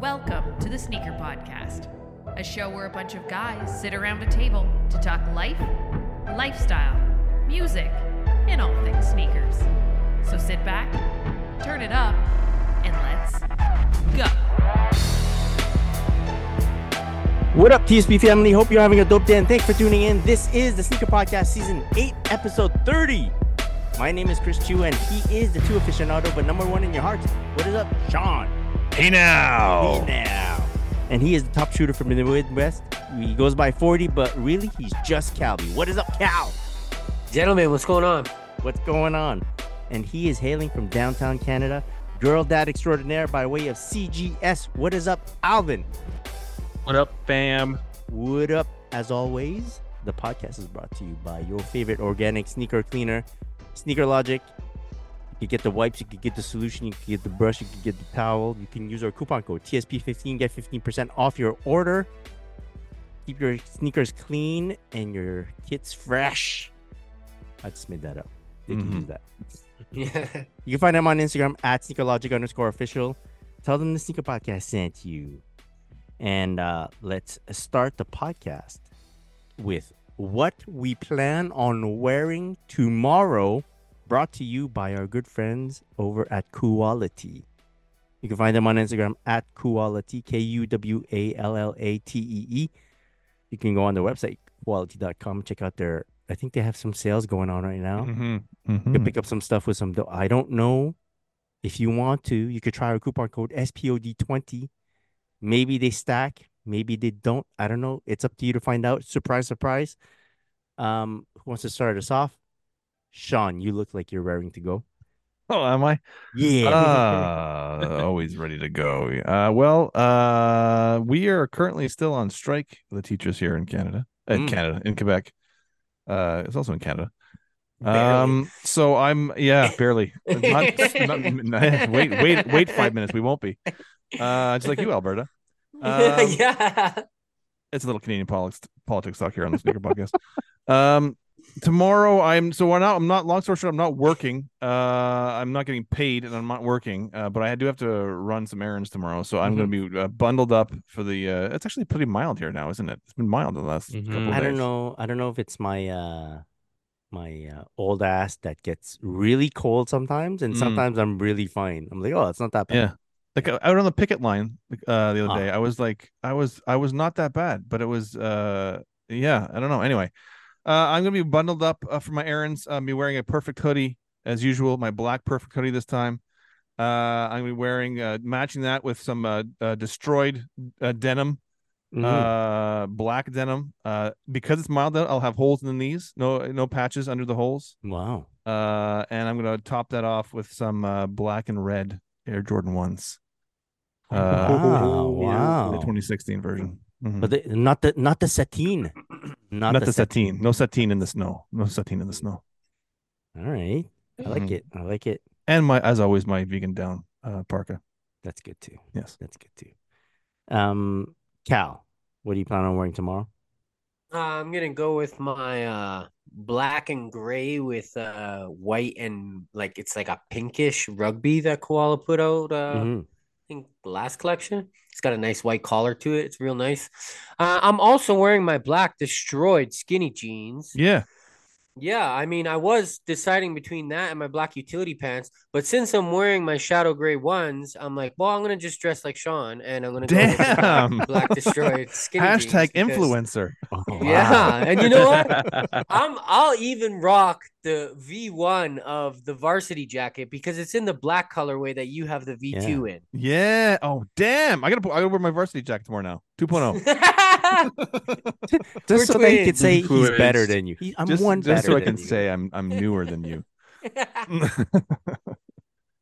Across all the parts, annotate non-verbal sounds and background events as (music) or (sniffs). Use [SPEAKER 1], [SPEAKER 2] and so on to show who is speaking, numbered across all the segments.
[SPEAKER 1] Welcome to the Sneaker Podcast, a show where a bunch of guys sit around a table to talk life, lifestyle, music, and all things sneakers. So sit back, turn it up, and let's go.
[SPEAKER 2] What up, TSB family? Hope you're having a dope day and thanks for tuning in. This is the Sneaker Podcast Season 8, Episode 30. My name is Chris Chu and he is the two aficionado, but number one in your hearts. What is up, Sean?
[SPEAKER 3] Hey now.
[SPEAKER 4] Oh.
[SPEAKER 2] Hey now. And he is the top shooter from the Midwest. He goes by 40, but really, he's just Calby. What is up, Cal?
[SPEAKER 4] Gentlemen, what's going on?
[SPEAKER 2] What's going on? And he is hailing from downtown Canada. Girl Dad Extraordinaire by way of CGS. What is up, Alvin?
[SPEAKER 3] What up, fam?
[SPEAKER 2] What up? As always, the podcast is brought to you by your favorite organic sneaker cleaner, Sneaker Logic. You can get the wipes, you can get the solution, you can get the brush, you can get the towel. You can use our coupon code TSP15, get 15% off your order. Keep your sneakers clean and your kits fresh. I just made that up. They can
[SPEAKER 3] Mhm.
[SPEAKER 2] use that.
[SPEAKER 4] Yeah. (laughs)
[SPEAKER 2] You can find them on Instagram at sneakerlogic underscore official. Tell them the sneaker podcast sent you. And uh, let's start the podcast with what we plan on wearing tomorrow, brought to you by our good friends over at Quality. You can find them on Instagram at Quality, K U W A L L A T E E. You can go on their website, quality.com, check out their, I think they have some sales going on right
[SPEAKER 3] Mm-hmm.
[SPEAKER 2] now. You
[SPEAKER 3] Hmm.
[SPEAKER 2] could pick up some stuff with some dough. I don't know if you want to. You could try our coupon code SPOD20. Maybe they stack, maybe they don't. I don't know. It's up to you to find out. Surprise, surprise. Um, who wants to start us off? Sean, you look like you're raring to go.
[SPEAKER 3] Oh, am I?
[SPEAKER 2] Yeah.
[SPEAKER 3] Oh,
[SPEAKER 2] (laughs)
[SPEAKER 3] Ah, always ready to go. Uh, well, uh, we are currently still on strike. The teachers here in Canada, uh,
[SPEAKER 2] Mm.
[SPEAKER 3] Canada, in Quebec. Uh, it's also in Canada.
[SPEAKER 4] Barely.
[SPEAKER 3] Um, so I'm
[SPEAKER 2] (laughs)
[SPEAKER 3] yeah, barely. Not- not- (laughs) wait, wait, wait five minutes. We won't be. Uh, just like
[SPEAKER 2] (laughs)
[SPEAKER 3] you, Alberta. Um,
[SPEAKER 4] yeah.
[SPEAKER 3] it's a little Canadian politics politics talk here on the sneaker podcast. Um, tomorrow I'm so I'm not I'm not long story short I'm not working. Uh, I'm not getting paid and I'm not working. Uh, but I do have to run some errands tomorrow, so I'm going to
[SPEAKER 2] Mm-hmm.
[SPEAKER 3] be uh, bundled up for the. Uh, it's actually pretty mild here now, isn't it? It's been mild the last
[SPEAKER 4] Mhm.
[SPEAKER 3] couple. Of
[SPEAKER 2] Mm-hmm. I don't
[SPEAKER 3] days.
[SPEAKER 2] know. I don't know if it's my uh my uh, old ass that gets really cold sometimes, and
[SPEAKER 3] Mm.
[SPEAKER 2] sometimes I'm really fine. I'm like, oh, it's not that bad.
[SPEAKER 3] Yeah. Like uh, out on the picket line uh, the other
[SPEAKER 2] Ah.
[SPEAKER 3] day, I was like, I was, I was not that bad, but it was, uh, yeah, I don't know. Anyway, uh, I'm gonna be bundled up uh, for my errands. I'm be wearing a perfect hoodie as usual, my black perfect hoodie this time. Uh, I'm gonna be wearing uh, matching that with some uh, uh, destroyed uh, denim,
[SPEAKER 2] Mhm.
[SPEAKER 3] uh, black denim. Uh, because it's mild out, I'll have holes in the knees, no, no patches under the holes.
[SPEAKER 2] wow.
[SPEAKER 3] Uh, and I'm gonna top that off with some uh, black and red Air Jordan ones. Oh,
[SPEAKER 2] Wow,
[SPEAKER 3] yeah,
[SPEAKER 2] wow.
[SPEAKER 3] the 2016 version. Mhm.
[SPEAKER 2] But the, not the not the sateen.
[SPEAKER 3] (clears throat)
[SPEAKER 2] Not,
[SPEAKER 3] not
[SPEAKER 2] the,
[SPEAKER 3] the sateen. No sateen in the snow. No sateen in the snow.
[SPEAKER 2] All right. I like
[SPEAKER 3] Mhm.
[SPEAKER 2] it. I like it.
[SPEAKER 3] And my, as always, my vegan down uh, parka.
[SPEAKER 2] That's good too.
[SPEAKER 3] Yes.
[SPEAKER 2] That's good too. Um, Cal, what do you plan on wearing tomorrow?
[SPEAKER 4] Uh, I'm gonna go with my uh black and gray with uh white and like it's like a pinkish rugby that Koala put out uh (laughs)
[SPEAKER 2] Mhm.
[SPEAKER 4] I think last collection. It's got a nice white collar to it. It's real nice. Uh, I'm also wearing my black destroyed skinny jeans.
[SPEAKER 3] Yeah.
[SPEAKER 4] Yeah, I mean, I was deciding between that and my black utility pants, but since I'm wearing my shadow gray ones, I'm like, well, I'm gonna just dress like Sean, and I'm gonna go with the
[SPEAKER 3] Damn.
[SPEAKER 4] (laughs) black
[SPEAKER 3] (laughs)
[SPEAKER 4] destroyed skinny jeans
[SPEAKER 3] Hashtag
[SPEAKER 4] because-
[SPEAKER 3] influencer.
[SPEAKER 2] Oh, wow.
[SPEAKER 4] Yeah, (laughs) and you know what? I'm I'll even rock the V1 of the varsity jacket because it's in the black colorway that you have the V2 in.
[SPEAKER 3] (laughs) yeah. Oh, damn. I gotta. put- I gotta wear my varsity jacket tomorrow now. oh. 2.0.
[SPEAKER 2] (laughs) Just
[SPEAKER 4] We're
[SPEAKER 2] so that he could
[SPEAKER 4] twins.
[SPEAKER 2] say he's
[SPEAKER 3] Twins.
[SPEAKER 2] better than you. He, (laughs) I'm
[SPEAKER 3] just
[SPEAKER 2] one
[SPEAKER 3] just
[SPEAKER 2] better
[SPEAKER 3] so I
[SPEAKER 2] than
[SPEAKER 3] can
[SPEAKER 2] you.
[SPEAKER 3] say I'm I'm newer
[SPEAKER 2] (laughs)
[SPEAKER 3] than you.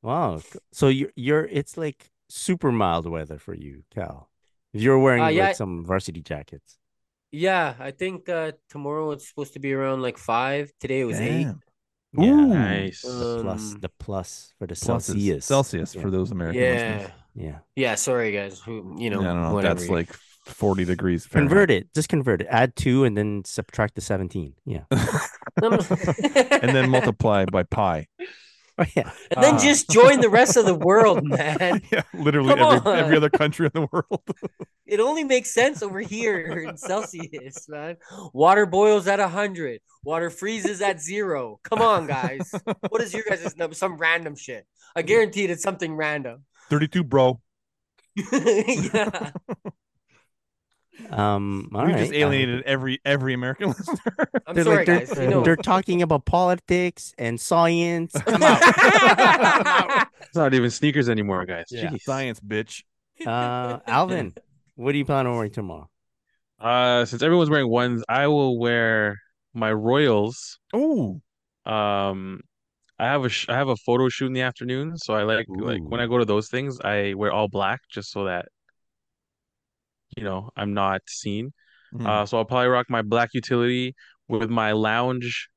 [SPEAKER 2] Wow. c- So you're you're it's like super mild weather for you, Cal. You're wearing
[SPEAKER 4] Uh, yeah, I-
[SPEAKER 2] like some varsity jackets.
[SPEAKER 4] (laughs) yeah, I think uh, tomorrow it's supposed to be around like five. Today it was eight.
[SPEAKER 3] Damn.
[SPEAKER 2] Yeah.
[SPEAKER 3] Ooh.
[SPEAKER 5] Nice.
[SPEAKER 2] The plus
[SPEAKER 4] Um,
[SPEAKER 2] the plus for the
[SPEAKER 3] Pluses.
[SPEAKER 2] Celsius.
[SPEAKER 3] Celsius
[SPEAKER 2] Yeah.
[SPEAKER 3] for those American listeners.
[SPEAKER 4] Yeah,
[SPEAKER 2] Yeah.
[SPEAKER 4] yeah. Sorry guys, who you know,
[SPEAKER 3] Yeah, I don't know.
[SPEAKER 4] whatever.
[SPEAKER 3] That's
[SPEAKER 4] you-
[SPEAKER 3] like 40 degrees. Fahrenheit.
[SPEAKER 2] Convert it. Just convert it. Add two and then
[SPEAKER 5] (laughs)
[SPEAKER 2] subtract the seventeen. Yeah.
[SPEAKER 4] Um,
[SPEAKER 3] and then multiply by pi.
[SPEAKER 2] Oh, (laughs) yeah.
[SPEAKER 4] And (laughs) then
[SPEAKER 3] Ah.
[SPEAKER 4] just join the rest of the world, man.
[SPEAKER 3] (laughs) yeah, literally
[SPEAKER 4] Come
[SPEAKER 3] every, every
[SPEAKER 4] on.
[SPEAKER 3] other country in the world. (laughs)
[SPEAKER 4] It only makes sense over here in Celsius, man. Water boils at 100, water freezes at zero. Come on, guys. What is your guys' number? Some random shit. I guarantee it, it's something random. (laughs)
[SPEAKER 3] 32, bro.
[SPEAKER 4] yeah.
[SPEAKER 2] Um, all
[SPEAKER 3] we
[SPEAKER 2] right,
[SPEAKER 3] just
[SPEAKER 2] uh,
[SPEAKER 3] alienated every every American (laughs) listener.
[SPEAKER 4] I'm
[SPEAKER 2] They're,
[SPEAKER 4] sorry,
[SPEAKER 2] like, they're,
[SPEAKER 4] guys. You know, (laughs)
[SPEAKER 2] they're talking about politics and science. (laughs) I'm
[SPEAKER 3] (laughs)
[SPEAKER 2] out.
[SPEAKER 5] It's not even sneakers anymore, guys. Jeez.
[SPEAKER 3] Science, bitch.
[SPEAKER 2] (laughs) Uh, Alvin, what do you plan on wearing tomorrow?
[SPEAKER 5] Uh, since everyone's wearing ones, I will wear my Royals.
[SPEAKER 3] Oh,
[SPEAKER 5] Um, I have a sh- I have a photo shoot in the afternoon, so I like like when
[SPEAKER 2] Ooh.
[SPEAKER 5] I go to those things, I wear all black just so that you know I'm not seen.
[SPEAKER 3] Mhm.
[SPEAKER 5] Uh, so I'll probably rock my black utility with my lounge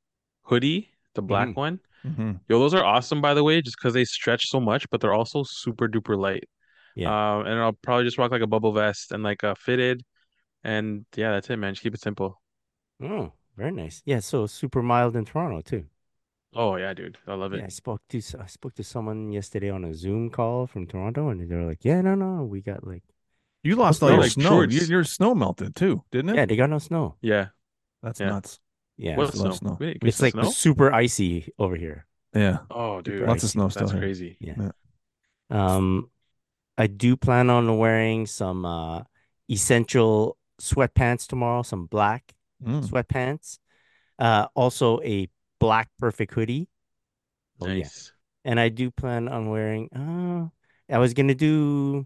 [SPEAKER 5] hoodie, the black
[SPEAKER 2] Mhm.
[SPEAKER 5] one.
[SPEAKER 3] Mhm.
[SPEAKER 5] Yo, those are awesome, by the way, just because they stretch so much, but they're also super duper light.
[SPEAKER 2] Yeah.
[SPEAKER 5] Um, and I'll probably just rock like a bubble vest and like a fitted, and yeah, that's it, man. Just keep it simple.
[SPEAKER 2] Oh, very nice. Yeah, so super mild in Toronto too.
[SPEAKER 5] Oh yeah, dude, I love
[SPEAKER 2] Yeah, I
[SPEAKER 5] it.
[SPEAKER 2] spoke to s- I spoke to someone yesterday on a Zoom call from Toronto, and they were like, "Yeah, no, no, we got like,
[SPEAKER 3] You lost all
[SPEAKER 5] No,
[SPEAKER 3] your
[SPEAKER 5] like
[SPEAKER 3] snow.
[SPEAKER 5] shorts.
[SPEAKER 3] Your, your snow melted too, didn't it?
[SPEAKER 2] yeah, they got no snow.
[SPEAKER 5] Yeah.
[SPEAKER 3] That's
[SPEAKER 5] Yeah.
[SPEAKER 3] nuts.
[SPEAKER 2] Yeah,
[SPEAKER 5] What
[SPEAKER 2] it's-
[SPEAKER 3] snow?
[SPEAKER 5] snow?
[SPEAKER 3] snow.
[SPEAKER 5] Wait, we
[SPEAKER 2] it's
[SPEAKER 5] said
[SPEAKER 2] like
[SPEAKER 5] snow?
[SPEAKER 2] super icy over here.
[SPEAKER 3] Yeah.
[SPEAKER 5] Oh, dude,
[SPEAKER 2] Lots
[SPEAKER 3] Lots of snow still
[SPEAKER 5] that's
[SPEAKER 3] here.
[SPEAKER 5] crazy.
[SPEAKER 2] Yeah.
[SPEAKER 3] Yeah.
[SPEAKER 2] Um, I do plan on wearing some uh essential sweatpants tomorrow, some black
[SPEAKER 3] Mm.
[SPEAKER 2] sweatpants, uh, also a black perfect hoodie. Oh, yeah.
[SPEAKER 5] Nice.
[SPEAKER 2] and I do plan on wearing. Uh, I was gonna do.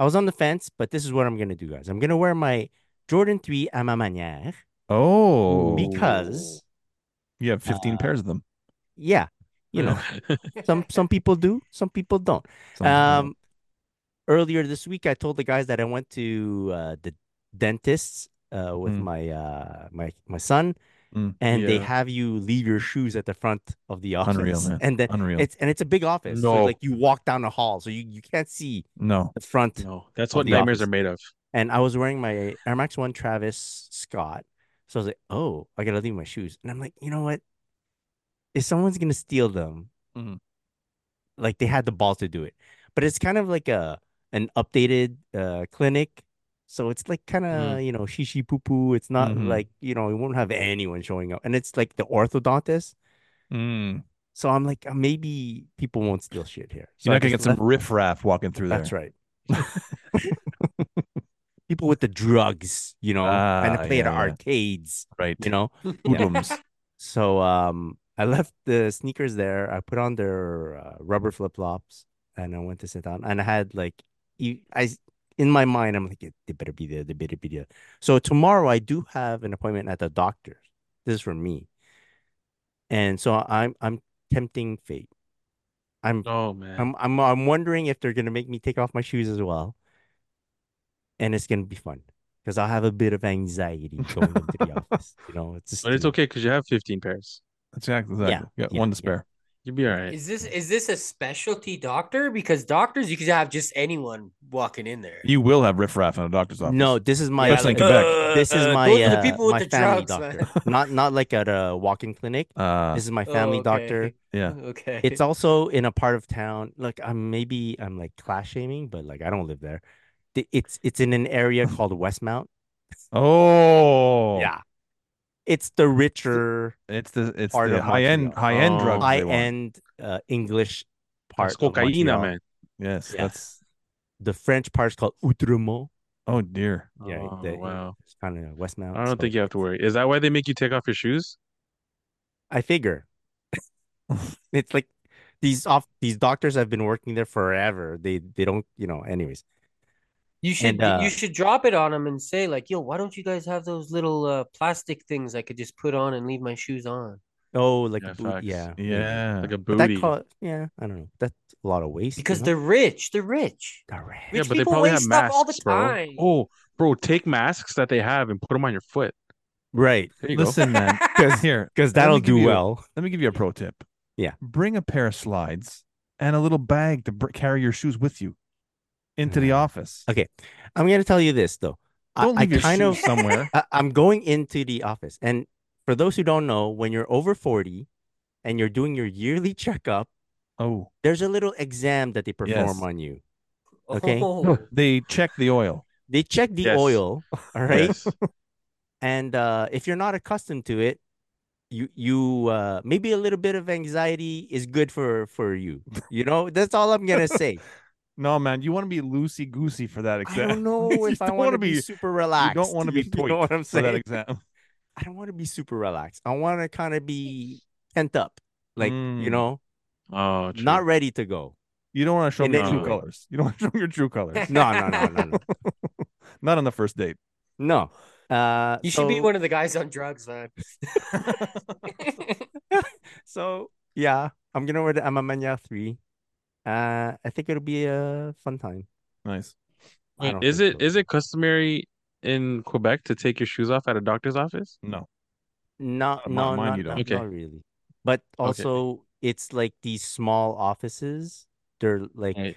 [SPEAKER 2] I was on the fence, but this is what I'm gonna do, guys. I'm gonna wear my Jordan Three à ma manière
[SPEAKER 3] Oh,
[SPEAKER 2] because,
[SPEAKER 3] you have 15 pairs of them.
[SPEAKER 2] yeah, you
[SPEAKER 3] (laughs)
[SPEAKER 5] (laughs)
[SPEAKER 2] know, some some people do, some people don't.
[SPEAKER 3] Something like
[SPEAKER 2] Um, earlier this week, I told the guys that I went to uh, the dentist's uh, with
[SPEAKER 3] Mm.
[SPEAKER 2] my uh, my my son,
[SPEAKER 3] Mm,
[SPEAKER 2] and they
[SPEAKER 5] yeah.
[SPEAKER 2] have you leave your shoes at the front of the office,
[SPEAKER 3] Unreal, man.
[SPEAKER 2] and then
[SPEAKER 3] that. unreal.
[SPEAKER 2] it's and it's a big office, so
[SPEAKER 5] No.
[SPEAKER 2] like you walk down the hall, so you you can't see
[SPEAKER 3] no.
[SPEAKER 2] the front.
[SPEAKER 5] no,
[SPEAKER 2] (laughs)
[SPEAKER 5] that's
[SPEAKER 2] Of
[SPEAKER 5] what
[SPEAKER 2] the
[SPEAKER 5] nightmares are
[SPEAKER 2] office.
[SPEAKER 5] made of.
[SPEAKER 2] and I was wearing my Air Max One Travis Scott. So I was like, oh, I gotta leave my shoes. And I'm like, you know what? If someone's gonna steal them,
[SPEAKER 3] Mhm.
[SPEAKER 2] like they had the balls to do it. But it's kind of like a an updated uh clinic. So it's like kind of,
[SPEAKER 3] Mm-hmm.
[SPEAKER 2] you know, shishi poo poo. It's not
[SPEAKER 3] Mhm.
[SPEAKER 2] like, you know, it won't have anyone showing up. And it's like the orthodontist.
[SPEAKER 3] Mm.
[SPEAKER 2] So I'm like, uh, maybe people won't steal shit here. So I
[SPEAKER 3] You're not gonna
[SPEAKER 2] just
[SPEAKER 3] get some
[SPEAKER 2] left-
[SPEAKER 3] riffraff walking through
[SPEAKER 2] That's
[SPEAKER 3] there.
[SPEAKER 2] right. (laughs) People with the drugs, you know, and
[SPEAKER 3] Ah,
[SPEAKER 2] to play
[SPEAKER 3] yeah,
[SPEAKER 2] at
[SPEAKER 3] yeah.
[SPEAKER 2] arcades,
[SPEAKER 3] Right.
[SPEAKER 2] you know. (laughs)
[SPEAKER 3] Hoodlums.
[SPEAKER 2] So um, I left the sneakers there. I put on their uh, rubber flip flops, and I went to sit down. And I had like, e- I s- in my mind, I'm like, they better be there. They better be there. So tomorrow, I do have an appointment at the doctor's. This is for me, and so I'm I'm tempting fate. I'm
[SPEAKER 5] Oh man.
[SPEAKER 2] I'm I'm I'm wondering if they're gonna make me take off my shoes as well. And it's gonna be fun because I'll have a bit of anxiety going into the
[SPEAKER 4] (laughs)
[SPEAKER 2] office. You know, it's just
[SPEAKER 5] But it's
[SPEAKER 2] me.
[SPEAKER 5] okay because you have 15 pairs.
[SPEAKER 3] Exactly.
[SPEAKER 2] Yeah,
[SPEAKER 3] exactly. Yeah,
[SPEAKER 2] yeah,
[SPEAKER 3] one
[SPEAKER 2] yeah.
[SPEAKER 3] to spare.
[SPEAKER 5] You'll be all right.
[SPEAKER 4] Is this is this a specialty doctor? Because doctors, you could have just anyone walking in there.
[SPEAKER 3] You will have riffraff in a doctor's office.
[SPEAKER 2] No, this is my
[SPEAKER 3] That's
[SPEAKER 2] other-
[SPEAKER 3] like
[SPEAKER 2] (laughs)
[SPEAKER 3] Quebec.
[SPEAKER 2] this is my
[SPEAKER 4] those are
[SPEAKER 2] uh,
[SPEAKER 4] the people with
[SPEAKER 2] my
[SPEAKER 4] the
[SPEAKER 2] family
[SPEAKER 4] drugs, man.
[SPEAKER 2] doctor. not not like at a walk-in clinic.
[SPEAKER 3] Uh,
[SPEAKER 2] This is my family
[SPEAKER 4] Oh, okay. (laughs)
[SPEAKER 2] doctor.
[SPEAKER 3] yeah.
[SPEAKER 4] Okay.
[SPEAKER 2] It's also in a part of town. Like I'm maybe I'm like class shaming, but like I don't live there. Th- It's it's in an area called Westmount.
[SPEAKER 3] Oh.
[SPEAKER 2] Yeah, it's the richer.
[SPEAKER 3] It's the it's
[SPEAKER 2] Part
[SPEAKER 3] the
[SPEAKER 2] of
[SPEAKER 3] high end
[SPEAKER 2] Montreal.
[SPEAKER 3] high end
[SPEAKER 5] Oh.
[SPEAKER 3] drugs.
[SPEAKER 2] high
[SPEAKER 3] they want.
[SPEAKER 2] end uh, English part.
[SPEAKER 5] That's
[SPEAKER 2] of Montreal.
[SPEAKER 5] cocaina, man.
[SPEAKER 3] Yes.
[SPEAKER 2] Yeah.
[SPEAKER 3] That's
[SPEAKER 2] The French part is called Outremont.
[SPEAKER 3] oh dear.
[SPEAKER 2] Yeah,
[SPEAKER 5] Oh,
[SPEAKER 2] the-
[SPEAKER 5] wow.
[SPEAKER 2] It's kind of Westmount.
[SPEAKER 5] I don't
[SPEAKER 2] so
[SPEAKER 5] think you have to worry. Is that why they make you take off your shoes?
[SPEAKER 2] I figure (laughs) it's like these off these doctors have been working there forever. They they don't you know. Anyways,
[SPEAKER 4] You should
[SPEAKER 2] And, uh,
[SPEAKER 4] you should drop it on them and say like, "Yo, why don't you guys have those little uh, plastic things I could just put on and leave my shoes on?"
[SPEAKER 2] oh like
[SPEAKER 5] Yeah,
[SPEAKER 2] a boot-
[SPEAKER 5] facts.
[SPEAKER 2] yeah maybe.
[SPEAKER 3] Yeah.
[SPEAKER 5] Like a
[SPEAKER 2] Uh, But that
[SPEAKER 5] booty.
[SPEAKER 2] call yeah I don't know. That's a lot of waste. you
[SPEAKER 4] Because
[SPEAKER 2] know?
[SPEAKER 4] they're rich. They're rich.
[SPEAKER 2] All right.
[SPEAKER 5] yeah,
[SPEAKER 4] Rich
[SPEAKER 5] but they
[SPEAKER 4] people
[SPEAKER 5] probably have
[SPEAKER 4] waste stuff
[SPEAKER 5] masks,
[SPEAKER 4] all the
[SPEAKER 5] bro.
[SPEAKER 4] time.
[SPEAKER 5] Oh, bro, take masks that they have and put them on your foot.
[SPEAKER 2] right
[SPEAKER 5] There you go.
[SPEAKER 3] Listen,
[SPEAKER 2] (laughs)
[SPEAKER 3] man. Here,
[SPEAKER 2] because
[SPEAKER 3] Let me
[SPEAKER 2] that'll
[SPEAKER 3] give
[SPEAKER 2] do
[SPEAKER 3] you-
[SPEAKER 2] well.
[SPEAKER 3] let me give you a pro tip.
[SPEAKER 2] Yeah.
[SPEAKER 3] Bring a pair of slides and a little bag to br- carry your shoes with you into the
[SPEAKER 2] Uh,
[SPEAKER 3] office.
[SPEAKER 2] okay. I'm gonna tell you this though. I-
[SPEAKER 3] Don't
[SPEAKER 2] I,
[SPEAKER 3] leave your
[SPEAKER 2] kind of
[SPEAKER 3] shoes
[SPEAKER 2] (laughs)
[SPEAKER 3] somewhere.
[SPEAKER 2] I, I'm going into the office. And for those who don't know, when you're over 40 and you're doing your yearly checkup,
[SPEAKER 3] Oh,
[SPEAKER 2] There's a little exam that they perform
[SPEAKER 3] Yes.
[SPEAKER 2] on you. Okay.
[SPEAKER 4] Oh,
[SPEAKER 3] they check the oil.
[SPEAKER 2] They check the
[SPEAKER 5] Yes.
[SPEAKER 3] (laughs)
[SPEAKER 2] oil, all right? (laughs)
[SPEAKER 5] Yes.
[SPEAKER 2] And uh, if you're not accustomed to it, you you uh, maybe a little bit of anxiety is good for for you. You know, that's all I'm gonna
[SPEAKER 3] (laughs)
[SPEAKER 2] say.
[SPEAKER 3] No, man, you want to be loosey goosey for that
[SPEAKER 2] I
[SPEAKER 3] exam.
[SPEAKER 2] don't know
[SPEAKER 3] (laughs) You
[SPEAKER 2] if I
[SPEAKER 3] don't
[SPEAKER 2] want to
[SPEAKER 3] wanna
[SPEAKER 2] be,
[SPEAKER 3] be-
[SPEAKER 2] super relaxed.
[SPEAKER 3] wanna
[SPEAKER 2] (laughs)
[SPEAKER 3] be
[SPEAKER 2] You know
[SPEAKER 3] toit
[SPEAKER 2] what I'm
[SPEAKER 3] for that
[SPEAKER 2] saying?
[SPEAKER 3] exam.
[SPEAKER 2] I don't want to be super relaxed. I want to kind of be pent up, like you
[SPEAKER 3] Mm.
[SPEAKER 2] know,
[SPEAKER 5] Oh, true.
[SPEAKER 2] not ready to go.
[SPEAKER 3] You don't want to show
[SPEAKER 2] In
[SPEAKER 3] them your
[SPEAKER 5] any
[SPEAKER 3] true
[SPEAKER 5] way.
[SPEAKER 3] colors. You don't want to (laughs) show them your true
[SPEAKER 2] (laughs)
[SPEAKER 3] colors.
[SPEAKER 2] No, no, no, no,
[SPEAKER 4] (laughs)
[SPEAKER 2] no.
[SPEAKER 3] Not on the first date.
[SPEAKER 2] no. Uh,
[SPEAKER 4] you should be
[SPEAKER 2] so-
[SPEAKER 4] one of the guys on drugs, man. (laughs)
[SPEAKER 2] So yeah, I'm gonna wear the Amamanya three. Uh, I think it'll be a fun time.
[SPEAKER 3] Nice.
[SPEAKER 2] I don't
[SPEAKER 5] Is
[SPEAKER 2] think
[SPEAKER 5] it
[SPEAKER 2] so.
[SPEAKER 5] is it customary in Quebec to take your shoes off at a doctor's office?
[SPEAKER 3] No.
[SPEAKER 2] No,
[SPEAKER 3] Uh, mi-
[SPEAKER 2] no,
[SPEAKER 3] mine
[SPEAKER 2] not,
[SPEAKER 3] you don't.
[SPEAKER 2] not,
[SPEAKER 5] Okay.
[SPEAKER 2] not really. But also, it's like these small offices. They're like
[SPEAKER 5] Right.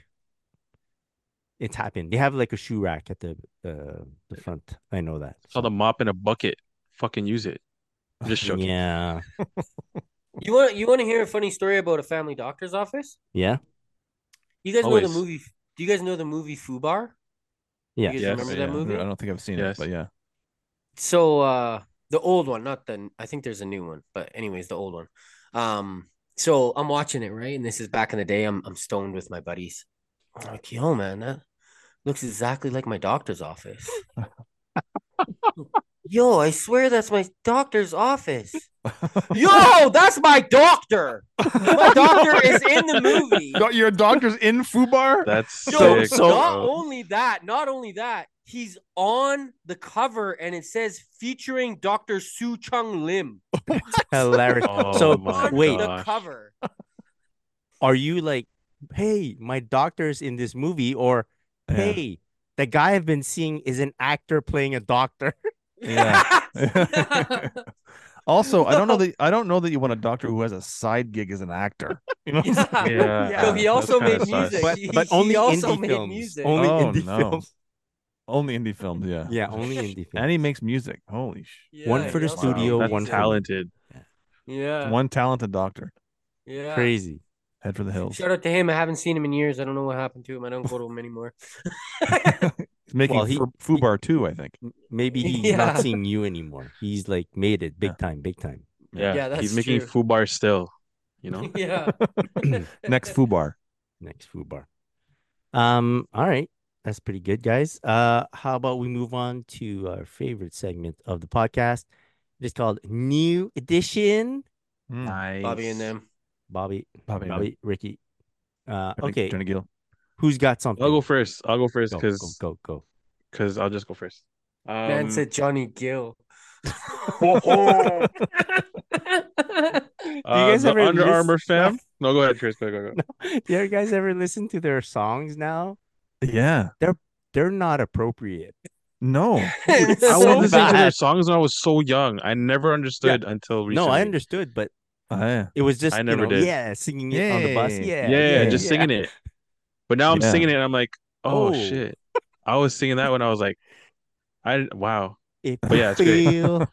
[SPEAKER 2] it's happened. They have like a shoe rack at the uh, the front. I know that.
[SPEAKER 5] It's called a mop in a bucket. Fucking
[SPEAKER 2] (laughs)
[SPEAKER 5] use it. I'm Just joking.
[SPEAKER 2] Yeah,
[SPEAKER 4] You want you want to hear a funny story about a family doctor's office?
[SPEAKER 2] yeah,
[SPEAKER 4] You guys know
[SPEAKER 5] Always.
[SPEAKER 4] the movie. Do you guys know the movie Fubar?
[SPEAKER 2] yeah.
[SPEAKER 4] You guys
[SPEAKER 5] Yes.
[SPEAKER 4] remember that
[SPEAKER 3] Yeah,
[SPEAKER 4] movie?
[SPEAKER 3] I don't think I've seen
[SPEAKER 5] Yes.
[SPEAKER 3] it, but
[SPEAKER 2] (laughs)
[SPEAKER 3] yeah. (laughs)
[SPEAKER 4] so uh the old one not the i think there's a new one but anyways the old one um so i'm watching it right and this is back in the day i'm, I'm stoned with my buddies I'm like yo man that looks exactly like my doctor's office yo i swear that's my doctor's office yo that's my doctor
[SPEAKER 3] (laughs)
[SPEAKER 4] my
[SPEAKER 2] (laughs)
[SPEAKER 4] doctor is in the movie
[SPEAKER 3] Got your doctor's in Fubar?
[SPEAKER 5] (laughs) That's
[SPEAKER 4] Yo,
[SPEAKER 5] sick.
[SPEAKER 2] so-
[SPEAKER 4] not
[SPEAKER 5] bro.
[SPEAKER 4] only that, not only that, he's on the cover and it says featuring Dr. Soo Chung Lim
[SPEAKER 2] Hilarious.
[SPEAKER 5] Oh
[SPEAKER 2] so
[SPEAKER 5] my
[SPEAKER 4] on
[SPEAKER 2] wait,
[SPEAKER 4] the
[SPEAKER 5] gosh.
[SPEAKER 4] cover.
[SPEAKER 2] are you like, hey, my doctor's in this movie, or
[SPEAKER 3] Yeah.
[SPEAKER 2] hey, the guy I've been seeing is an actor playing a doctor?
[SPEAKER 4] (laughs)
[SPEAKER 3] Yeah.
[SPEAKER 2] (laughs)
[SPEAKER 3] (laughs) also, I don't know
[SPEAKER 4] No.
[SPEAKER 3] that I don't know that you want a doctor who has a side gig as an
[SPEAKER 2] (laughs)
[SPEAKER 3] actor. You know?
[SPEAKER 4] Yeah.
[SPEAKER 5] yeah.
[SPEAKER 4] Yo, he
[SPEAKER 5] that's
[SPEAKER 4] also
[SPEAKER 5] kinda
[SPEAKER 4] made
[SPEAKER 5] sus.
[SPEAKER 4] music.
[SPEAKER 2] But
[SPEAKER 4] He-
[SPEAKER 2] but
[SPEAKER 4] he
[SPEAKER 2] only
[SPEAKER 4] also
[SPEAKER 2] indie
[SPEAKER 4] made
[SPEAKER 2] films.
[SPEAKER 4] music.
[SPEAKER 2] Only
[SPEAKER 3] Oh,
[SPEAKER 2] indie
[SPEAKER 3] no.
[SPEAKER 2] films.
[SPEAKER 3] (laughs) Only indie films, yeah.
[SPEAKER 2] (laughs) Yeah, only indie films.
[SPEAKER 3] And he makes music. Holy sh!
[SPEAKER 4] Yeah,
[SPEAKER 2] one for
[SPEAKER 4] he
[SPEAKER 2] the
[SPEAKER 4] also made
[SPEAKER 2] studio,
[SPEAKER 5] that's
[SPEAKER 2] one
[SPEAKER 4] music.
[SPEAKER 2] for the-
[SPEAKER 5] talented.
[SPEAKER 4] Yeah.
[SPEAKER 3] One talented doctor.
[SPEAKER 4] yeah.
[SPEAKER 2] Crazy.
[SPEAKER 3] Head for the hills.
[SPEAKER 4] Shout out to him. I haven't seen him in years. I don't know what happened to him. I don't go to him
[SPEAKER 2] (laughs)
[SPEAKER 4] anymore.
[SPEAKER 3] He's making
[SPEAKER 2] Well, he-
[SPEAKER 3] Fu- Fubar too, I think.
[SPEAKER 2] M- Maybe he's (laughs) not
[SPEAKER 4] Yeah.
[SPEAKER 2] seeing you anymore. He's like made it big
[SPEAKER 3] Yeah.
[SPEAKER 2] time, big time.
[SPEAKER 5] Yeah,
[SPEAKER 4] Yeah, that's
[SPEAKER 5] he's making
[SPEAKER 4] true.
[SPEAKER 5] fubar still. You know,
[SPEAKER 4] (laughs) yeah.
[SPEAKER 3] Next Fubar.
[SPEAKER 2] Next food bar. Um, all right. That's pretty good, guys. Uh, how about we move on to our favorite segment of the podcast? It's called New Edition.
[SPEAKER 3] Mm.
[SPEAKER 5] nice.
[SPEAKER 4] Bobby and them.
[SPEAKER 2] Bobby,
[SPEAKER 3] Bobby,
[SPEAKER 2] Bobby, Ricky. Uh,
[SPEAKER 3] Turn-
[SPEAKER 2] okay,
[SPEAKER 3] Turn a gill.
[SPEAKER 2] who's got something?
[SPEAKER 5] I'll go first. I'll go first
[SPEAKER 2] Go,
[SPEAKER 5] because
[SPEAKER 2] go, go,
[SPEAKER 5] because I'll just go first. Um,
[SPEAKER 4] Man said
[SPEAKER 2] (laughs)
[SPEAKER 4] Johnny Gill.
[SPEAKER 5] uh,
[SPEAKER 2] guys
[SPEAKER 5] the
[SPEAKER 2] ever
[SPEAKER 5] Under
[SPEAKER 2] listen- (laughs)
[SPEAKER 5] Armour fam? No, go ahead, Chris. Go, go, go.
[SPEAKER 2] go. Do you guys ever listen to their songs now?
[SPEAKER 3] Yeah.
[SPEAKER 2] They're not appropriate.
[SPEAKER 4] (laughs)
[SPEAKER 3] No.
[SPEAKER 5] (laughs) I was
[SPEAKER 2] So
[SPEAKER 5] listening to their
[SPEAKER 2] bad.
[SPEAKER 5] songs when I was so young. I never understood until recently.
[SPEAKER 2] No, I understood, but
[SPEAKER 3] I-
[SPEAKER 2] it was just
[SPEAKER 5] I
[SPEAKER 2] you
[SPEAKER 5] never
[SPEAKER 2] know,
[SPEAKER 5] did.
[SPEAKER 2] yeah, singing it on the bus.
[SPEAKER 3] Yay.
[SPEAKER 2] Yeah,
[SPEAKER 5] Yeah, just singing it. But now I'm
[SPEAKER 3] Yeah.
[SPEAKER 5] singing it, and I'm like, oh,
[SPEAKER 2] Oh.
[SPEAKER 5] shit. I was singing that when I was like, I wow.
[SPEAKER 2] If
[SPEAKER 5] But Oh, yeah,
[SPEAKER 2] you
[SPEAKER 5] it's
[SPEAKER 3] (laughs)
[SPEAKER 5] great. (laughs)
[SPEAKER 2] feel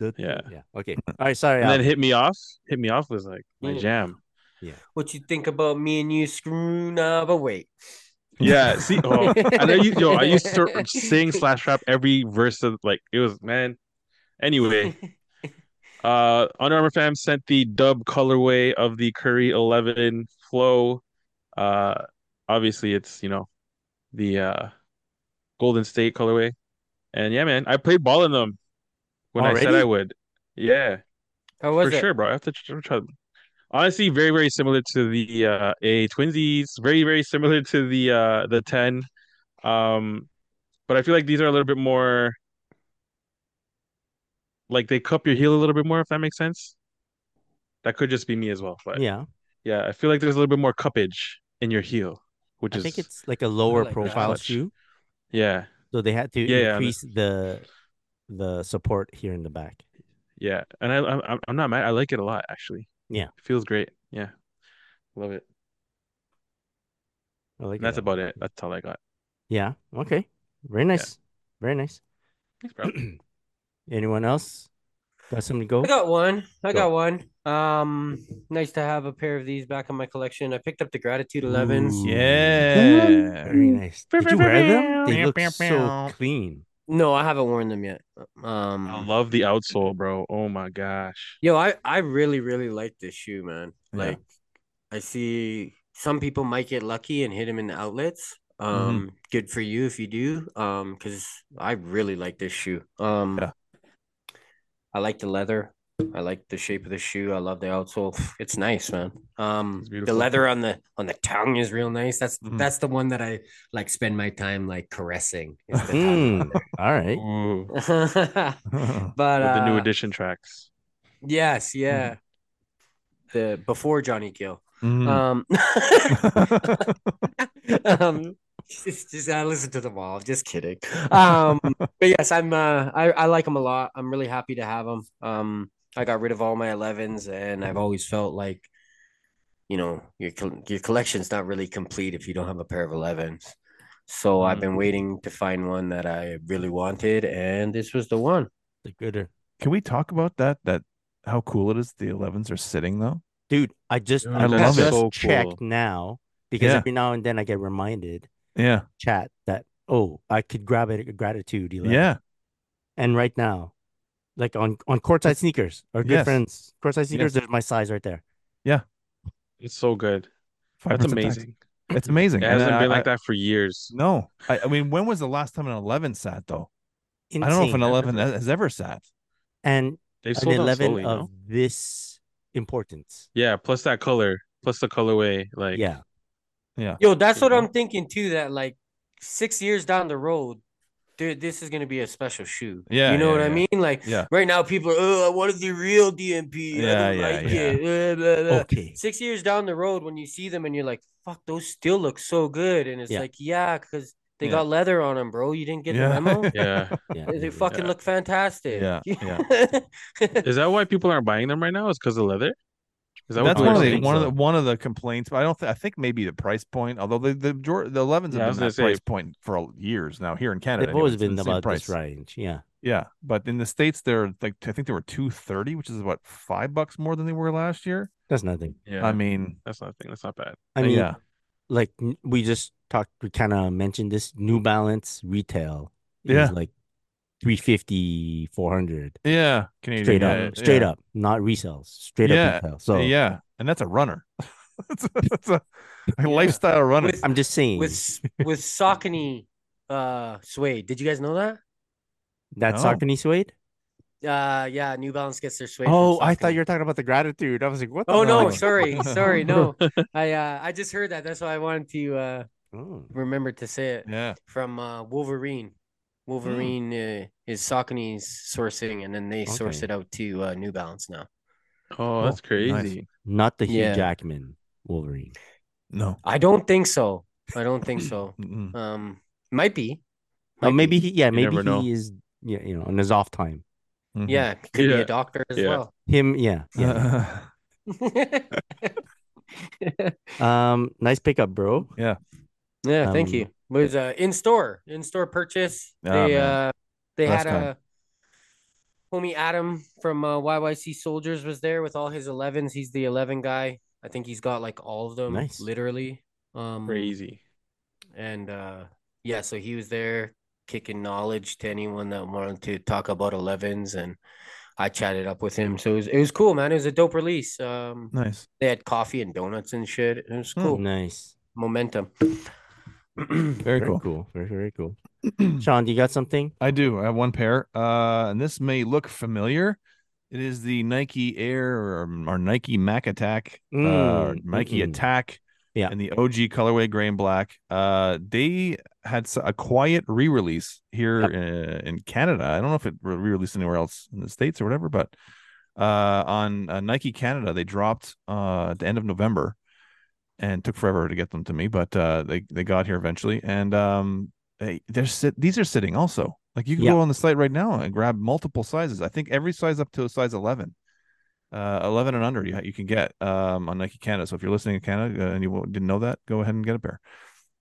[SPEAKER 2] the-
[SPEAKER 5] Yeah.
[SPEAKER 2] yeah. Okay. All right. Sorry.
[SPEAKER 5] And
[SPEAKER 2] Al.
[SPEAKER 5] then hit me off. Hit me off was like my
[SPEAKER 4] Yeah.
[SPEAKER 5] jam.
[SPEAKER 4] What you think about me and you screwing up? But wait.
[SPEAKER 5] Yeah. See, oh, and I used, yo, I used
[SPEAKER 4] (laughs)
[SPEAKER 5] to sort of sing slash rap every verse of like it was man. Anyway, Uh, Under Armour fam sent the dub colorway of the Curry 11 flow. Uh, obviously it's, you know, the uh Golden State colorway. And yeah, man, I played ball in them when I said
[SPEAKER 2] Already?
[SPEAKER 5] I would. Yeah,
[SPEAKER 4] How was
[SPEAKER 5] for
[SPEAKER 4] it?
[SPEAKER 5] sure, bro. I have to tr- tr- try. Honestly, very, very similar to the uh A Twinsies, very, very similar to the uh the 10. Um, but I feel like these are a little bit more like they cup your heel a little bit more, if that makes sense. That could just be me as well, but yeah,
[SPEAKER 2] yeah.
[SPEAKER 5] I feel like there's a little bit more cuppage in your heel, which
[SPEAKER 2] I
[SPEAKER 5] is
[SPEAKER 2] think it's like a lower
[SPEAKER 4] like that.
[SPEAKER 2] profile
[SPEAKER 5] Touch.
[SPEAKER 2] shoe,
[SPEAKER 5] yeah,
[SPEAKER 2] so they had to
[SPEAKER 5] Yeah, yeah,
[SPEAKER 2] increase the the support here in the back.
[SPEAKER 5] yeah. And I, I'm I'm- I'm not mad. I like it a lot actually.
[SPEAKER 2] Yeah.
[SPEAKER 5] it feels great. Yeah, love it.
[SPEAKER 2] I like
[SPEAKER 5] And that's
[SPEAKER 2] that.
[SPEAKER 5] about it. That's all I got.
[SPEAKER 2] Yeah. Okay. Very nice. Very nice.
[SPEAKER 5] Thanks, bro.
[SPEAKER 2] Anyone else got something to go?
[SPEAKER 4] I got one. I got one. Um, nice to have a pair of these back in my collection. I picked up the Gratitude 11s.
[SPEAKER 2] Ooh. (laughs)
[SPEAKER 3] Yeah.
[SPEAKER 2] Very nice. Did you wear them? They look so clean. (laughs)
[SPEAKER 4] No, I haven't worn them yet. Um,
[SPEAKER 5] I love the outsole, bro. Oh my gosh.
[SPEAKER 4] Yo, I I really really like this shoe, man.
[SPEAKER 3] Yeah.
[SPEAKER 4] Like, I see some people might get lucky and hit him in the outlets.
[SPEAKER 5] Mm-hmm.
[SPEAKER 4] Um, good for you if you do. Um, because I really like this shoe. Um,
[SPEAKER 3] Yeah.
[SPEAKER 4] I like the leather. I like the shape of the shoe. I love the outsole. It's nice, man. Um,
[SPEAKER 5] It's
[SPEAKER 4] the
[SPEAKER 5] beautiful. Mm-hmm.
[SPEAKER 4] leather on the on the tongue is real nice. That's
[SPEAKER 3] Mhm.
[SPEAKER 4] that's the one that I like spend my time like caressing. is the
[SPEAKER 2] Mm.
[SPEAKER 5] Hmm.
[SPEAKER 4] tongue
[SPEAKER 2] (laughs) All right.
[SPEAKER 5] Ooh.
[SPEAKER 4] leather. (laughs) but
[SPEAKER 5] With the new
[SPEAKER 4] uh,
[SPEAKER 5] edition tracks.
[SPEAKER 4] Yes, yeah. The before Johnny Gill.
[SPEAKER 3] (laughs) Mhm.
[SPEAKER 4] Um, (laughs) um just, just I listen to them all. Just kidding. Um, but yes, I'm. Uh, I I like them a lot. I'm really happy to have them. Um, I got rid of all my 11s, and I've always felt like, you know, your col- your collection's not really complete if you don't have a pair of 11s. So I've been waiting to find one that I really wanted, and this was the one.
[SPEAKER 2] The gooder.
[SPEAKER 3] Can we talk about that? That how cool it is the 11s are sitting though.
[SPEAKER 2] Dude, I just
[SPEAKER 5] Dude,
[SPEAKER 2] I,
[SPEAKER 3] that's
[SPEAKER 2] just
[SPEAKER 5] so
[SPEAKER 2] checked
[SPEAKER 5] cool.
[SPEAKER 2] now because
[SPEAKER 3] Yeah.
[SPEAKER 2] every now and then I get reminded
[SPEAKER 3] Yeah.
[SPEAKER 2] chat that oh I could grab it at gratitude 11.
[SPEAKER 3] Yeah.
[SPEAKER 2] And right now, like on on courtside sneakers, our good
[SPEAKER 3] Yes.
[SPEAKER 2] friends, courtside sneakers, there's my size right there.
[SPEAKER 5] It's so good.
[SPEAKER 3] 5%
[SPEAKER 5] That's
[SPEAKER 3] tax.
[SPEAKER 5] amazing.
[SPEAKER 3] It's amazing.
[SPEAKER 5] It
[SPEAKER 3] And
[SPEAKER 5] hasn't
[SPEAKER 3] I-
[SPEAKER 5] been
[SPEAKER 3] I-
[SPEAKER 5] like that for years.
[SPEAKER 3] No, I, I mean, when was the last time an 11 sat though? I don't know if an
[SPEAKER 2] Insane.
[SPEAKER 3] 11 has has ever sat.
[SPEAKER 2] and
[SPEAKER 5] They've
[SPEAKER 2] an
[SPEAKER 5] sold out
[SPEAKER 2] eleven
[SPEAKER 5] slowly.
[SPEAKER 2] of
[SPEAKER 5] no?
[SPEAKER 2] this importance.
[SPEAKER 5] Yeah, plus that color, plus the colorway. Like,
[SPEAKER 2] yeah,
[SPEAKER 3] Yeah,
[SPEAKER 4] Yo, that's what
[SPEAKER 5] Mhm.
[SPEAKER 4] I'm thinking too. That like six years down the road, dude, this is gonna be a special shoe.
[SPEAKER 3] Yeah,
[SPEAKER 4] you know
[SPEAKER 3] yeah,
[SPEAKER 4] what I
[SPEAKER 3] yeah.
[SPEAKER 4] mean. Like
[SPEAKER 3] Yeah.
[SPEAKER 4] right now, people are, oh, what is the real DMP?
[SPEAKER 3] Yeah,
[SPEAKER 4] I don't
[SPEAKER 3] yeah,
[SPEAKER 4] like
[SPEAKER 3] yeah.
[SPEAKER 4] it. blah, blah, blah."
[SPEAKER 2] okay.
[SPEAKER 4] (laughs) Six years down the road, when you see them and you're like, fuck, those still look so good, and it's
[SPEAKER 2] Yeah.
[SPEAKER 4] like, yeah, because they
[SPEAKER 3] Yeah.
[SPEAKER 4] got leather on them, bro. You didn't get
[SPEAKER 3] (laughs) Yeah.
[SPEAKER 4] the memo.
[SPEAKER 5] yeah.
[SPEAKER 2] Yeah.
[SPEAKER 4] They- They fucking
[SPEAKER 5] Yeah.
[SPEAKER 4] look fantastic. (laughs)
[SPEAKER 3] Yeah,
[SPEAKER 5] Is that why people aren't buying them right now? Is because of leather? Is that
[SPEAKER 3] that's one of
[SPEAKER 5] what people are
[SPEAKER 3] the
[SPEAKER 5] saying?
[SPEAKER 2] think
[SPEAKER 3] one of
[SPEAKER 2] so.
[SPEAKER 3] the one of the complaints. But I don't. Th- I think maybe the price point. Although the the Jor- the 11s
[SPEAKER 5] Yeah, I
[SPEAKER 3] have been
[SPEAKER 5] was gonna
[SPEAKER 3] that
[SPEAKER 5] say-
[SPEAKER 3] price point for a- years now here in Canada.
[SPEAKER 2] They've
[SPEAKER 3] anyway,
[SPEAKER 2] always
[SPEAKER 3] it's
[SPEAKER 2] been
[SPEAKER 3] the same
[SPEAKER 2] about
[SPEAKER 3] price.
[SPEAKER 2] this range. Yeah.
[SPEAKER 3] Yeah, but in the states they're like I think they were 230, which is what five bucks more than they were last year.
[SPEAKER 2] That's nothing.
[SPEAKER 5] Yeah,
[SPEAKER 3] I mean,
[SPEAKER 5] that's not a thing. That's not bad.
[SPEAKER 2] I mean,
[SPEAKER 3] yeah,
[SPEAKER 2] like n- we just talked, we kind of mentioned this New Balance retail is
[SPEAKER 3] Yeah.
[SPEAKER 2] like 350, 400
[SPEAKER 3] yeah, Canadian
[SPEAKER 2] straight
[SPEAKER 3] yeah,
[SPEAKER 2] up, straight up, not resells, straight
[SPEAKER 3] Yeah,
[SPEAKER 2] up retail. So
[SPEAKER 3] yeah, and that's a runner. (laughs) that's a, that's a, a lifestyle runner.
[SPEAKER 4] with
[SPEAKER 2] I'm just saying
[SPEAKER 4] with s- with Saucony uh suede. Did you guys know that?
[SPEAKER 2] that
[SPEAKER 3] No.
[SPEAKER 2] Saucony suede.
[SPEAKER 4] Uh yeah, New Balance gets their suede. from
[SPEAKER 2] Oh. Oh, I thought
[SPEAKER 4] Saucony.
[SPEAKER 2] you were talking about the gratitude. I was like, what? The
[SPEAKER 4] Oh no,
[SPEAKER 2] fuck?
[SPEAKER 4] sorry,
[SPEAKER 2] (laughs)
[SPEAKER 4] sorry, no. I uh, I just heard that. That's why I wanted to uh,
[SPEAKER 2] Oh.
[SPEAKER 4] remember to say it
[SPEAKER 3] yeah,
[SPEAKER 4] from uh, Wolverine.
[SPEAKER 2] Hmm.
[SPEAKER 4] Wolverine uh, is Saucony's sourcing, and then they source
[SPEAKER 2] Okay.
[SPEAKER 4] it out to uh, New Balance now.
[SPEAKER 5] Oh, that's
[SPEAKER 3] Oh,
[SPEAKER 5] crazy.
[SPEAKER 3] nice.
[SPEAKER 2] Not the Hugh
[SPEAKER 4] Yeah.
[SPEAKER 2] Jackman Wolverine.
[SPEAKER 3] no,
[SPEAKER 4] I don't think so. I don't think so.
[SPEAKER 2] (clears throat)
[SPEAKER 3] Mm-mm.
[SPEAKER 4] Um, might be.
[SPEAKER 2] Oh,
[SPEAKER 4] Might be.
[SPEAKER 2] maybe he. Yeah, maybe
[SPEAKER 5] never
[SPEAKER 2] he
[SPEAKER 5] know.
[SPEAKER 2] is. Yeah, you know, on his off time.
[SPEAKER 3] Mhm. (laughs)
[SPEAKER 4] Yeah, could be
[SPEAKER 5] Yeah.
[SPEAKER 4] a doctor as
[SPEAKER 5] Yeah.
[SPEAKER 4] well.
[SPEAKER 2] Him. Yeah. Yeah. (laughs)
[SPEAKER 4] (laughs)
[SPEAKER 2] um. Nice pickup, bro.
[SPEAKER 4] yeah, thank
[SPEAKER 2] Um,
[SPEAKER 4] you. was uh, in store, in store purchase.
[SPEAKER 3] Ah,
[SPEAKER 4] they
[SPEAKER 3] man.
[SPEAKER 4] uh, they
[SPEAKER 3] Last
[SPEAKER 4] had
[SPEAKER 3] time.
[SPEAKER 4] a homie Adam from uh, YYC Soldiers was there with all his 11s. He's the 11 guy. I think he's got like all of them,
[SPEAKER 2] Nice.
[SPEAKER 4] literally. Um,
[SPEAKER 5] Crazy.
[SPEAKER 4] and uh, yeah, so he was there kicking knowledge to anyone that wanted to talk about 11s, and I chatted up with him. So it was, it was cool, man. It was a dope release. Um,
[SPEAKER 3] nice. (clears throat)
[SPEAKER 4] they had coffee and donuts and shit. It was
[SPEAKER 3] Hmm.
[SPEAKER 4] cool.
[SPEAKER 2] Nice.
[SPEAKER 4] Momentum. (clears throat)
[SPEAKER 3] Very cool.
[SPEAKER 2] Very very cool. Hmm. Sean, you got something?
[SPEAKER 3] I do. I have one pair. Uh, and this may look familiar. It is the Nike Air or, or Nike Mac Attack, uh, or
[SPEAKER 2] Mm,
[SPEAKER 3] Nike
[SPEAKER 2] mm-mm.
[SPEAKER 3] Attack,
[SPEAKER 2] Yeah.
[SPEAKER 3] and the OG colorway, gray and black. Uh, they had s- a quiet re-release here uh, in Canada. I don't know if it re- re-released anywhere else in the states or whatever, but uh, on uh, Nike Canada, they dropped uh, at the end of November, and took forever to get them to me, but uh, they they got here eventually, and um, they, they're sit- these are sitting also. Like you can
[SPEAKER 2] Yeah.
[SPEAKER 3] go on the site right now and grab multiple sizes. I think every size up to a size eleven. Uh, 11 and under you, you can get um on Nike Canada. So if you're listening in Canada uh, and you didn't know that, go ahead and get a pair.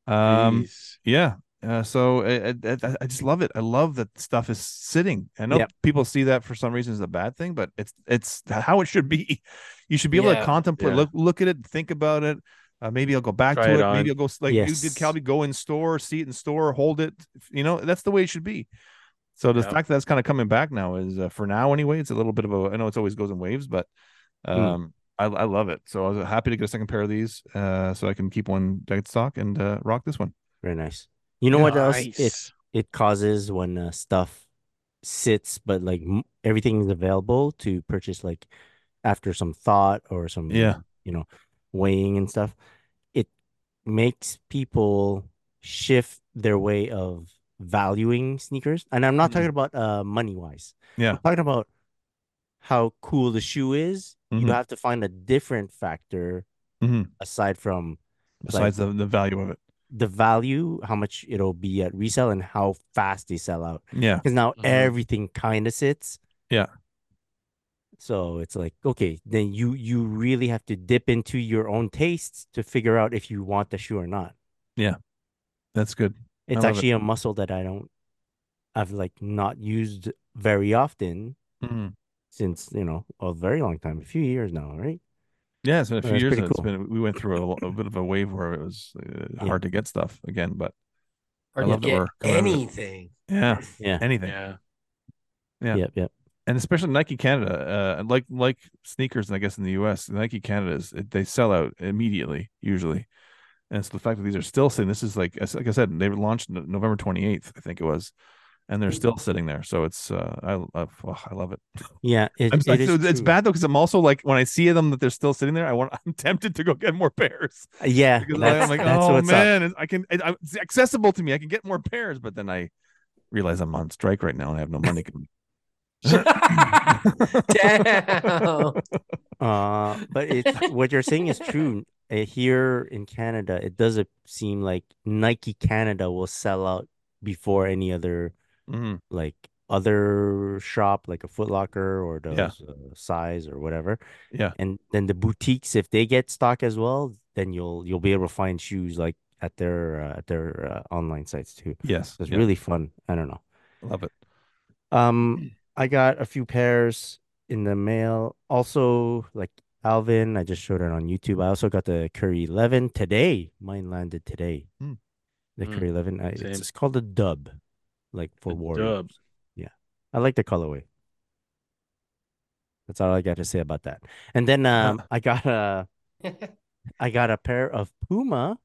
[SPEAKER 3] Um,
[SPEAKER 5] Jeez.
[SPEAKER 3] yeah, Uh, so I, I- I, I just love it. I love that stuff is sitting. I know
[SPEAKER 2] Yep.
[SPEAKER 3] people see that for some reason as a bad thing, but it's it's how it should be. (laughs) You should be able
[SPEAKER 4] Yeah,
[SPEAKER 3] to contemplate,
[SPEAKER 5] yeah.
[SPEAKER 3] look look at it, think about it. Uh, maybe I'll go back
[SPEAKER 5] Try
[SPEAKER 3] to
[SPEAKER 5] it
[SPEAKER 3] it.
[SPEAKER 5] on.
[SPEAKER 3] Maybe I'll go s- like you
[SPEAKER 2] Yes.
[SPEAKER 3] did, Calby. Go in store, see it in store, hold it. You know that's the way it should be. So the
[SPEAKER 5] Yeah.
[SPEAKER 3] fact that that's kind of coming back now is uh, for now anyway. It's a little bit of a I know it's always goes in waves, but
[SPEAKER 2] Mm.
[SPEAKER 3] um, I, I love it. So I was happy to get a second pair of these, uh, so I can keep one dead stock and uh, rock this one.
[SPEAKER 2] Very nice. You know what else it
[SPEAKER 5] Nice.
[SPEAKER 2] it causes when uh, stuff sits, but like m- everything is available to purchase, like after some thought or some
[SPEAKER 3] Yeah.
[SPEAKER 2] you know weighing and stuff. It makes people shift their way of valuing sneakers, and I'm not
[SPEAKER 3] Mm.
[SPEAKER 2] talking about uh money wise.
[SPEAKER 3] Yeah.
[SPEAKER 2] I'm talking about how cool the shoe is.
[SPEAKER 3] Mhm.
[SPEAKER 2] You have to find a different factor
[SPEAKER 3] Mhm.
[SPEAKER 2] aside from
[SPEAKER 3] Besides the, the value of it.
[SPEAKER 2] the value, how much it'll be at resale, and how fast they sell out.
[SPEAKER 3] Yeah.
[SPEAKER 2] Because now
[SPEAKER 4] Mhm.
[SPEAKER 2] everything kind of sits.
[SPEAKER 3] Mm-hmm. Yeah.
[SPEAKER 2] So it's like okay, then you you really have to dip into your own tastes to figure out if you want the shoe or not.
[SPEAKER 3] That's good.
[SPEAKER 2] It's
[SPEAKER 3] love it.
[SPEAKER 2] actually a muscle that I don't, I've like not used very often
[SPEAKER 3] Mm-hmm.
[SPEAKER 2] since you know a very long time, a few years now, right?
[SPEAKER 3] Yeah, it's been a few
[SPEAKER 2] That's
[SPEAKER 3] years.
[SPEAKER 2] pretty
[SPEAKER 3] now. It's
[SPEAKER 2] cool.
[SPEAKER 3] been we went through a, lo- a bit of a wave where it was uh,
[SPEAKER 2] Yeah.
[SPEAKER 3] hard to get stuff again, but
[SPEAKER 4] Or
[SPEAKER 3] I love that
[SPEAKER 4] get
[SPEAKER 3] we're coming out of it.
[SPEAKER 4] anything.
[SPEAKER 3] yeah,
[SPEAKER 2] Yeah.
[SPEAKER 3] anything,
[SPEAKER 5] Yeah.
[SPEAKER 3] Yeah.
[SPEAKER 2] Yep. Yep.
[SPEAKER 3] and especially Nike Canada, uh, like like sneakers, I guess in the U.S., Nike Canada is it, they sell out immediately usually, and so the fact that these are still sitting, this is like as- like I said, they were launched no- November twenty eighth, I think it was, and they're still sitting there. So it's uh, I I, oh, I love it.
[SPEAKER 2] Yeah. It,
[SPEAKER 3] I'm,
[SPEAKER 2] it
[SPEAKER 3] I-
[SPEAKER 2] is
[SPEAKER 3] so it's
[SPEAKER 2] true.
[SPEAKER 3] bad though because I'm also like when I see them that they're still sitting there, I want I'm tempted to go get more
[SPEAKER 2] (laughs)
[SPEAKER 3] pairs
[SPEAKER 2] Uh, Yeah.
[SPEAKER 3] because I-
[SPEAKER 2] that's-
[SPEAKER 3] I'm like,
[SPEAKER 2] that's
[SPEAKER 3] oh
[SPEAKER 2] what's up.
[SPEAKER 3] man, I can it, I, it's accessible to me. I can get more pairs, but then I realize I'm on strike right now and I have no money.
[SPEAKER 2] (laughs)
[SPEAKER 4] Damn.
[SPEAKER 2] Uh, but
[SPEAKER 3] (laughs)
[SPEAKER 2] it's what you're saying is true. Uh, Here in Canada, it doesn't seem like Nike Canada will sell out before any other
[SPEAKER 3] Mhm.
[SPEAKER 2] like other shop, like a Foot Locker or
[SPEAKER 3] Yeah.
[SPEAKER 2] those uh, size or whatever.
[SPEAKER 3] Yeah.
[SPEAKER 2] And then the boutiques, if they get stock as well, then you'll you'll be able to find shoes like at their uh, at their uh, online sites too.
[SPEAKER 3] Yes,
[SPEAKER 2] So it's
[SPEAKER 3] yeah,
[SPEAKER 2] really fun. I don't know.
[SPEAKER 3] love it.
[SPEAKER 2] Um, I got a few pairs in the mail. Also, like Alvin, I just showed it on YouTube. I also got the Curry 11 today. Mine landed today.
[SPEAKER 3] Hmm.
[SPEAKER 2] The
[SPEAKER 5] Hmm.
[SPEAKER 2] Curry 11. I, it's,
[SPEAKER 5] Same.
[SPEAKER 2] it's called a dub, like for
[SPEAKER 5] The
[SPEAKER 2] Warriors.
[SPEAKER 5] dub.
[SPEAKER 2] I like the colorway. That's all I got to say about that. And then um, I got a I got a pair of Puma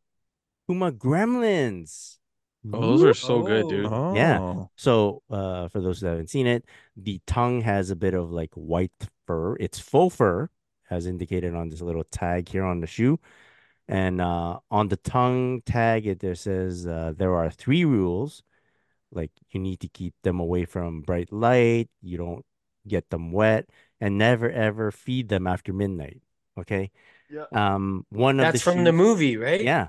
[SPEAKER 2] Puma Gremlins.
[SPEAKER 5] Oh, those are so good, dude.
[SPEAKER 3] Oh,
[SPEAKER 2] Yeah. So, uh, for those that haven't seen it, the tongue has a bit of like white fur. It's faux fur, as indicated on this little tag here on the shoe. And uh, on the tongue tag, it there says uh, there are three rules. Like you need to keep them away from bright light. You don't get them wet, and never ever feed them after midnight. Okay.
[SPEAKER 5] Yeah.
[SPEAKER 2] Um, one of the
[SPEAKER 4] That's from the
[SPEAKER 2] shoes-
[SPEAKER 4] movie, right?
[SPEAKER 2] Yeah.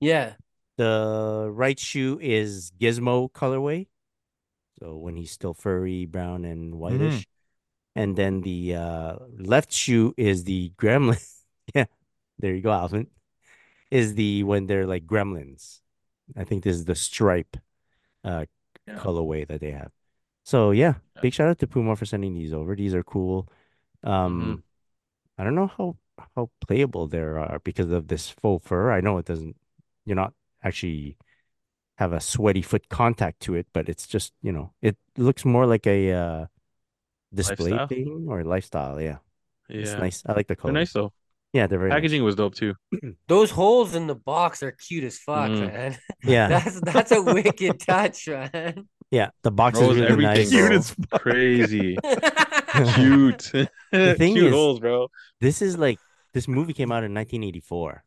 [SPEAKER 4] Yeah.
[SPEAKER 2] The right shoe is Gizmo colorway. So when he's still furry, brown, and
[SPEAKER 5] Mm-hmm.
[SPEAKER 2] whitish. And then the uh, left shoe is the gremlin. (laughs) yeah, there you go, Alvin. Is the when they're like gremlins. I think this is the stripe uh,
[SPEAKER 5] Yeah.
[SPEAKER 2] colorway that they have. So yeah,
[SPEAKER 5] Yeah.
[SPEAKER 2] big shout out to Puma for sending these over. These are cool.
[SPEAKER 5] Mm-hmm.
[SPEAKER 2] Um, I don't know how how playable they are because of this faux fur. I know it doesn't. You're not actually have a sweaty foot contact to it, but it's just you know it looks more like a uh, display
[SPEAKER 5] Lifestyle?
[SPEAKER 2] thing or lifestyle. Yeah, it's
[SPEAKER 5] Yeah.
[SPEAKER 2] nice. I like the
[SPEAKER 5] They're
[SPEAKER 2] color.
[SPEAKER 5] nice though.
[SPEAKER 2] Yeah, they're very nice.
[SPEAKER 5] Packaging was
[SPEAKER 2] (laughs)
[SPEAKER 5] dope too.
[SPEAKER 4] Those holes in the box are cute as fuck,
[SPEAKER 5] Mm.
[SPEAKER 4] man. (laughs)
[SPEAKER 2] Yeah,
[SPEAKER 4] That's that's a wicked touch, man.
[SPEAKER 2] yeah. The box
[SPEAKER 5] Bro,
[SPEAKER 2] is really
[SPEAKER 5] everything
[SPEAKER 2] nice.
[SPEAKER 3] Cute
[SPEAKER 2] (laughs)
[SPEAKER 5] bro.
[SPEAKER 3] as fuck.
[SPEAKER 5] Crazy.
[SPEAKER 4] (laughs)
[SPEAKER 5] Cute. (laughs)
[SPEAKER 2] thing
[SPEAKER 5] Cute
[SPEAKER 2] is-
[SPEAKER 5] holes, bro.
[SPEAKER 2] This is like this movie came out in 1984.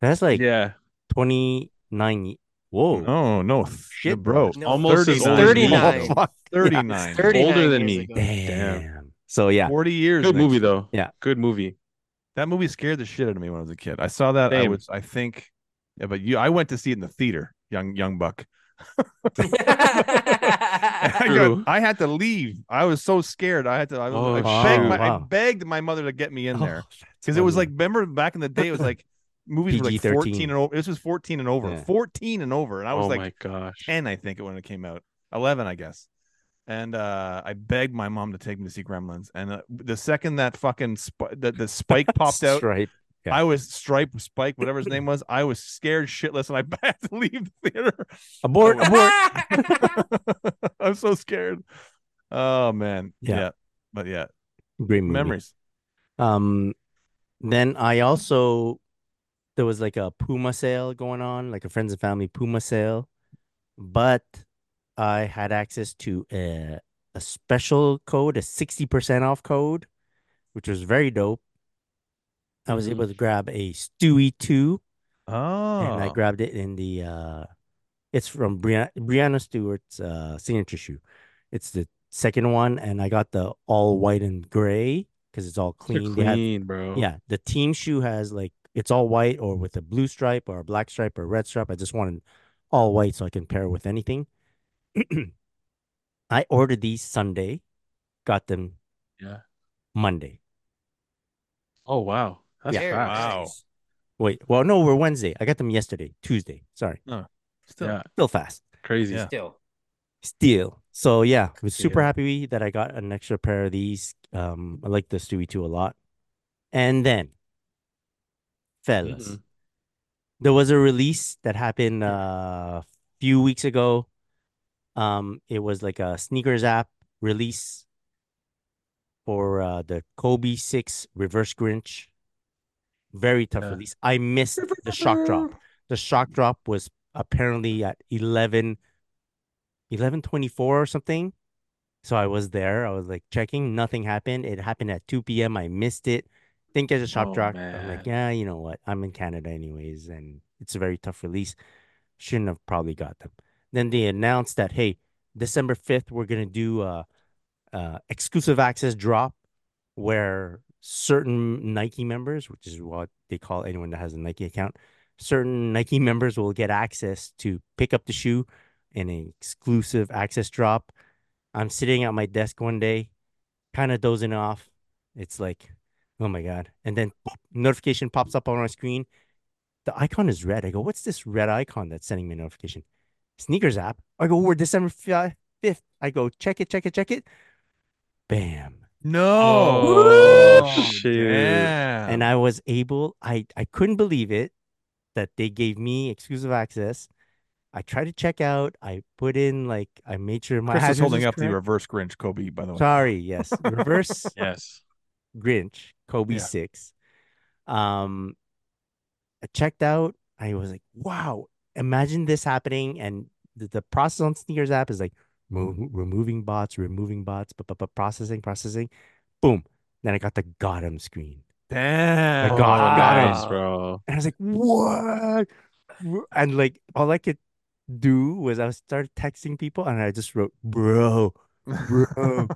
[SPEAKER 2] That's like
[SPEAKER 5] yeah.
[SPEAKER 2] 29. ye- Whoa,
[SPEAKER 3] Oh no, th-
[SPEAKER 2] Shit,
[SPEAKER 3] bro.
[SPEAKER 4] No,
[SPEAKER 5] Almost as old as
[SPEAKER 4] 39.
[SPEAKER 5] me.
[SPEAKER 4] Oh,
[SPEAKER 3] fuck.
[SPEAKER 2] (laughs) Yeah.
[SPEAKER 3] 39.
[SPEAKER 4] It's 39
[SPEAKER 5] Older than
[SPEAKER 4] years
[SPEAKER 5] me.
[SPEAKER 4] ago.
[SPEAKER 2] damn. So yeah,
[SPEAKER 3] 40 years.
[SPEAKER 5] Good
[SPEAKER 3] next
[SPEAKER 5] movie
[SPEAKER 3] year.
[SPEAKER 5] though.
[SPEAKER 2] Yeah.
[SPEAKER 5] Good movie.
[SPEAKER 3] That movie scared the shit out of me when I was a kid. I saw that. I
[SPEAKER 5] Same.
[SPEAKER 3] was, I think, yeah, but you, I went to see it in the theater, young, young buck. (laughs)
[SPEAKER 4] (laughs)
[SPEAKER 3] I,
[SPEAKER 5] True.
[SPEAKER 3] got, I had to leave. I was so scared. I had to. I, was-
[SPEAKER 5] Oh,
[SPEAKER 3] I begged
[SPEAKER 2] shoot.
[SPEAKER 3] my,
[SPEAKER 2] Wow.
[SPEAKER 3] I begged my mother to get me in
[SPEAKER 2] Oh,
[SPEAKER 5] (laughs)
[SPEAKER 3] there
[SPEAKER 2] that's
[SPEAKER 3] because it was
[SPEAKER 2] funny.
[SPEAKER 3] like remember back in the day it was like movies were like
[SPEAKER 2] PG-13.
[SPEAKER 3] 14 and over. This was 14 and over.
[SPEAKER 2] Yeah.
[SPEAKER 3] 14 and over. And I was
[SPEAKER 5] oh
[SPEAKER 3] like
[SPEAKER 5] my gosh.
[SPEAKER 3] 10, I think, when it came out. 11, I guess. And uh, I begged my mom to take me to see Gremlins. And uh, the second that fucking sp- that the spike popped out,
[SPEAKER 2] Right. Yeah.
[SPEAKER 3] I was Stripe, Spike, whatever his name was. I was scared shitless, and I (laughs) had to leave the theater. (laughs)
[SPEAKER 2] Abort.
[SPEAKER 3] Oh,
[SPEAKER 2] abort.
[SPEAKER 3] I'm so scared. Oh man,
[SPEAKER 2] Yeah.
[SPEAKER 3] yeah. But yeah,
[SPEAKER 2] Great movie.
[SPEAKER 3] memories.
[SPEAKER 2] Um, then I also there was like a Puma sale going on, like a friends and family Puma sale, but I had access to a a special code, a sixty percent off code, which was very dope. I was
[SPEAKER 5] Mhm.
[SPEAKER 2] able to grab a Stewie two,
[SPEAKER 3] Oh,
[SPEAKER 2] and I grabbed it in the uh, it's from Brianna, Brianna Stewart's uh signature shoe. It's the second one, and I got the all white and gray because it's all
[SPEAKER 5] They're
[SPEAKER 2] clean. They had-
[SPEAKER 5] clean, bro.
[SPEAKER 2] yeah, the team shoe has like it's all white or with a blue stripe or a black stripe or a red stripe. I just wanted all white so I can pair with anything. (clears throat) I ordered these Sunday, got them
[SPEAKER 5] Yeah.
[SPEAKER 2] Monday.
[SPEAKER 5] Oh wow. That's
[SPEAKER 4] Very
[SPEAKER 5] fast.
[SPEAKER 3] Wow.
[SPEAKER 4] nice.
[SPEAKER 2] Wait, well, no, we're Wednesday. I got them yesterday, Tuesday. Sorry,
[SPEAKER 3] still
[SPEAKER 5] Yeah.
[SPEAKER 2] still fast.
[SPEAKER 5] Crazy.
[SPEAKER 3] Yeah.
[SPEAKER 4] Still,
[SPEAKER 2] Still. So yeah, I was super
[SPEAKER 5] Steal.
[SPEAKER 2] happy that I got an extra pair of these. Um, I like the Stewie 2 a lot. And then, fellas,
[SPEAKER 5] Mhm.
[SPEAKER 2] there was a release that happened uh, a few weeks ago. Um, it was like a sneakers app release for uh, the Kobe 6 Reverse Grinch. Very tough
[SPEAKER 5] Yeah.
[SPEAKER 2] release. I missed the shock drop. The shock drop was apparently at 11 1124 or something. So I was there. I was like checking. Nothing happened. It happened at 2 p.m. I missed it. Think as a shop
[SPEAKER 5] Oh,
[SPEAKER 2] drop. I'm like,
[SPEAKER 5] man.
[SPEAKER 2] yeah, you know what? I'm in Canada anyways, and it's a very tough release. Shouldn't have probably got them. Then they announced that, hey, December 5th, we're gonna do a, a exclusive access drop where certain Nike members, which is what they call anyone that has a Nike account, certain Nike members will get access to pick up the shoe in an exclusive access drop. I'm sitting at my desk one day, kind of dozing off. It's like, oh my God. And then boop, notification pops up on my screen. The icon is red. I go, what's this red icon that's sending me a notification? Sneakers app. I go, we're December fi- 5th. I go, check it, check it, check it. Bam.
[SPEAKER 3] No,
[SPEAKER 5] Oh,
[SPEAKER 3] Oh,
[SPEAKER 5] shoot.
[SPEAKER 3] damn.
[SPEAKER 2] and I was able I I couldn't believe it that they gave me exclusive access. I tried to check out. I put in like I made sure my
[SPEAKER 3] Chris
[SPEAKER 2] address
[SPEAKER 3] is holding
[SPEAKER 2] was
[SPEAKER 3] up the
[SPEAKER 2] correct.
[SPEAKER 3] reverse Grinch Kobe. By the way,
[SPEAKER 2] Sorry,
[SPEAKER 3] (laughs)
[SPEAKER 2] yes, reverse
[SPEAKER 5] Yes.
[SPEAKER 2] Grinch Kobe
[SPEAKER 3] Yeah.
[SPEAKER 2] six. Um, I checked out. I was like, wow, imagine this happening. And the, the process on sneakers app is like
[SPEAKER 3] Mm-hmm.
[SPEAKER 2] remo- removing bots, removing bots, but but processing, processing. Boom. Then I got the Gotham screen.
[SPEAKER 3] damn.
[SPEAKER 5] (laughs)
[SPEAKER 2] I got- I got it.
[SPEAKER 5] Oh,
[SPEAKER 2] (laughs)
[SPEAKER 5] nice, bro.
[SPEAKER 2] And I was like, what? Wh- And like, all I could do was I started texting people and I just wrote, bro, bro.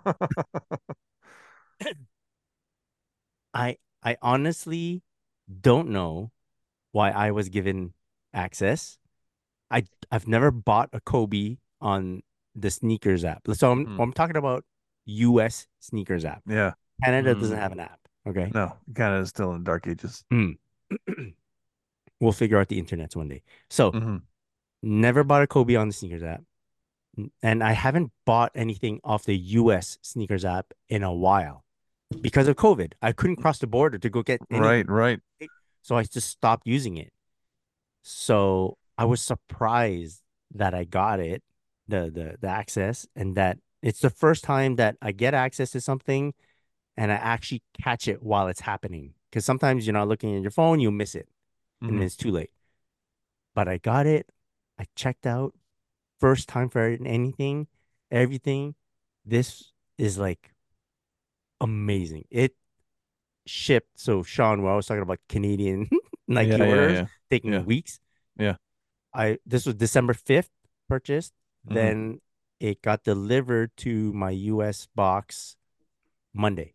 [SPEAKER 2] I, I honestly don't know why I was given access. I, I've never bought a Kobe on the sneakers app. So I'm,
[SPEAKER 3] Mm.
[SPEAKER 2] I'm talking about US sneakers app.
[SPEAKER 3] (laughs) yeah,
[SPEAKER 2] Canada doesn't
[SPEAKER 5] Mm.
[SPEAKER 2] have an app. Okay.
[SPEAKER 3] no, kind of still in the dark ages.
[SPEAKER 2] We'll figure out the internets one day. So,
[SPEAKER 3] Mhm.
[SPEAKER 2] Never bought a Kobe on the sneakers app. N- And I haven't bought anything off the US sneakers app in a while because of COVID. I couldn't cross the border to go get anything.
[SPEAKER 3] Right, right.
[SPEAKER 2] So I just stopped using it. So I was surprised that I got it, the the the access, and that it's the first time that I get access to something and I actually catch it while it's happening. Because sometimes you're not looking at your phone, you miss it and
[SPEAKER 3] Mhm.
[SPEAKER 2] it's too late. But I got it. I checked out. First time for it in anything, everything. This is like amazing. It shipped. So Sean, we're always talking about Canadian (laughs) Nike
[SPEAKER 3] Yeah, yeah,
[SPEAKER 2] orders
[SPEAKER 3] yeah.
[SPEAKER 2] taking
[SPEAKER 3] Yeah.
[SPEAKER 2] weeks.
[SPEAKER 3] Yeah.
[SPEAKER 2] I this was December fifth purchased.
[SPEAKER 3] Mhm.
[SPEAKER 2] Then it got delivered to my U.S. box Monday.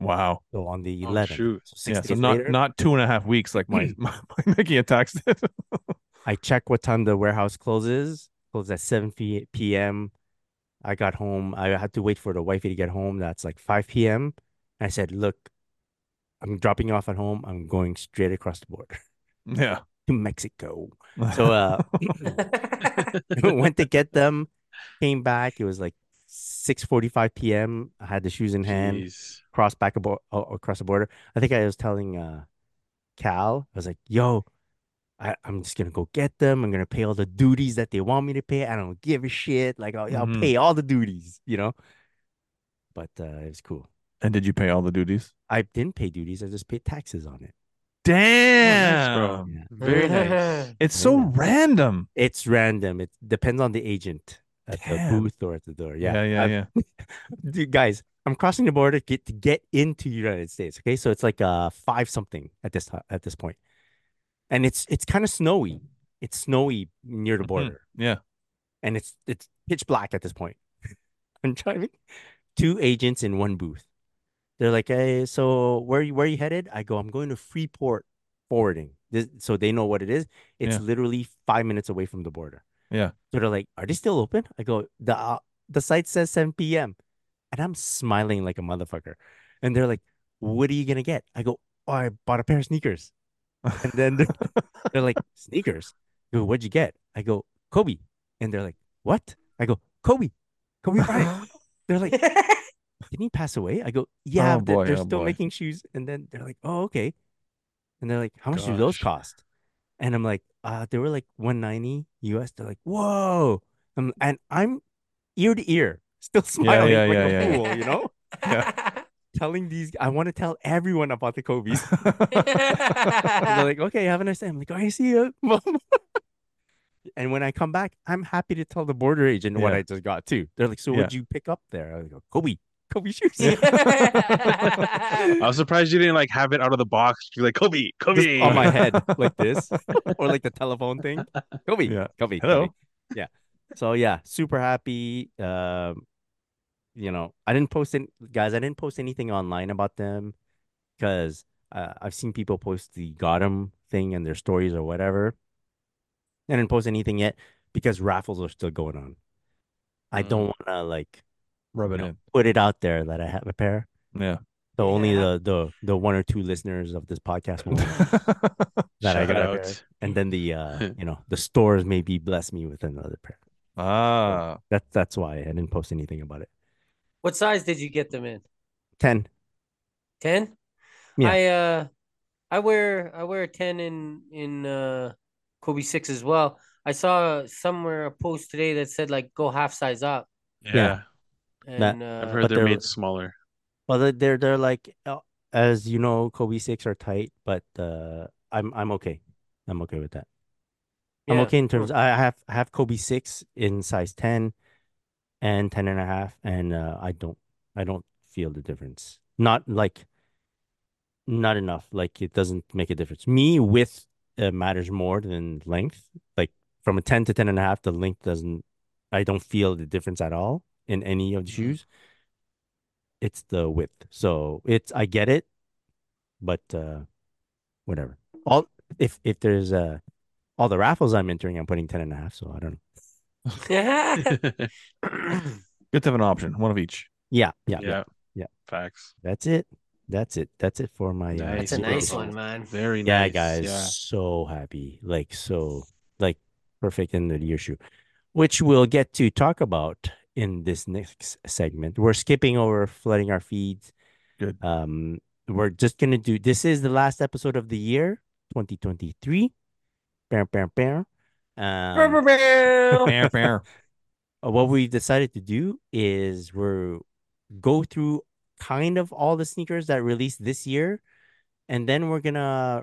[SPEAKER 3] Mm-hmm. Wow.
[SPEAKER 2] So on the
[SPEAKER 5] Oh,
[SPEAKER 2] 11th,
[SPEAKER 5] shoot.
[SPEAKER 2] so six
[SPEAKER 3] Yeah, so
[SPEAKER 2] days
[SPEAKER 3] not
[SPEAKER 2] later,
[SPEAKER 3] not two and a half weeks like my (laughs) my, my Nike attacks did. (laughs)
[SPEAKER 2] I check what time the warehouse closes. Closed at 7 p- p.m. I got home. I had to wait for the wifey to get home. That's like 5 p.m. I said, Look, I'm dropping you off at home. I'm going straight across the border. (laughs)
[SPEAKER 3] Yeah.
[SPEAKER 2] to Mexico. So uh, (laughs) went to get them, came back. It was like 6:45 p.m. I had the shoes in hand,
[SPEAKER 5] Jeez.
[SPEAKER 2] crossed back abo- uh, across the border. I think I was telling uh, Cal, I was like, "Yo, I, I'm just gonna go get them. I'm gonna pay all the duties that they want me to pay. I don't give a shit. Like I'll, I'll
[SPEAKER 3] Mhm.
[SPEAKER 2] pay all the duties, you know." But uh, it was cool.
[SPEAKER 3] (laughs) and did you pay all the duties?
[SPEAKER 2] I didn't pay duties. I just paid taxes on it.
[SPEAKER 3] Damn.
[SPEAKER 2] Yeah.
[SPEAKER 5] Very nice.
[SPEAKER 4] (laughs)
[SPEAKER 3] (laughs) It's so
[SPEAKER 2] Yeah.
[SPEAKER 3] random.
[SPEAKER 2] It's random. It depends on the agent at the
[SPEAKER 3] Damn.
[SPEAKER 2] booth or at the door.
[SPEAKER 3] Yeah, yeah,
[SPEAKER 2] I-
[SPEAKER 3] yeah.
[SPEAKER 2] dude, guys, I'm crossing the border to get to get into United States. Okay, so it's like uh five something at this time at this point, and it's it's kind of snowy. It's snowy near the
[SPEAKER 3] Mhm.
[SPEAKER 2] border,
[SPEAKER 3] Yeah.
[SPEAKER 2] and it's it's pitch black at this point. (laughs) I'm driving two agents in one booth. They're like, "Hey, so where you where you headed?" I go, "I'm going to Freeport forwarding." This, so they know what it is. It's
[SPEAKER 3] Yeah.
[SPEAKER 2] literally five minutes away from the border.
[SPEAKER 3] Yeah.
[SPEAKER 2] So they're like, "Are they still open?" I go, "The uh, the site says 7 p.m." and I'm smiling like a motherfucker. And they're like, "What are you gonna get?" I go, "Oh, I bought a pair of sneakers." And then
[SPEAKER 3] (laughs)
[SPEAKER 2] they're, they're like, "Sneakers? I go, What'd you get?" I go, "Kobe." And they're like, "What?" I go, "Kobe, Kobe
[SPEAKER 3] (laughs)
[SPEAKER 2] Bryant." they're like, "Didn't he pass away?" I go, "Yeah,
[SPEAKER 3] Oh,
[SPEAKER 2] but they're
[SPEAKER 3] boy, oh,
[SPEAKER 2] still
[SPEAKER 3] boy.
[SPEAKER 2] making shoes." And then they're like, "Oh, okay." And they're like, "How much do those
[SPEAKER 5] Gosh.
[SPEAKER 2] cost?" And I'm like, "Uh, they were like 190 US." They're like, "Whoa!" Um, and I'm ear to ear, still (laughs) smiling
[SPEAKER 3] yeah,
[SPEAKER 2] like
[SPEAKER 3] yeah,
[SPEAKER 2] a
[SPEAKER 3] yeah.
[SPEAKER 2] fool, you know telling these I want to tell everyone about the Kobe's. (laughs) And
[SPEAKER 3] (laughs)
[SPEAKER 2] they're like, okay, have a nice day. I'm like, "Oh, I see you. (laughs) and when I come back, I'm happy to tell the border agent what
[SPEAKER 3] Yeah.
[SPEAKER 2] I just got too. They're like, so
[SPEAKER 3] Yeah.
[SPEAKER 2] what'd you pick up there? I go, Kobe,
[SPEAKER 3] (laughs)
[SPEAKER 2] Kobe shoes.
[SPEAKER 5] I was surprised you didn't like have it out of the box. You're like Kobe,
[SPEAKER 2] Just (laughs)
[SPEAKER 5] Kobe.
[SPEAKER 2] on oh my
[SPEAKER 3] (laughs)
[SPEAKER 2] head like this. or like the telephone thing. Kobe.
[SPEAKER 3] Yeah.
[SPEAKER 2] Kobe.
[SPEAKER 3] Hello.
[SPEAKER 2] Kobe. Yeah. So yeah, super happy. Um, you know, I didn't post any guys. I didn't post anything online about them because uh, I've seen people post the got 'em thing and their stories or whatever. I didn't post anything yet because raffles are still going on. I
[SPEAKER 5] Mm.
[SPEAKER 2] don't want to like
[SPEAKER 3] Rub it
[SPEAKER 2] No. put it out there that I have a pair.
[SPEAKER 3] in. (laughs) Yeah.
[SPEAKER 2] So only
[SPEAKER 4] Yeah.
[SPEAKER 2] the the the one or two listeners of this podcast
[SPEAKER 3] (laughs)
[SPEAKER 2] will know that I
[SPEAKER 5] Shout
[SPEAKER 2] got a pair.
[SPEAKER 5] out.
[SPEAKER 2] (laughs) and then the
[SPEAKER 5] (laughs)
[SPEAKER 2] uh you know the stores maybe bless me with another pair
[SPEAKER 3] ah.
[SPEAKER 2] that's that's why i didn't post anything about it
[SPEAKER 4] (laughs) what size did you get them in?
[SPEAKER 2] 10
[SPEAKER 4] Ten.
[SPEAKER 2] Yeah.
[SPEAKER 4] I uh, I wear I wear a ten in in uh, Kobe six as well. I saw somewhere a post today that said like go half size up.
[SPEAKER 5] Yeah,
[SPEAKER 4] And
[SPEAKER 5] I've
[SPEAKER 4] uh, (laughs)
[SPEAKER 5] heard
[SPEAKER 2] But
[SPEAKER 5] they're
[SPEAKER 2] they're-
[SPEAKER 5] made
[SPEAKER 2] (laughs)
[SPEAKER 5] smaller.
[SPEAKER 2] well they're they're, they're like uh, as you know kobe 6 are tight but uh i'm i'm okay i'm okay with that i'm
[SPEAKER 4] yeah,
[SPEAKER 2] okay in
[SPEAKER 4] cool.
[SPEAKER 2] terms i have I have kobe 6 in size 10 and 10 and a half and uh i don't i don't feel the difference not like not enough like it doesn't make a difference me width uh, matters more than length like from a 10 to 10 and a half the length doesn't i don't feel the difference at all in any of the
[SPEAKER 5] Mhm.
[SPEAKER 2] shoes it's the width so it's i get it but uh whatever all if if there's uh all the raffles i'm entering i'm putting 10 and a half so i don't know
[SPEAKER 4] Yeah.
[SPEAKER 3] Good to have an option, one of each.
[SPEAKER 2] yeah yeah yeah, yeah.
[SPEAKER 5] Facts.
[SPEAKER 2] that's it that's it that's it for my uh,
[SPEAKER 5] Nice.
[SPEAKER 4] That's a nice
[SPEAKER 5] Well,
[SPEAKER 4] one, man.
[SPEAKER 5] Very
[SPEAKER 2] yeah
[SPEAKER 5] nice.
[SPEAKER 2] guys
[SPEAKER 5] Yeah.
[SPEAKER 2] so happy like so like perfect end of the year shoe which we'll get to talk about in this next segment we're skipping over flooding our feeds
[SPEAKER 3] Good.
[SPEAKER 2] um we're just gonna do this is the last episode of the year 2023 bam bam bam um, (laughs)
[SPEAKER 3] Fair, fair.
[SPEAKER 2] uh, what we decided to do is we're go through kind of all the sneakers that released this year and then we're gonna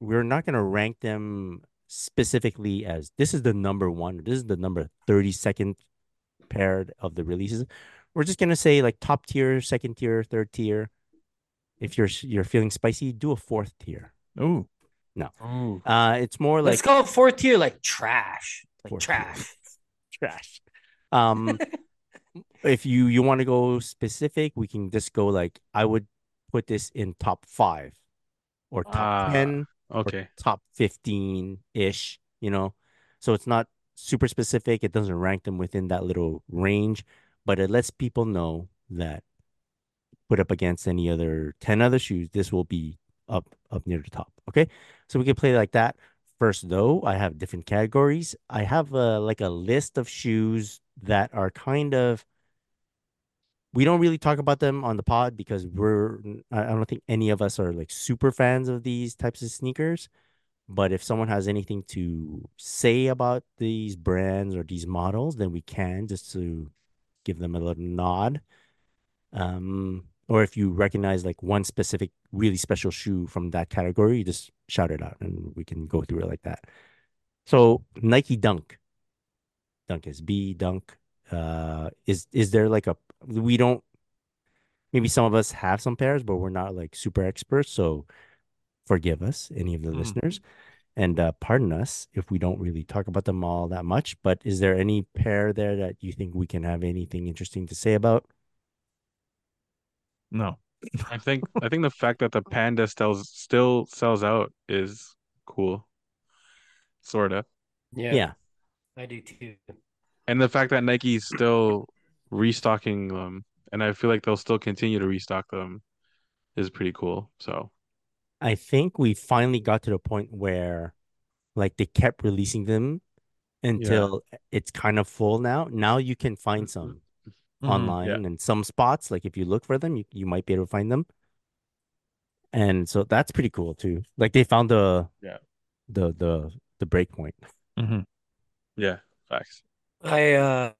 [SPEAKER 2] we're not gonna rank them specifically as this is the number one this is the number 32nd pair of the releases we're just gonna say like top tier second tier third tier if you're s- you're feeling spicy do a fourth tier
[SPEAKER 3] Ooh.
[SPEAKER 2] No.
[SPEAKER 3] Ooh.
[SPEAKER 2] uh it's more like
[SPEAKER 4] Let's call it fourth tier like trash. Like
[SPEAKER 2] Fourth tier.
[SPEAKER 4] trash.
[SPEAKER 2] (laughs) trash. Um, if you you want to go specific, we can just go like I would put this in top five, or top
[SPEAKER 5] Ah,
[SPEAKER 2] ten, or
[SPEAKER 5] Okay.
[SPEAKER 2] top fifteen ish. You know, so it's not super specific. It doesn't rank them within that little range, but it lets people know that put up against any other ten other shoes, this will be up up near the top. Okay, so we can play like that. First, though, I have different categories. I have a, like a list of shoes that are kind of. We don't really talk about them on the pod because we're. I I don't think any of us are like super fans of these types of sneakers. But if someone has anything to say about these brands or these models, then we can just to give them a little nod. Um, or if you recognize like one specific really special shoe from that category, you just shout it out and we can go through it like that. So Nike Dunk. Dunk is B Dunk. Uh is is there like a we don't maybe some of us have some pairs, but we're not like super experts, so forgive us, any of the
[SPEAKER 3] Mm.
[SPEAKER 2] listeners. And uh, pardon us if we don't really talk about them all that much, but is there any pair there that you think we can have anything interesting to say about?
[SPEAKER 3] No.
[SPEAKER 5] I think I think the fact that the panda sells still sells out is cool, sorta,
[SPEAKER 4] Yeah,
[SPEAKER 2] yeah.
[SPEAKER 4] I do too.
[SPEAKER 5] and the fact that Nike's still restocking them, and I feel like they'll still continue to restock them, is pretty cool. So
[SPEAKER 2] I think we finally got to the point where like they kept releasing them until it's kind of full now. Now you can find
[SPEAKER 5] Mhm.
[SPEAKER 2] some
[SPEAKER 3] Mhm.
[SPEAKER 2] online
[SPEAKER 5] Mm-hmm. Yeah.
[SPEAKER 2] and some spots, like if you look for them, you, you might be able to find them. And so that's pretty cool too. Like they found the
[SPEAKER 5] Yeah.
[SPEAKER 2] the the the break point.
[SPEAKER 3] Mhm.
[SPEAKER 5] yeah, facts.
[SPEAKER 4] I uh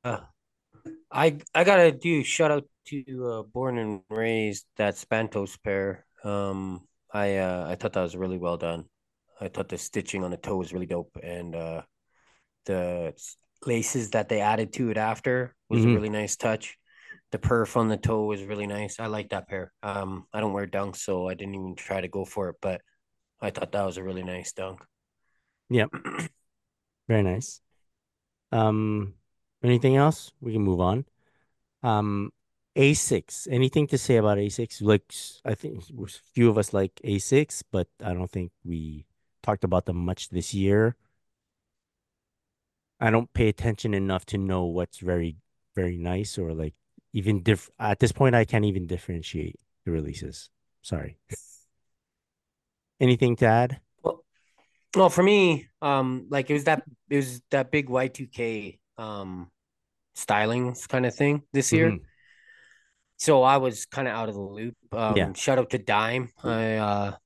[SPEAKER 4] I I gotta do shout out to uh Born and Raised that Spantos pair. Um I uh I thought that was really well done. I thought the stitching on the toe was really dope and uh the s- laces that they added to it after was
[SPEAKER 2] Mhm.
[SPEAKER 4] a really nice touch. The perf on the toe was really nice. I like that pair. Um I don't wear dunks, so I didn't even try to go for it, but I thought that was a really nice dunk.
[SPEAKER 2] Yep. Very nice. Um anything else? We can move on. Um A6. Anything to say about A6? Like s- I think a few of us like A6, but I don't think we talked about them much this year. I don't pay attention enough to know what's very very nice or like even diff at this point I can't even differentiate the releases. Sorry. (laughs) Anything to add?
[SPEAKER 4] Well, well, for me, um, like it was that it was that big Y two K um styling kind of thing this year.
[SPEAKER 2] Mhm.
[SPEAKER 4] So I was kind of out of the loop. Um,
[SPEAKER 2] Yeah.
[SPEAKER 4] shout out to Dime. I uh,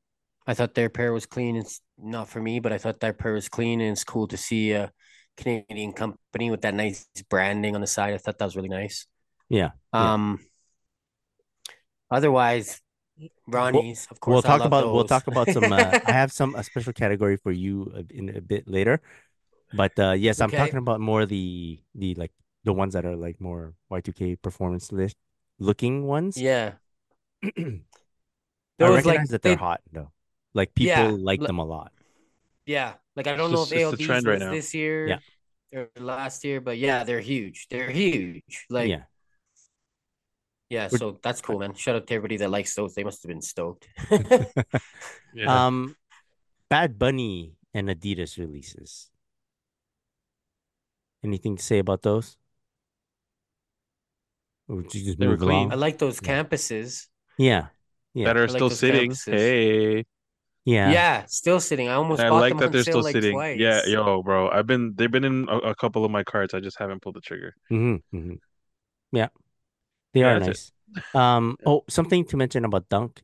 [SPEAKER 4] I thought their pair was clean. It's not for me, but I thought that pair was clean, and it's cool to see a Canadian company with that nice branding on the side. I thought that was really nice.
[SPEAKER 2] Yeah, yeah.
[SPEAKER 4] Um. Otherwise, Ronnie's. of course,
[SPEAKER 2] we'll
[SPEAKER 4] I
[SPEAKER 2] talk
[SPEAKER 4] love
[SPEAKER 2] about we'll
[SPEAKER 4] those.
[SPEAKER 2] talk about some
[SPEAKER 4] (laughs)
[SPEAKER 2] uh, i have some a special category for you uh, in a bit later but uh yes i'm
[SPEAKER 4] Okay.
[SPEAKER 2] talking about more the the like the ones that are like more y2k performance list looking ones
[SPEAKER 4] (clears throat) yeah.
[SPEAKER 2] i
[SPEAKER 4] Those,
[SPEAKER 2] recognize that they're
[SPEAKER 4] they-
[SPEAKER 2] hot though like people
[SPEAKER 4] Yeah,
[SPEAKER 2] like
[SPEAKER 4] li-
[SPEAKER 2] them a lot
[SPEAKER 4] Yeah, like I
[SPEAKER 5] It's
[SPEAKER 4] don't know
[SPEAKER 5] just-
[SPEAKER 4] if
[SPEAKER 5] it's the
[SPEAKER 4] ALDs
[SPEAKER 5] trend right
[SPEAKER 4] was
[SPEAKER 5] now.
[SPEAKER 4] this year or last year, but yeah, they're huge. They're huge. Like
[SPEAKER 2] yeah
[SPEAKER 4] yeah,
[SPEAKER 2] We're-
[SPEAKER 4] so that's cool, man. Shout out to everybody that likes those. They must have been stoked. Uh,
[SPEAKER 5] Yeah,
[SPEAKER 2] um bad bunny and adidas releases anything to say about those or would you just
[SPEAKER 5] They were
[SPEAKER 2] move
[SPEAKER 5] clean.
[SPEAKER 2] along?
[SPEAKER 4] I like those
[SPEAKER 2] Yeah.
[SPEAKER 4] campuses.
[SPEAKER 2] yeah yeah
[SPEAKER 5] that are
[SPEAKER 4] like
[SPEAKER 5] still
[SPEAKER 4] those
[SPEAKER 5] sitting.
[SPEAKER 4] campuses.
[SPEAKER 5] Hey,
[SPEAKER 2] yeah
[SPEAKER 4] Yeah. still sitting. I almost
[SPEAKER 5] I
[SPEAKER 4] bought
[SPEAKER 5] like
[SPEAKER 4] them
[SPEAKER 5] that
[SPEAKER 4] on
[SPEAKER 5] they're
[SPEAKER 4] sale
[SPEAKER 5] still
[SPEAKER 4] like
[SPEAKER 5] sitting.
[SPEAKER 4] twice.
[SPEAKER 5] Yeah, yo, bro, I've been they've been in a, a couple of my cards. I just haven't pulled the trigger.
[SPEAKER 2] Mm-hmm, mm-hmm. Yeah. They
[SPEAKER 5] Yeah,
[SPEAKER 2] are nice.
[SPEAKER 5] that's
[SPEAKER 2] Um
[SPEAKER 5] Yeah.
[SPEAKER 2] oh something to mention about Dunk.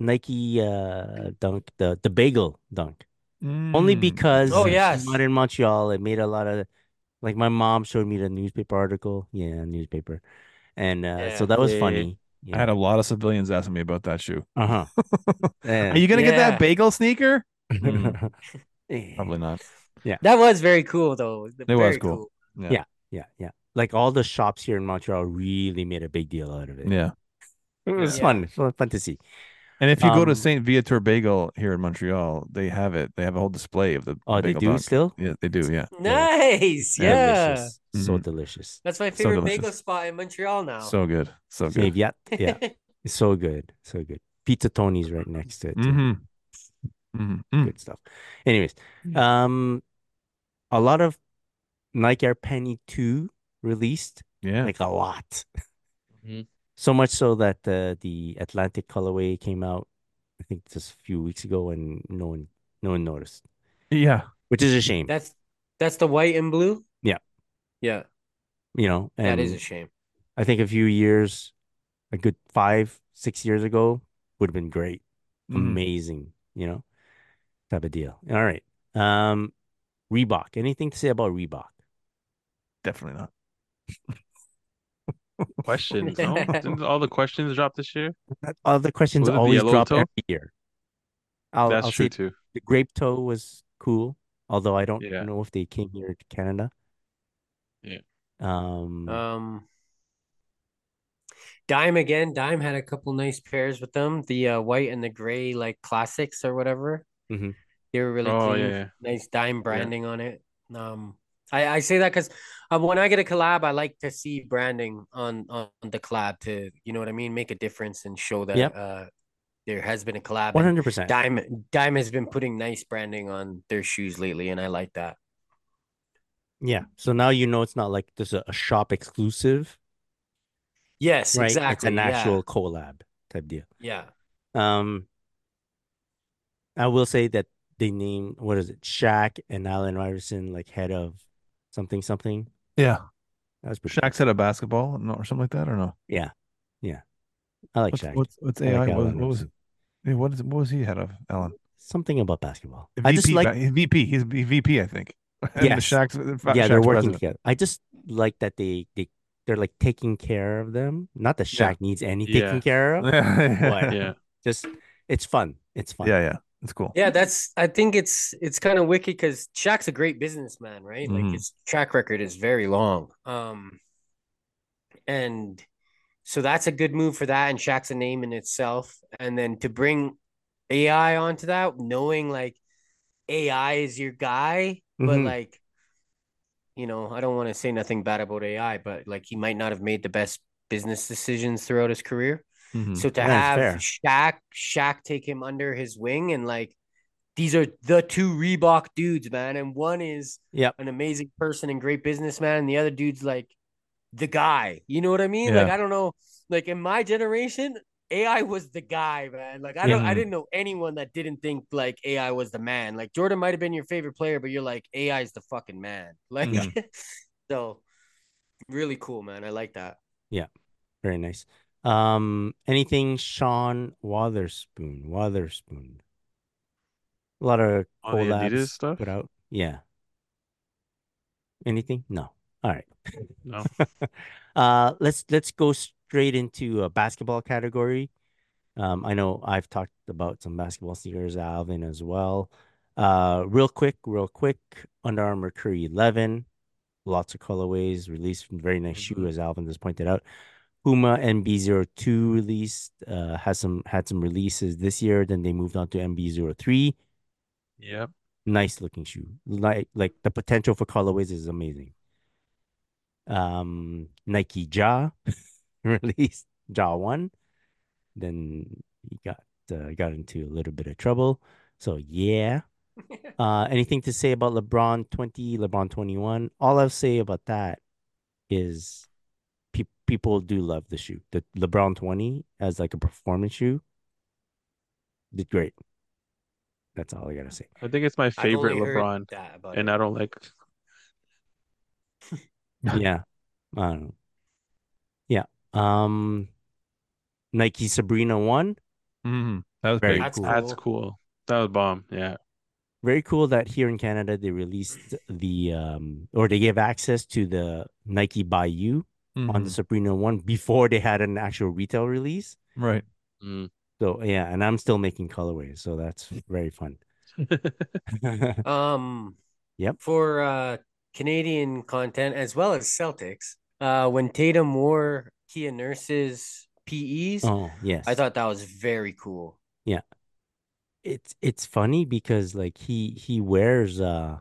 [SPEAKER 2] Nike uh Dunk the the bagel Dunk. Only
[SPEAKER 3] Mm.
[SPEAKER 2] because
[SPEAKER 4] Oh,
[SPEAKER 2] I'm
[SPEAKER 4] yes.
[SPEAKER 2] out in Montreal it made a lot of like my mom showed me the newspaper article. Yeah, newspaper. And uh so
[SPEAKER 4] Yeah.
[SPEAKER 2] that was
[SPEAKER 5] Yeah.
[SPEAKER 2] funny. Yeah.
[SPEAKER 3] I had a lot of civilians asking me about that shoe.
[SPEAKER 2] uh-huh. (laughs)
[SPEAKER 3] Are you gonna get
[SPEAKER 4] Yeah.
[SPEAKER 3] that bagel sneaker? Mm,
[SPEAKER 2] Yeah.
[SPEAKER 3] Probably not.
[SPEAKER 4] That was very cool though. It
[SPEAKER 3] was
[SPEAKER 4] very
[SPEAKER 3] cool.
[SPEAKER 2] Yeah, yeah. Like all the shops here in Montreal really made a big deal out of it.
[SPEAKER 3] Yeah.
[SPEAKER 2] It was
[SPEAKER 4] Yeah.
[SPEAKER 2] fun, fun, fun to see.
[SPEAKER 3] And if you go to
[SPEAKER 2] Um,
[SPEAKER 3] Saint Viator Bagel here in Montreal, they have it. They have a whole display of the.
[SPEAKER 2] Oh, they
[SPEAKER 3] bagel
[SPEAKER 2] do
[SPEAKER 3] dog.
[SPEAKER 2] still?
[SPEAKER 3] Yeah, they do. Yeah.
[SPEAKER 4] Nice. Yeah.
[SPEAKER 2] Delicious. So
[SPEAKER 3] Mhm.
[SPEAKER 2] delicious.
[SPEAKER 4] That's my favorite bagel
[SPEAKER 3] delicious.
[SPEAKER 4] spot in Montreal now.
[SPEAKER 3] So good. So
[SPEAKER 2] So
[SPEAKER 3] good.
[SPEAKER 2] yeah,
[SPEAKER 3] (laughs)
[SPEAKER 2] yeah, it's so good, so good. Pizza Tony's right next to it. too.
[SPEAKER 3] Mm-hmm. Mm-hmm.
[SPEAKER 2] Good stuff. Anyways, um, a lot of Nike Air Penny Two released,
[SPEAKER 3] Yeah.
[SPEAKER 2] like a lot.
[SPEAKER 5] Mhm.
[SPEAKER 2] So much so that uh, the Atlantic colorway came out I think just a few weeks ago, and no one no one noticed,
[SPEAKER 3] Yeah.
[SPEAKER 2] which is a shame.
[SPEAKER 4] That's that's the white and blue.
[SPEAKER 2] Yeah.
[SPEAKER 4] yeah,
[SPEAKER 2] you know, and
[SPEAKER 4] that is a shame.
[SPEAKER 2] I think a few years, a good five six years ago, would have been great. Mm-hmm.
[SPEAKER 3] Mhm.
[SPEAKER 2] amazing, you know, type of deal. All right. Um, Reebok. Anything to say about Reebok?
[SPEAKER 3] Definitely not.
[SPEAKER 4] (laughs)
[SPEAKER 5] Questions. no? Didn't all the questions drop this year?
[SPEAKER 2] All uh, the questions
[SPEAKER 5] Was it the
[SPEAKER 2] always
[SPEAKER 5] yellow
[SPEAKER 2] drop
[SPEAKER 5] toe?
[SPEAKER 2] every year. I'll,
[SPEAKER 5] That's
[SPEAKER 2] I'll
[SPEAKER 5] true
[SPEAKER 2] say
[SPEAKER 4] (laughs)
[SPEAKER 5] too.
[SPEAKER 2] the grape toe was cool, although I don't
[SPEAKER 5] Yeah.
[SPEAKER 2] know if they came here to Canada.
[SPEAKER 5] Yeah.
[SPEAKER 2] Um,
[SPEAKER 4] Um, Dime again. Dime had a couple nice pairs with them. The uh, white and the gray, like classics or whatever.
[SPEAKER 2] Mhm.
[SPEAKER 4] They were really
[SPEAKER 5] Oh
[SPEAKER 4] clean.
[SPEAKER 5] yeah, yeah.
[SPEAKER 4] nice dime branding on it. Um, I, I say that because um, when I get a collab, I like to see branding on on the collab to you know what I mean, make a difference and show that
[SPEAKER 2] Yep.
[SPEAKER 4] uh, there has been a collab. and
[SPEAKER 2] 100%.
[SPEAKER 4] Dime Dime has been putting nice branding on their shoes lately, and I like that.
[SPEAKER 2] Yeah. So now you know it's not like just a, a shop exclusive,
[SPEAKER 4] Yes,
[SPEAKER 2] right? It's
[SPEAKER 4] exactly.
[SPEAKER 2] an
[SPEAKER 4] yeah,
[SPEAKER 2] actual collab type deal.
[SPEAKER 4] yeah.
[SPEAKER 2] Um, I will say that they named what is it, Shaq and Allen Iverson, like head of something something.
[SPEAKER 3] Yeah.
[SPEAKER 2] That was pretty.
[SPEAKER 3] Shaq said a basketball no, or something like that, or no?
[SPEAKER 2] I like
[SPEAKER 3] What's,
[SPEAKER 2] Shaq.
[SPEAKER 3] what's, what's
[SPEAKER 2] I like
[SPEAKER 3] AI? what,
[SPEAKER 2] Allen
[SPEAKER 3] what was
[SPEAKER 2] Iverson.
[SPEAKER 3] yeah, what is what was he head of, Alan?
[SPEAKER 2] Something about basketball.
[SPEAKER 3] VP,
[SPEAKER 2] I just like
[SPEAKER 3] ba- VP. He's v- VP, I think. (laughs) And
[SPEAKER 2] Yes.
[SPEAKER 3] the Shaq's, the fa-
[SPEAKER 2] yeah, they're
[SPEAKER 3] Shaq's
[SPEAKER 2] working
[SPEAKER 3] president.
[SPEAKER 2] together. I just like that they they they're like taking care of them. Not that
[SPEAKER 3] Yeah.
[SPEAKER 2] Shaq needs any
[SPEAKER 5] Yeah.
[SPEAKER 2] taking
[SPEAKER 3] (laughs)
[SPEAKER 2] care of.
[SPEAKER 3] yeah,
[SPEAKER 2] But
[SPEAKER 5] Yeah.
[SPEAKER 2] just it's fun. It's fun.
[SPEAKER 3] yeah, yeah. It's cool.
[SPEAKER 4] Yeah, that's. I think it's it's kind of wicked because Shaq's a great businessman, right?
[SPEAKER 3] Mhm.
[SPEAKER 4] Like his track record is very long. Um, and so that's a good move for that. And Shaq's a name in itself. And then to bring AI onto that, knowing like AI is your guy, but
[SPEAKER 2] Mhm.
[SPEAKER 4] like, you know, I don't want to say nothing bad about AI, but like he might not have made the best business decisions throughout his career.
[SPEAKER 3] Mhm.
[SPEAKER 4] So to
[SPEAKER 2] Yeah,
[SPEAKER 4] have Shaq, Shaq take him under his wing and like these are the two Reebok dudes, man. And one is
[SPEAKER 2] Yep.
[SPEAKER 4] an amazing person and great businessman, and the other dude's like the guy. You know what I mean? Like
[SPEAKER 3] Yeah.
[SPEAKER 4] I don't know, like in my generation, AI was the guy, man. Like I don't I
[SPEAKER 3] Mhm.
[SPEAKER 4] didn't know anyone that didn't think like AI was the man. Like Jordan might have been your favorite player, but you're like AI is the fucking man. (laughs) Like so really cool, man. I like that.
[SPEAKER 2] Very nice. Um, anything Sean Watherspoon? Watherspoon. A lot of
[SPEAKER 5] On the Adidas
[SPEAKER 2] collabs
[SPEAKER 5] stuff?
[SPEAKER 2] put out. Yeah. Anything? No. All right.
[SPEAKER 5] No.
[SPEAKER 2] (laughs) Uh, let's let's go straight into a basketball category. Um, I know I've talked about some basketball sneakers, Alvin as well. Uh, real quick, real quick. Under Armour Curry Eleven, lots of colorways released. from Very nice shoe,
[SPEAKER 5] Mhm.
[SPEAKER 2] as Alvin just pointed out. Puma MB02 released uh, has some had some releases this year. Then they moved on to MB03.
[SPEAKER 5] Yep.
[SPEAKER 2] Nice looking shoe. Like like the potential for colorways is amazing. Um, Nike Ja (laughs) released Ja One. Then he got uh, got into a little bit of trouble. So yeah. Uh, anything to say about LeBron 20, LeBron 21? All I'll say about that is pe- people do love the shoe. The LeBron 20 as like a performance shoe did great. That's all I gotta say.
[SPEAKER 5] I think it's my
[SPEAKER 4] I've only
[SPEAKER 5] favorite
[SPEAKER 4] heard
[SPEAKER 5] LeBron,
[SPEAKER 4] that about
[SPEAKER 5] and
[SPEAKER 4] it.
[SPEAKER 5] I don't like.
[SPEAKER 2] yeah. I don't know. Yeah. Um Nike Sabrina 1.
[SPEAKER 3] Mhm. That was
[SPEAKER 2] Very
[SPEAKER 3] big.
[SPEAKER 4] That's
[SPEAKER 5] That's
[SPEAKER 4] cool.
[SPEAKER 5] cool. That was bomb. Yeah.
[SPEAKER 2] Very cool that here in Canada they released the um or they gave access to the Nike Bayou on the
[SPEAKER 3] Mhm.
[SPEAKER 2] Sabrina 1 before they had an actual retail release.
[SPEAKER 3] Mm-hmm, right.
[SPEAKER 5] Mm.
[SPEAKER 2] So yeah, and I'm still making colorways, so that's very fun. (laughs)
[SPEAKER 4] Um,
[SPEAKER 2] Yep.
[SPEAKER 4] For uh, Canadian content as well as Celtics, uh, when Tatum wore Kia Nurse's PEs,
[SPEAKER 2] oh yes,
[SPEAKER 4] I thought that was very cool.
[SPEAKER 2] it's it's funny because like he he wears uh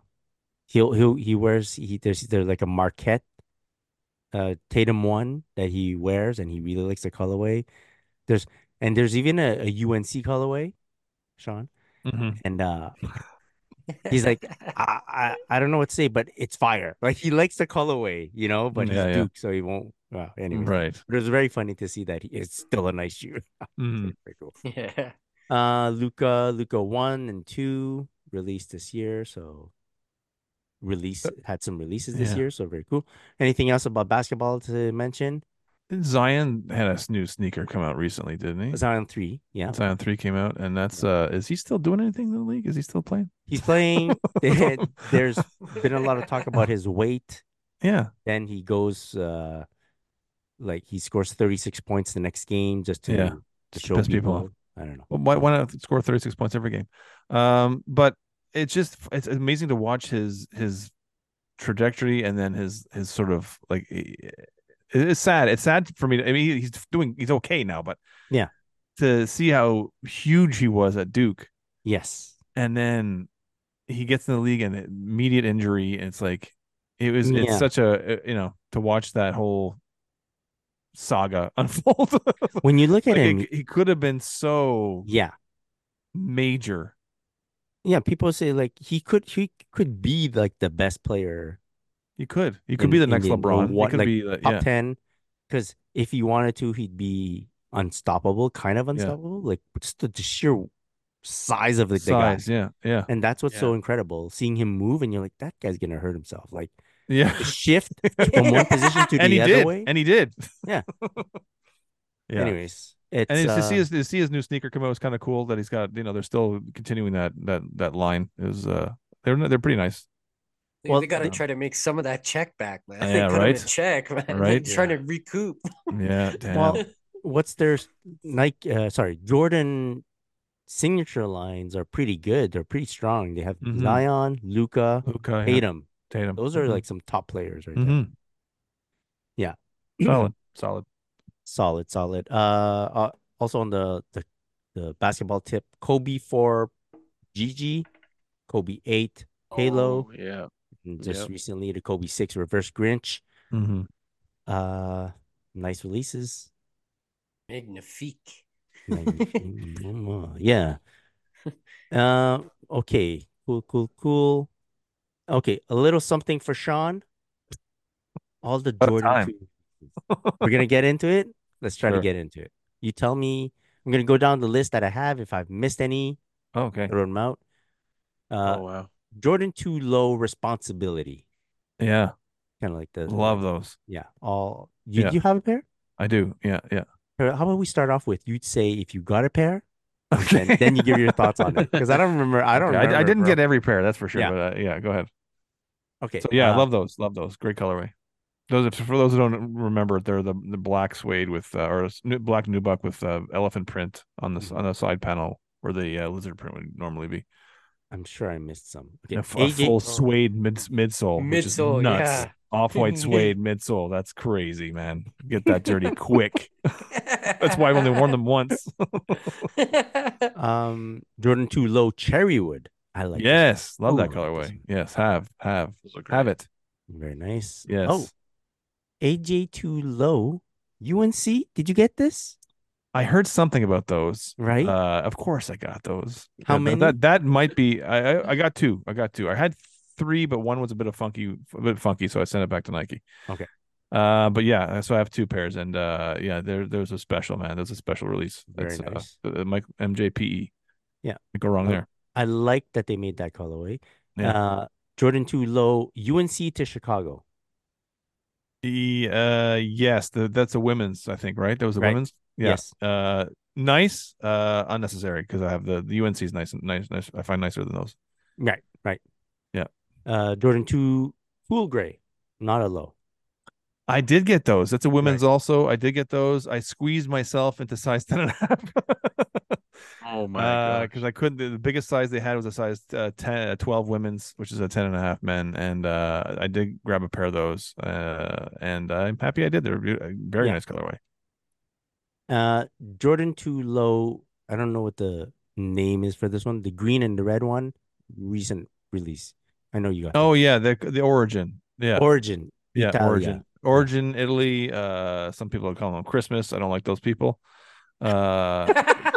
[SPEAKER 2] he'll he'll he wears he there's there's like a Marquette uh Tatum one that he wears and he really likes the colorway. There's and there's even a, a UNC colorway, Sean,
[SPEAKER 3] Mhm.
[SPEAKER 2] and uh He's
[SPEAKER 4] (laughs)
[SPEAKER 2] like, "Ah." I, I I don't know what to say, but it's fire. Like he likes the colorway, you know, but he's
[SPEAKER 3] Yeah, Mm-hmm. yeah.
[SPEAKER 2] Duke, so he won't. Well, anyways,
[SPEAKER 3] Right.
[SPEAKER 2] but it was very funny to see that he, it's still a nice shoe. (laughs)
[SPEAKER 3] Mhm.
[SPEAKER 2] Very cool.
[SPEAKER 4] yeah.
[SPEAKER 2] Uh, Luca, Luca one and two released this year, so release had some releases this
[SPEAKER 3] Uh, Yeah.
[SPEAKER 2] year, so very cool. Anything else about basketball to mention?
[SPEAKER 3] Didn't Zion had a new sneaker come out recently, didn't he?
[SPEAKER 2] Zion three, yeah,
[SPEAKER 3] Zion three came out, and that's uh, is he still doing anything in the league? Is he still playing? (laughs)
[SPEAKER 2] he's playing. (laughs) There's been a lot
[SPEAKER 4] (laughs)
[SPEAKER 2] of talk about his weight.
[SPEAKER 3] Yeah,
[SPEAKER 2] then he goes uh like he scores 36 points the next game just to,
[SPEAKER 3] Yeah,
[SPEAKER 2] to
[SPEAKER 3] just to
[SPEAKER 2] show
[SPEAKER 3] piss
[SPEAKER 2] people,
[SPEAKER 3] people off.
[SPEAKER 2] i don't know
[SPEAKER 3] Well, why, why not score 36 points every game? Um, but it's just it's amazing to watch his his trajectory and then his his sort of like it- it's sad. It's sad for me. To, I mean, he- he's doing he's okay now, but
[SPEAKER 2] Yeah.
[SPEAKER 3] to see how huge he was at Duke
[SPEAKER 2] yes
[SPEAKER 3] and then he gets in the league and immediate injury. And it's like it was
[SPEAKER 2] Yeah.
[SPEAKER 3] it's such a uh, you know to watch that whole saga (laughs) unfold. like
[SPEAKER 2] when you look at him
[SPEAKER 3] it, he could have been so
[SPEAKER 2] yeah
[SPEAKER 3] major.
[SPEAKER 2] yeah people say like he could he could be like the best player
[SPEAKER 3] You could. You could
[SPEAKER 2] in-
[SPEAKER 3] be
[SPEAKER 2] in
[SPEAKER 3] the next
[SPEAKER 2] the- or
[SPEAKER 3] LeBron. You
[SPEAKER 2] what,
[SPEAKER 3] could
[SPEAKER 2] like,
[SPEAKER 3] be the,
[SPEAKER 2] top
[SPEAKER 3] yeah.
[SPEAKER 2] 10 because if he wanted to he'd be unstoppable kind of unstoppable like just the, the sheer size of the, the guy
[SPEAKER 3] size. Yeah, yeah,
[SPEAKER 2] and that's what's
[SPEAKER 5] Yeah.
[SPEAKER 2] so incredible seeing him move and you're like that guy's gonna hurt himself like
[SPEAKER 3] yeah. (laughs)
[SPEAKER 2] the shift from one position to
[SPEAKER 3] and
[SPEAKER 2] the
[SPEAKER 3] he
[SPEAKER 2] other
[SPEAKER 3] did.
[SPEAKER 2] way
[SPEAKER 3] And he did.
[SPEAKER 2] Yeah.
[SPEAKER 3] (laughs) yeah.
[SPEAKER 2] anyways it's
[SPEAKER 3] and it's, to see
[SPEAKER 2] uh,
[SPEAKER 3] his to see his new sneaker come out was kind of cool. That he's got. You know, they're still continuing that that that line. Is uh, they're they're pretty nice.
[SPEAKER 4] They-
[SPEAKER 2] Well, uh,
[SPEAKER 4] they got to
[SPEAKER 2] yeah.
[SPEAKER 4] try to make some of that check back, man.
[SPEAKER 3] Yeah,
[SPEAKER 4] They cut 'em a
[SPEAKER 3] right.
[SPEAKER 4] check, man. They're
[SPEAKER 3] Right.
[SPEAKER 4] Trying to recoup.
[SPEAKER 3] Yeah. (laughs) Damn.
[SPEAKER 2] Well, what's their s- Nike? Uh, sorry, Jordan signature lines are pretty good. They're pretty strong. They have
[SPEAKER 3] Mhm.
[SPEAKER 2] Zion, Luca,
[SPEAKER 3] Luka, yeah.
[SPEAKER 2] Tatum.
[SPEAKER 3] Tatum.
[SPEAKER 2] Those are
[SPEAKER 3] Mhm.
[SPEAKER 2] like some top players right there.
[SPEAKER 3] Mhm.
[SPEAKER 2] Yeah.
[SPEAKER 3] solid, solid.
[SPEAKER 2] Solid, solid. Uh, uh, also on the, the the basketball tip, Kobe four, Gigi, Kobe eight, Halo,
[SPEAKER 5] Oh, yeah.
[SPEAKER 2] and just
[SPEAKER 5] yep.
[SPEAKER 2] recently the Kobe six reverse Grinch.
[SPEAKER 3] Mhm.
[SPEAKER 2] Uh, nice releases.
[SPEAKER 4] Magnifique.
[SPEAKER 2] Magnifique. yeah. Uh, okay. Cool, cool, cool. Okay, a little something for Sean. All the
[SPEAKER 3] Out of
[SPEAKER 2] Jordan.
[SPEAKER 3] time.
[SPEAKER 2] two- We're gonna get into it. Let's try to
[SPEAKER 3] Sure.
[SPEAKER 2] get into it. You tell me. I'm gonna go down the list that I have. If I've missed any,
[SPEAKER 3] okay.
[SPEAKER 2] throw them out. Uh,
[SPEAKER 5] oh wow.
[SPEAKER 2] Jordan too low responsibility.
[SPEAKER 3] Yeah.
[SPEAKER 2] Kind of like the
[SPEAKER 3] Love those.
[SPEAKER 2] Yeah. All you
[SPEAKER 3] Yeah.
[SPEAKER 2] you have a pair?
[SPEAKER 3] I do. Yeah. Yeah.
[SPEAKER 2] Or How about we start off with you'd say if you got a pair, (laughs) then, then you give your thoughts on it because I don't remember. I don't.
[SPEAKER 3] Okay,
[SPEAKER 2] Remember,
[SPEAKER 3] I, didn't
[SPEAKER 2] bro.
[SPEAKER 3] get every pair. That's for sure.
[SPEAKER 2] Yeah.
[SPEAKER 3] But uh, yeah. Go ahead.
[SPEAKER 2] Okay.
[SPEAKER 3] So yeah,
[SPEAKER 2] uh,
[SPEAKER 3] I love those. Love those. Great colorway. Those are, for those who don't remember, they're the, the black suede with uh, or s- nu- black nubuck with uh, elephant print on the s
[SPEAKER 2] Mhm.
[SPEAKER 3] on the side panel where the uh, lizard print would normally be.
[SPEAKER 2] I'm sure I missed some. Okay.
[SPEAKER 3] And a f- a
[SPEAKER 2] AJ,
[SPEAKER 3] full suede mid midsole. which is
[SPEAKER 4] Midsole,
[SPEAKER 3] nuts.
[SPEAKER 4] yeah.
[SPEAKER 3] Off white suede midsole. That's crazy, man. Get that dirty quick. That's
[SPEAKER 4] That's
[SPEAKER 3] why I've only worn them once.
[SPEAKER 4] (laughs)
[SPEAKER 2] um, Jordan two low cherrywood. I (laughs) like. that.
[SPEAKER 3] yes, love that
[SPEAKER 2] Ooh, I like this
[SPEAKER 3] colorway. Yes, have have
[SPEAKER 5] Those look
[SPEAKER 3] have
[SPEAKER 5] great.
[SPEAKER 3] it.
[SPEAKER 2] Very nice.
[SPEAKER 3] Yes.
[SPEAKER 2] Oh, AJ two low. UNC. Did you get this
[SPEAKER 3] I heard something about those.
[SPEAKER 2] right?
[SPEAKER 3] Uh, of course I got those.
[SPEAKER 2] How
[SPEAKER 3] Th-
[SPEAKER 2] many?
[SPEAKER 3] th- That that might be. I, I I got two. I got two. I had three, but one was a bit of funky, a bit funky, so I sent it back to Nike.
[SPEAKER 2] Okay.
[SPEAKER 3] Uh, but yeah, so I have two pairs, and uh, yeah, there there's a special man. There's a special release.
[SPEAKER 2] Very
[SPEAKER 3] That's,
[SPEAKER 2] nice.
[SPEAKER 3] Uh, uh, Mike MJPE.
[SPEAKER 2] Yeah.
[SPEAKER 3] Can't go wrong
[SPEAKER 2] Oh,
[SPEAKER 3] there.
[SPEAKER 2] I like that they made that colorway.
[SPEAKER 3] Yeah.
[SPEAKER 2] Uh, Jordan two low. UNC to Chicago.
[SPEAKER 3] The, uh, yes, the, that's a women's. I think right. That was a
[SPEAKER 2] Right.
[SPEAKER 3] women's. Yeah.
[SPEAKER 2] Yes.
[SPEAKER 3] Uh, nice. Uh, unnecessary because I have the the UNC's nice and nice nice. I find nicer than those.
[SPEAKER 2] Right. Right.
[SPEAKER 3] Yeah.
[SPEAKER 2] Uh, Jordan two cool gray. Not a low.
[SPEAKER 3] I did get those. That's a women's also. I did get those. I squeezed myself into size 10 and a (laughs) half.
[SPEAKER 5] Oh my god.
[SPEAKER 3] Because Uh, I couldn't. The, the biggest size they had was a size uh, 10, uh, 12 women's, which is a 10 and a half men. And uh, I did grab a pair of those. Uh, and I'm happy I did. They're beau- a very
[SPEAKER 2] Yeah.
[SPEAKER 3] nice colorway.
[SPEAKER 2] Uh, Jordan two low. I don't know what the name is for this one. The green and the red one, recent release. I know you got
[SPEAKER 3] Oh, yeah. The, the origin. Yeah.
[SPEAKER 2] Origin.
[SPEAKER 3] yeah.
[SPEAKER 2] Italia.
[SPEAKER 3] Origin. Origin, Italy. Uh, some people are calling them Christmas. I don't like those people. Uh,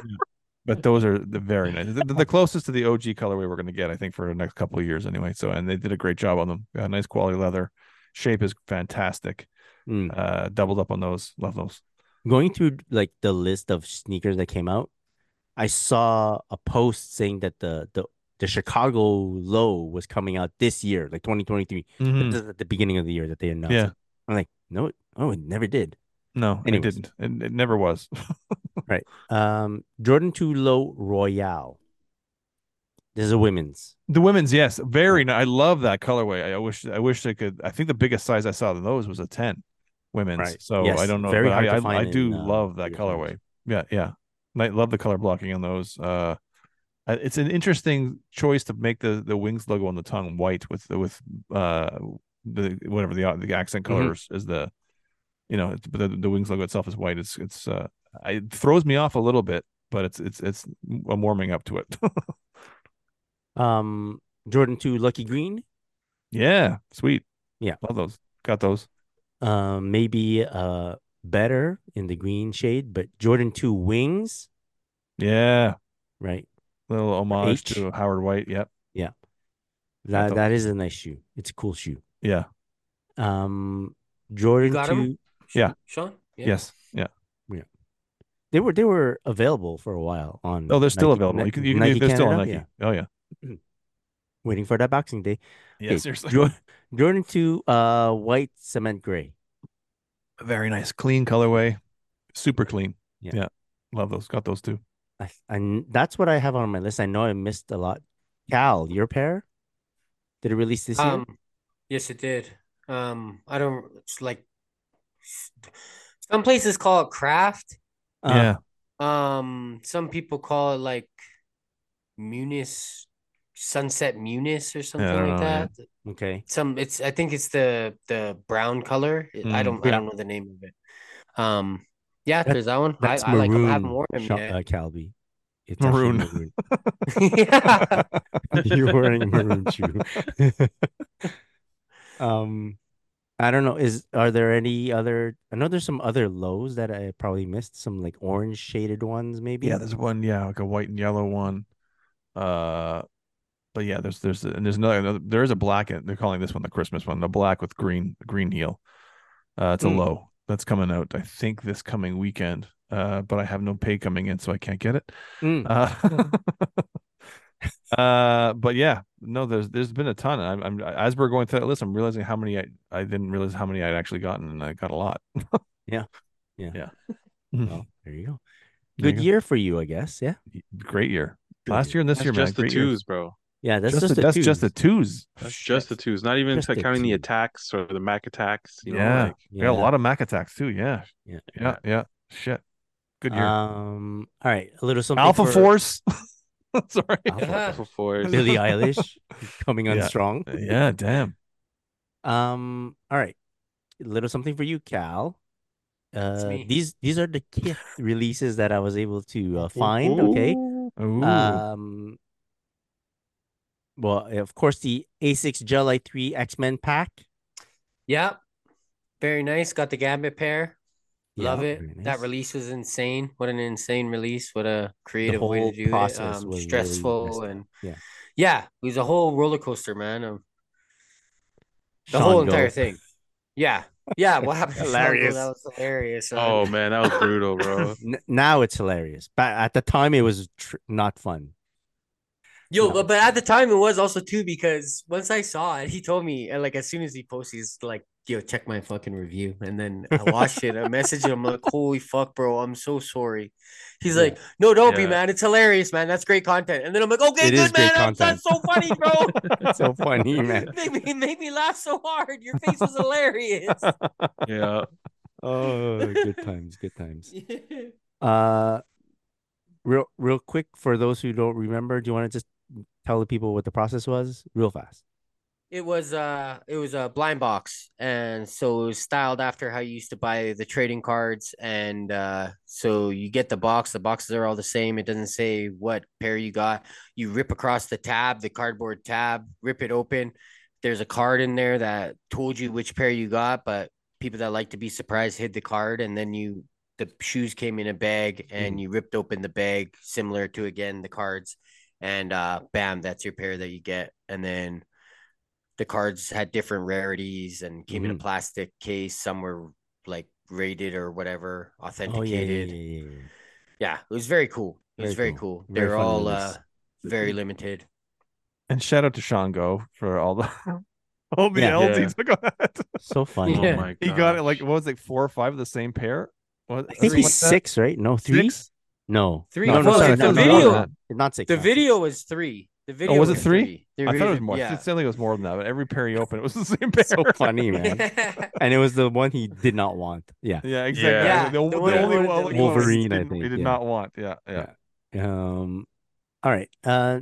[SPEAKER 3] but those are the very nice. The, the closest to the OG colorway we're going to get, I think, for the next couple of years anyway. So, and they did a great job on them. Got nice quality leather. Shape is fantastic.
[SPEAKER 2] Mm.
[SPEAKER 3] Uh, doubled up on those. Love those.
[SPEAKER 2] Going through like the list of sneakers that came out, I saw a post saying that the the the Chicago low was coming out this year, like 2023,
[SPEAKER 3] Mhm.
[SPEAKER 2] This is at the beginning of the year that they announced.
[SPEAKER 3] Yeah.
[SPEAKER 2] it. I'm like, no, it, oh, it never did.
[SPEAKER 3] No, it
[SPEAKER 2] Anyways.
[SPEAKER 3] didn't. It, it never was.
[SPEAKER 2] Um, Jordan Two Low Royale. This is a women's.
[SPEAKER 3] The women's, yes, very. ni- I love that colorway. I, I wish. I wish they could. I think the biggest size I saw of those was a ten women's.
[SPEAKER 2] Right.
[SPEAKER 3] So
[SPEAKER 2] Yes,
[SPEAKER 3] I don't know.
[SPEAKER 2] very
[SPEAKER 3] but
[SPEAKER 2] hard
[SPEAKER 3] I,
[SPEAKER 2] to
[SPEAKER 3] I- I
[SPEAKER 2] find
[SPEAKER 3] do
[SPEAKER 2] in, uh,
[SPEAKER 3] love that
[SPEAKER 2] bigger colors.
[SPEAKER 3] colorway. Yeah, yeah. And I love the color blocking on those. Uh, uh, it's an interesting choice to make the the wings logo on the tongue white with the with uh the whatever the the accent
[SPEAKER 2] Mm-hmm.
[SPEAKER 3] colors is the you know it's- but the, the wings logo itself is white. It's it's uh I- it throws me off a little bit, but it's it's it's I'm warming up to it. (laughs)
[SPEAKER 2] Um, Jordan Two Lucky Green.
[SPEAKER 3] Yeah, sweet.
[SPEAKER 2] Yeah.
[SPEAKER 3] love those. Got those.
[SPEAKER 2] Uh, maybe uh better in the green shade, but Jordan Two Wings,
[SPEAKER 3] Yeah,
[SPEAKER 2] right?
[SPEAKER 3] little homage
[SPEAKER 2] H.
[SPEAKER 3] to Howard White. Yep.
[SPEAKER 2] That
[SPEAKER 3] thought-
[SPEAKER 2] that is a nice shoe. It's a cool shoe.
[SPEAKER 3] Yeah.
[SPEAKER 2] Um, Jordan
[SPEAKER 4] got 'em?
[SPEAKER 2] Two.
[SPEAKER 3] Yeah.
[SPEAKER 4] Sean. Yeah.
[SPEAKER 3] Yes. Yeah.
[SPEAKER 2] They were they were available for a while on.
[SPEAKER 3] Oh, they're still
[SPEAKER 2] Nike-
[SPEAKER 3] available.
[SPEAKER 2] Ni-
[SPEAKER 3] You can, you can
[SPEAKER 2] Nike
[SPEAKER 3] they're still on
[SPEAKER 2] Canada,
[SPEAKER 3] Nike. Oh yeah.
[SPEAKER 2] yeah. Waiting for that Boxing Day.
[SPEAKER 3] Yeah.
[SPEAKER 2] Okay,
[SPEAKER 3] seriously.
[SPEAKER 2] Jor- Jordan Two, uh, white cement gray.
[SPEAKER 3] (laughs) Very nice, clean colorway. Super clean.
[SPEAKER 2] Yeah.
[SPEAKER 3] Love those. Got those too.
[SPEAKER 2] I, and that's what I have on my list. I know I missed a lot. Cal, your pair? Did it release this year?
[SPEAKER 4] Um, yes, it did. Um, I don't it's like some places call it craft.
[SPEAKER 2] Uh,
[SPEAKER 3] yeah.
[SPEAKER 4] Um, some people call it like Munis Sunset Munis or something
[SPEAKER 3] don't
[SPEAKER 4] like
[SPEAKER 3] know, yeah.
[SPEAKER 4] that.
[SPEAKER 2] Okay.
[SPEAKER 4] Some it's I think it's the the brown color. It- I
[SPEAKER 3] Mm,
[SPEAKER 4] don't
[SPEAKER 2] yeah.
[SPEAKER 4] I don't know the name of it. Um, yeah,
[SPEAKER 2] That-
[SPEAKER 4] there's that one. I,
[SPEAKER 2] That's
[SPEAKER 4] I like
[SPEAKER 2] maroon.
[SPEAKER 4] them. I haven't worn them
[SPEAKER 2] Sha-
[SPEAKER 4] yet.
[SPEAKER 2] uh, Calby. It's actually
[SPEAKER 3] Maroon.
[SPEAKER 2] maroon.
[SPEAKER 4] yeah.
[SPEAKER 3] (laughs)
[SPEAKER 2] You're wearing a maroon shoe. (laughs) um, I don't know. Is are there any other? I know there's some other lows that I probably missed. Some like orange shaded ones, maybe.
[SPEAKER 3] Yeah. There's one. Yeah, like a white and yellow one. Uh, but yeah, there's there's and there's another, another there is a black. and They're calling this one the Christmas one. The black with green green heel. Uh, it's a
[SPEAKER 4] Mm.
[SPEAKER 3] low that's coming out. I think this coming weekend. Uh, but I have no pay coming in, so I can't get it.
[SPEAKER 2] Mm,
[SPEAKER 3] Uh, (laughs) uh, but yeah, no, there's there's been a ton. I'm, I'm as we're going through that list, I'm realizing how many I, I didn't realize how many I'd actually gotten, and I got a lot. (laughs)
[SPEAKER 2] yeah. (laughs)
[SPEAKER 3] yeah. Mm-hmm.
[SPEAKER 2] Well, Oh, there you go.
[SPEAKER 3] There you
[SPEAKER 2] Good
[SPEAKER 3] go.
[SPEAKER 2] year for you, I guess. Yeah.
[SPEAKER 3] Great year.
[SPEAKER 2] Good
[SPEAKER 3] Last year and this
[SPEAKER 5] That's
[SPEAKER 3] year, man,
[SPEAKER 5] just the
[SPEAKER 3] great
[SPEAKER 5] twos,
[SPEAKER 3] years.
[SPEAKER 5] bro.
[SPEAKER 2] Yeah. That's
[SPEAKER 3] Just
[SPEAKER 2] just,
[SPEAKER 3] the- that's just the
[SPEAKER 2] twos.
[SPEAKER 3] twos.
[SPEAKER 5] That's just the
[SPEAKER 2] Shit.
[SPEAKER 5] twos. Not even
[SPEAKER 2] Just the
[SPEAKER 5] counting the
[SPEAKER 2] twos.
[SPEAKER 5] attacks or the Mac attacks. You know,
[SPEAKER 3] Yeah.
[SPEAKER 5] like,
[SPEAKER 3] We got a lot of Mac attacks too. Yeah.
[SPEAKER 2] Yeah.
[SPEAKER 3] Yeah. Yeah. Shit. Good year.
[SPEAKER 2] Um. All right. A little something.
[SPEAKER 3] Alpha
[SPEAKER 2] for
[SPEAKER 3] Force. (laughs) Sorry.
[SPEAKER 4] (laughs)
[SPEAKER 2] Alpha
[SPEAKER 5] Alpha
[SPEAKER 2] (laughs)
[SPEAKER 5] Force.
[SPEAKER 2] Billie
[SPEAKER 3] (laughs)
[SPEAKER 2] Eilish coming on
[SPEAKER 3] Yeah.
[SPEAKER 2] strong.
[SPEAKER 3] yeah. Damn.
[SPEAKER 2] Um. All right. A little something for you, Cal. Uh,
[SPEAKER 4] me.
[SPEAKER 2] these these are the gift releases that I was able to uh, find. Okay.
[SPEAKER 3] Ooh. (laughs)
[SPEAKER 2] Um. Well, eh, of course, the A6 Gel i3 X Men pack.
[SPEAKER 4] Yep. Very nice. Got the Gambit pair. Love
[SPEAKER 2] Yeah,
[SPEAKER 4] it.
[SPEAKER 2] very nice.
[SPEAKER 4] That release was insane. What an insane release. What a creative way
[SPEAKER 2] whole
[SPEAKER 4] to do it.
[SPEAKER 2] process
[SPEAKER 4] Um,
[SPEAKER 2] was really messed
[SPEAKER 4] stressful
[SPEAKER 2] up.
[SPEAKER 4] and
[SPEAKER 2] Yeah.
[SPEAKER 4] yeah, it was a whole roller coaster, man. Um, the
[SPEAKER 2] Sean
[SPEAKER 4] whole
[SPEAKER 2] Go.
[SPEAKER 4] entire thing. Yeah. Yeah. What happened? to Sean Go?
[SPEAKER 2] Hilarious.
[SPEAKER 4] That was hilarious. man.
[SPEAKER 5] Oh man, that was brutal, bro.
[SPEAKER 2] N- now it's hilarious, but at the time it was tr- not fun.
[SPEAKER 4] Yo,
[SPEAKER 2] No.
[SPEAKER 4] but, but at the time it was also too because once I saw it, he told me and like as soon as he posts, he's like, "Yo, check my fucking review." And then I watched it,
[SPEAKER 2] (laughs)
[SPEAKER 4] I messaged him, I'm like, "Holy fuck, bro, I'm so sorry." He's
[SPEAKER 2] Yeah.
[SPEAKER 4] like, "No, don't be,
[SPEAKER 5] Yeah.
[SPEAKER 4] man. It's hilarious, man. That's great content." And then I'm like, "Okay,
[SPEAKER 2] It is
[SPEAKER 4] good, man.
[SPEAKER 2] great
[SPEAKER 4] I'm- That's so funny,
[SPEAKER 2] (laughs)
[SPEAKER 4] bro. (laughs)
[SPEAKER 2] so funny, man.
[SPEAKER 4] made me made me laugh so hard. Your face
[SPEAKER 2] (laughs)
[SPEAKER 4] was hilarious."
[SPEAKER 5] Yeah.
[SPEAKER 2] Oh, good times, good times. Uh, real real quick for those who don't remember, do you want to just tell the people what the process was real fast?
[SPEAKER 4] It was uh it was a blind box and so it was styled after how you used to buy the trading cards and uh so you get the box the boxes are all the same it doesn't say what pair you got you rip across the tab the cardboard tab rip it open there's a card in there that told you which pair you got but people that like to be surprised hid the card and then you the shoes came in a bag
[SPEAKER 2] Mm.
[SPEAKER 4] and you ripped open the bag similar to again the cards and uh bam that's your pair that you get and then the cards had different rarities and came in a
[SPEAKER 2] Mhm.
[SPEAKER 4] plastic case. Some were like rated or whatever,
[SPEAKER 2] Oh yeah, yeah,
[SPEAKER 4] authenticated.
[SPEAKER 2] yeah, yeah, yeah.
[SPEAKER 4] yeah, it was very cool. It's
[SPEAKER 2] Very
[SPEAKER 4] very
[SPEAKER 2] cool.
[SPEAKER 4] cool.
[SPEAKER 2] Very
[SPEAKER 4] They're
[SPEAKER 2] fun
[SPEAKER 4] all uh,
[SPEAKER 2] release.
[SPEAKER 4] very limited.
[SPEAKER 3] And shout out to Shango for all the (laughs) all the
[SPEAKER 2] Yeah.
[SPEAKER 3] LTs
[SPEAKER 5] Yeah.
[SPEAKER 3] I got.
[SPEAKER 2] So funny.
[SPEAKER 4] Yeah.
[SPEAKER 5] Oh my god.
[SPEAKER 3] He got it like what was it, four or five of the same pair? What,
[SPEAKER 2] I think
[SPEAKER 3] something
[SPEAKER 2] he's
[SPEAKER 3] like that?
[SPEAKER 2] six, right? No, three?
[SPEAKER 3] Six?
[SPEAKER 2] No.
[SPEAKER 4] Three.
[SPEAKER 2] No, no,
[SPEAKER 4] Well,
[SPEAKER 2] sorry,
[SPEAKER 4] it's
[SPEAKER 2] not-
[SPEAKER 4] the
[SPEAKER 2] not-
[SPEAKER 4] video.
[SPEAKER 2] not- Not six.
[SPEAKER 4] The
[SPEAKER 2] not six.
[SPEAKER 4] video was three. The video
[SPEAKER 3] Oh, was it three?
[SPEAKER 4] The
[SPEAKER 3] I thought it was
[SPEAKER 4] video-
[SPEAKER 3] more. It
[SPEAKER 4] Yeah.
[SPEAKER 3] sounded like it was more than that, but every pair he opened, it was the same pair.
[SPEAKER 2] So funny, man. and it was the one he did not want. Yeah.
[SPEAKER 3] Yeah, exactly.
[SPEAKER 5] Yeah,
[SPEAKER 3] The,
[SPEAKER 4] the
[SPEAKER 3] the
[SPEAKER 4] one
[SPEAKER 3] only
[SPEAKER 4] with the
[SPEAKER 3] one he wanted, he
[SPEAKER 2] Wolverine, I
[SPEAKER 3] didn't-
[SPEAKER 2] think,
[SPEAKER 3] He did
[SPEAKER 2] yeah.
[SPEAKER 3] not want. Yeah, yeah.
[SPEAKER 2] Um. All right. Uh.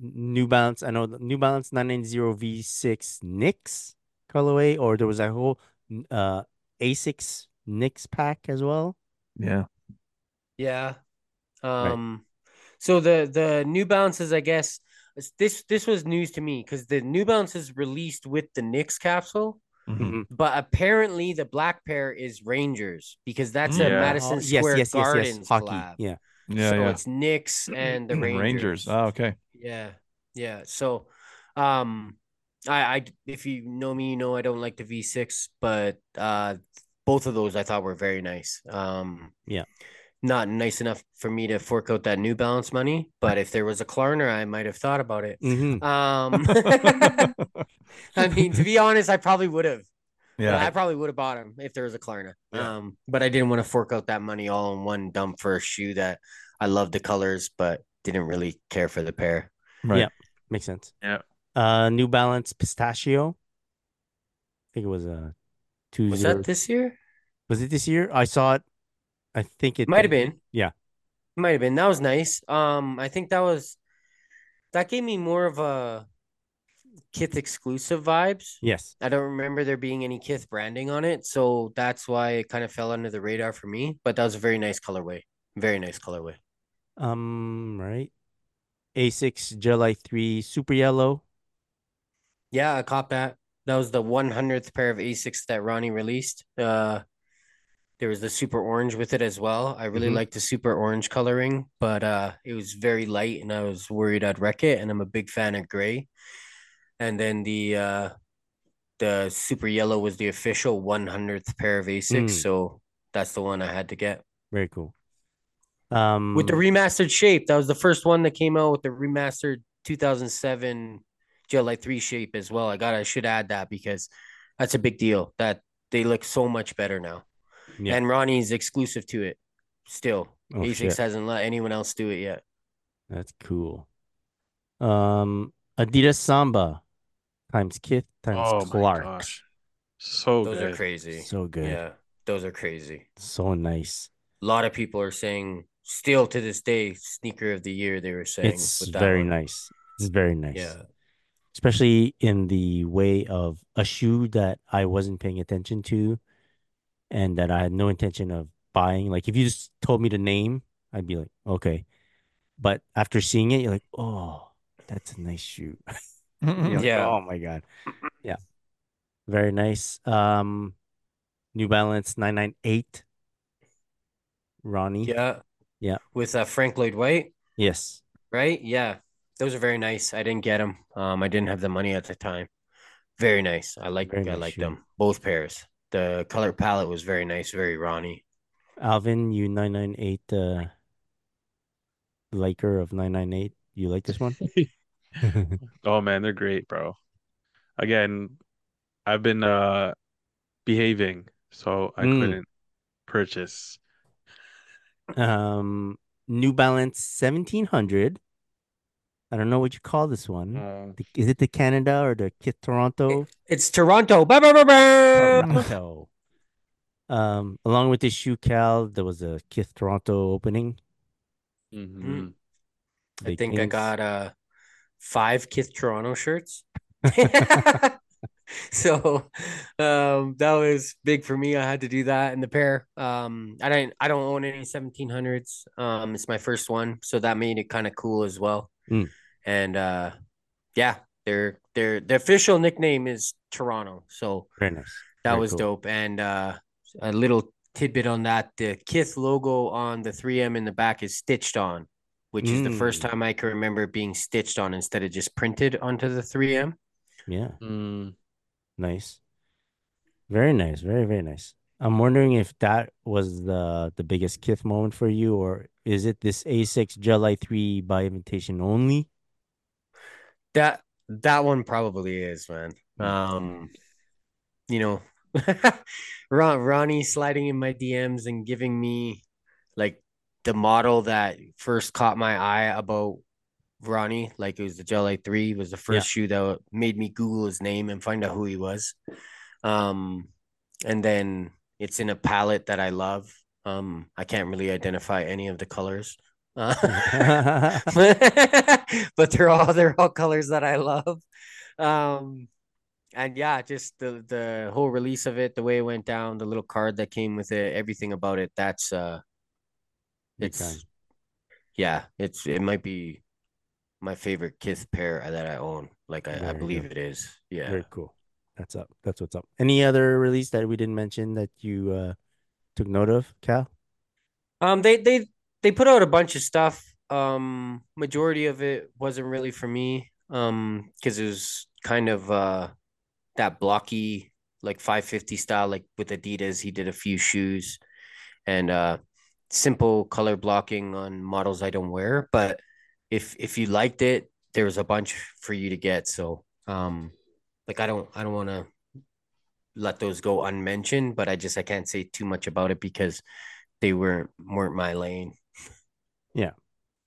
[SPEAKER 2] New Balance. I know the New Balance 990 V6 Nix colorway, or there was a whole n- uh Asics Nix pack as well.
[SPEAKER 3] Yeah.
[SPEAKER 4] (laughs) Yeah. Um so the the New Balances, I guess is- this this was news to me because the New Balances released with the Knicks capsule,
[SPEAKER 2] Mhm.
[SPEAKER 4] but apparently the black pair is Rangers because that's a
[SPEAKER 5] Yeah.
[SPEAKER 4] Madison
[SPEAKER 2] Oh,
[SPEAKER 4] Square Gardens
[SPEAKER 2] Hockey.
[SPEAKER 4] collab.
[SPEAKER 2] Yeah.
[SPEAKER 3] Hmm. Mm-hmm. Yeah,
[SPEAKER 4] so
[SPEAKER 3] yeah.
[SPEAKER 4] it's Knicks and the Rangers.
[SPEAKER 3] (clears throat) Rangers. Oh, okay.
[SPEAKER 4] Yeah, yeah. So, um, I, I, if you know me, you know I don't like the V6, but uh, both of those I thought were very nice. Um,
[SPEAKER 2] Yeah.
[SPEAKER 4] not nice enough for me to fork out that New Balance money, but if there was a Klarner, I might have thought about
[SPEAKER 3] (laughs)
[SPEAKER 4] it.
[SPEAKER 2] Mhm.
[SPEAKER 4] Um, (laughs) I mean, to be honest, I probably would have. I
[SPEAKER 3] yeah.
[SPEAKER 4] probably would have bought them if there was a Klarna.
[SPEAKER 3] Yeah.
[SPEAKER 4] Um, but I didn't want to fork out that money all in one dump for a shoe that I loved the colors, but didn't really care for the pair.
[SPEAKER 3] Right.
[SPEAKER 2] Yeah. Makes sense.
[SPEAKER 5] Yeah.
[SPEAKER 2] Uh, New Balance Pistachio. I think it was a two
[SPEAKER 4] Was
[SPEAKER 2] zero.
[SPEAKER 4] that this year?
[SPEAKER 2] Was it this year? I saw it. I think it
[SPEAKER 4] Might have been.
[SPEAKER 2] Yeah.
[SPEAKER 4] Might have been. That was nice. Um, I think that was that gave me more of a Kith exclusive vibes.
[SPEAKER 2] Yes.
[SPEAKER 4] I don't remember there being any Kith branding on it, so that's why it kind of fell under the radar for me. But that was a very nice colorway. Very nice colorway.
[SPEAKER 2] Um. Right. A6 July three super yellow.
[SPEAKER 4] Yeah, I caught that. That was the 100th pair of Asics that Ronnie released. Uh, there was the super orange with it as well. I really
[SPEAKER 2] Mhm.
[SPEAKER 4] liked the super orange coloring, but uh, it was very light, and I was worried I'd wreck it. And I'm a big fan of gray. And then the uh, the super yellow was the official 100th pair of Asics,
[SPEAKER 2] Mm.
[SPEAKER 4] so that's the one I had to get
[SPEAKER 2] Very cool. Um.
[SPEAKER 4] with the remastered shape. That was the first one that came out with the remastered 2007 Gel Light 3 shape as well. I got I should add that because that's a big deal that they look so much better now.
[SPEAKER 2] Yeah.
[SPEAKER 4] And Ronnie's exclusive to it still.
[SPEAKER 2] oh,
[SPEAKER 4] Asics
[SPEAKER 2] shit.
[SPEAKER 4] hasn't let anyone else do it yet.
[SPEAKER 2] That's cool. Um. Adidas Samba times Kith times
[SPEAKER 5] Oh my
[SPEAKER 2] Clark.
[SPEAKER 5] gosh. So
[SPEAKER 4] Those are
[SPEAKER 5] good.
[SPEAKER 4] crazy.
[SPEAKER 2] So good.
[SPEAKER 4] Yeah. Those are crazy.
[SPEAKER 2] So nice.
[SPEAKER 4] A lot of people are saying still to this day sneaker of the year they were saying
[SPEAKER 2] it's
[SPEAKER 4] with that
[SPEAKER 2] very
[SPEAKER 4] one.
[SPEAKER 2] nice. It's very nice.
[SPEAKER 4] Yeah.
[SPEAKER 2] especially in the way of a shoe that I wasn't paying attention to and that I had no intention of buying. Like if you just told me the name, I'd be like, okay. But after seeing it, you're like, oh, that's a nice shoe.
[SPEAKER 3] Mm-hmm.
[SPEAKER 2] You're like,
[SPEAKER 4] Mm-hmm. Yeah.
[SPEAKER 2] oh my God. Yeah. Very nice. Um New Balance 998. Ronnie.
[SPEAKER 4] Yeah.
[SPEAKER 2] Yeah.
[SPEAKER 4] With uh, Frank Lloyd White.
[SPEAKER 2] Yes.
[SPEAKER 4] Right? Yeah. Those are very nice. I didn't get them. Um, I didn't have the money at the time. Very nice. I like
[SPEAKER 2] Very
[SPEAKER 4] I
[SPEAKER 2] nice
[SPEAKER 4] like
[SPEAKER 2] shoe.
[SPEAKER 4] them. Both pairs. The color palette was very nice, very Ronnie.
[SPEAKER 2] Alvin, you 998 uh liker of 998. You like
[SPEAKER 4] (laughs)
[SPEAKER 2] this one?
[SPEAKER 5] Oh man, they're great, bro. Again, I've been uh behaving, so I
[SPEAKER 2] Mm.
[SPEAKER 5] couldn't purchase.
[SPEAKER 2] um New Balance 1700. I don't know what you call this one.
[SPEAKER 5] Uh,
[SPEAKER 2] The- Is it the Canada or the Kit Toronto?
[SPEAKER 4] It's Toronto. Bah, bah, bah,
[SPEAKER 2] (laughs)
[SPEAKER 4] bah! (laughs)
[SPEAKER 2] Toronto. Um, along with the shoe cal, there was a Kith Toronto opening. Mm.
[SPEAKER 5] mhm.
[SPEAKER 4] I
[SPEAKER 2] The
[SPEAKER 4] think I
[SPEAKER 2] Kings.
[SPEAKER 4] got uh five Kith Toronto shirts. (laughs) so um that was big for me. I had to do that in the pair. Um I didn't I don't own any 1700s. Um it's my first one, so that made it kind of cool as well.
[SPEAKER 2] Mm.
[SPEAKER 4] And uh yeah, their their the official nickname is Toronto. So
[SPEAKER 2] Very nice.
[SPEAKER 4] that
[SPEAKER 2] Very
[SPEAKER 4] was
[SPEAKER 2] cool.
[SPEAKER 4] dope. And uh, a little tidbit on that the Kith logo on the 3M in the back is stitched on, which is the first
[SPEAKER 2] Mm.
[SPEAKER 4] time I can remember it being stitched on instead of just printed onto the 3M.
[SPEAKER 2] Yeah,
[SPEAKER 5] Mm.
[SPEAKER 2] nice. Very nice. Very, very nice. I'm wondering if that was the the biggest Kith moment for you, or is it this A6 July 3 by invitation
[SPEAKER 4] (laughs)
[SPEAKER 2] only? (laughs)
[SPEAKER 4] That that one probably is, man. Um, you know, (laughs) Ron, Ronnie sliding in my DMs and giving me like the model that first caught my eye about Ronnie, like it was the July 3 was the first shoe that made me Google his name and find out who he was. Um, and then it's in a palette that I love. Um, I can't really identify any of the colors. (laughs) Uh, (laughs) but they're all they're all colors that I love. Um and yeah, just the the whole release of it, the way it went down, the little card that came with it, everything about it, that's uh
[SPEAKER 2] Big
[SPEAKER 4] it's
[SPEAKER 2] time.
[SPEAKER 4] yeah, it's it might be my favorite Kith pair that I own. Like I,
[SPEAKER 2] There
[SPEAKER 4] I
[SPEAKER 2] you
[SPEAKER 4] believe
[SPEAKER 2] go.
[SPEAKER 4] it is. Yeah.
[SPEAKER 2] Very cool. That's up. That's what's up. Any other release that we didn't mention that you uh took note of, Cal?
[SPEAKER 4] Um, they they they put out a bunch of stuff. Um, majority of it wasn't really for me. Um, because it was kind of uh that blocky like 550 style, like with Adidas. He did a few shoes and uh simple color blocking on models I don't wear. But if if you liked it, there was a bunch for you to get. So um, like I don't I don't want to let those go unmentioned, but I just I can't say too much about it because they weren't weren't my lane.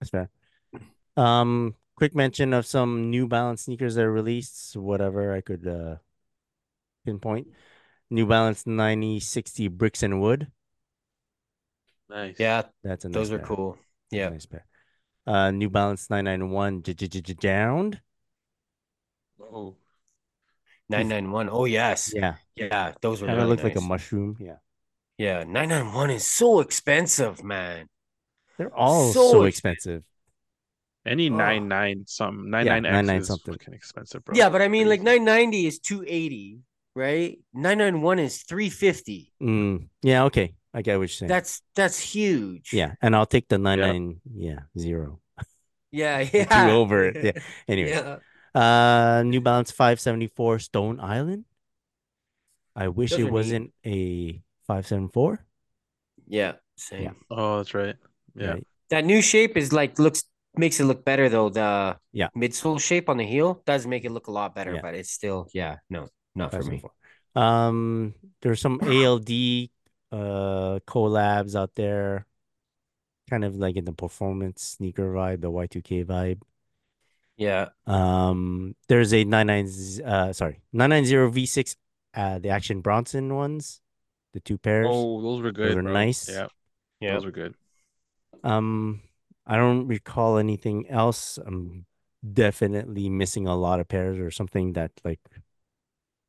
[SPEAKER 2] That's fair. Um, quick mention of some New Balance sneakers that are released, whatever I could uh pinpoint. New Balance 9060 Bricks and Wood.
[SPEAKER 5] Nice.
[SPEAKER 4] Yeah,
[SPEAKER 2] That's a nice
[SPEAKER 4] those were
[SPEAKER 2] pair.
[SPEAKER 4] cool. Yeah.
[SPEAKER 2] Nice pair. Uh, New Balance 991 j- j- j- j- Downed.
[SPEAKER 5] Oh.
[SPEAKER 4] 991. Oh yes.
[SPEAKER 2] Yeah.
[SPEAKER 4] Yeah, those were
[SPEAKER 2] Kind of
[SPEAKER 4] really
[SPEAKER 2] looked like a
[SPEAKER 4] nice.
[SPEAKER 2] mushroom. Yeah.
[SPEAKER 4] Yeah, 991 is so expensive, man.
[SPEAKER 2] They're all
[SPEAKER 4] So
[SPEAKER 2] so,
[SPEAKER 4] expen-
[SPEAKER 2] expensive.
[SPEAKER 5] Any
[SPEAKER 4] Oh.
[SPEAKER 5] nine nine something nine
[SPEAKER 2] Yeah,
[SPEAKER 5] nine X
[SPEAKER 2] 99
[SPEAKER 5] is
[SPEAKER 2] something.
[SPEAKER 5] fucking expensive, bro.
[SPEAKER 4] yeah, but I mean like
[SPEAKER 5] Crazy.
[SPEAKER 4] 990 is 280, right? 991 is 350.
[SPEAKER 2] Mm, yeah. Okay. I get what you're saying.
[SPEAKER 4] That's that's huge.
[SPEAKER 2] yeah. And I'll take the 99. Yeah. Zero.
[SPEAKER 4] Yeah,
[SPEAKER 2] The
[SPEAKER 4] yeah.
[SPEAKER 2] Two over it.
[SPEAKER 4] (laughs)
[SPEAKER 2] Yeah. Anyways.
[SPEAKER 4] Yeah.
[SPEAKER 2] Uh, New Balance 574 Stone Island. I wish
[SPEAKER 4] Those
[SPEAKER 2] it
[SPEAKER 4] are neat.
[SPEAKER 2] wasn't a 574.
[SPEAKER 4] Yeah, same.
[SPEAKER 2] Yeah.
[SPEAKER 5] Oh, that's right. Yeah.
[SPEAKER 2] right?
[SPEAKER 4] That new shape is like looks makes it look better though. The
[SPEAKER 2] Yeah.
[SPEAKER 4] midsole shape on the heel does make it look a lot better,
[SPEAKER 2] Yeah.
[SPEAKER 4] but it's still yeah, no, not for me.
[SPEAKER 2] 574. Um, there's some ALD uh collabs out there, kind of like in the performance sneaker vibe, the Y2K vibe.
[SPEAKER 4] Yeah.
[SPEAKER 2] Um, there's a 99 uh sorry, 990 V6 uh the Action Bronson ones, the two pairs.
[SPEAKER 5] Oh, those were good.
[SPEAKER 2] were
[SPEAKER 5] bro.
[SPEAKER 2] nice.
[SPEAKER 5] Yeah.
[SPEAKER 4] Yeah.
[SPEAKER 5] Those were good.
[SPEAKER 2] Um, I don't recall anything else. I'm definitely missing a lot of pairs or something that like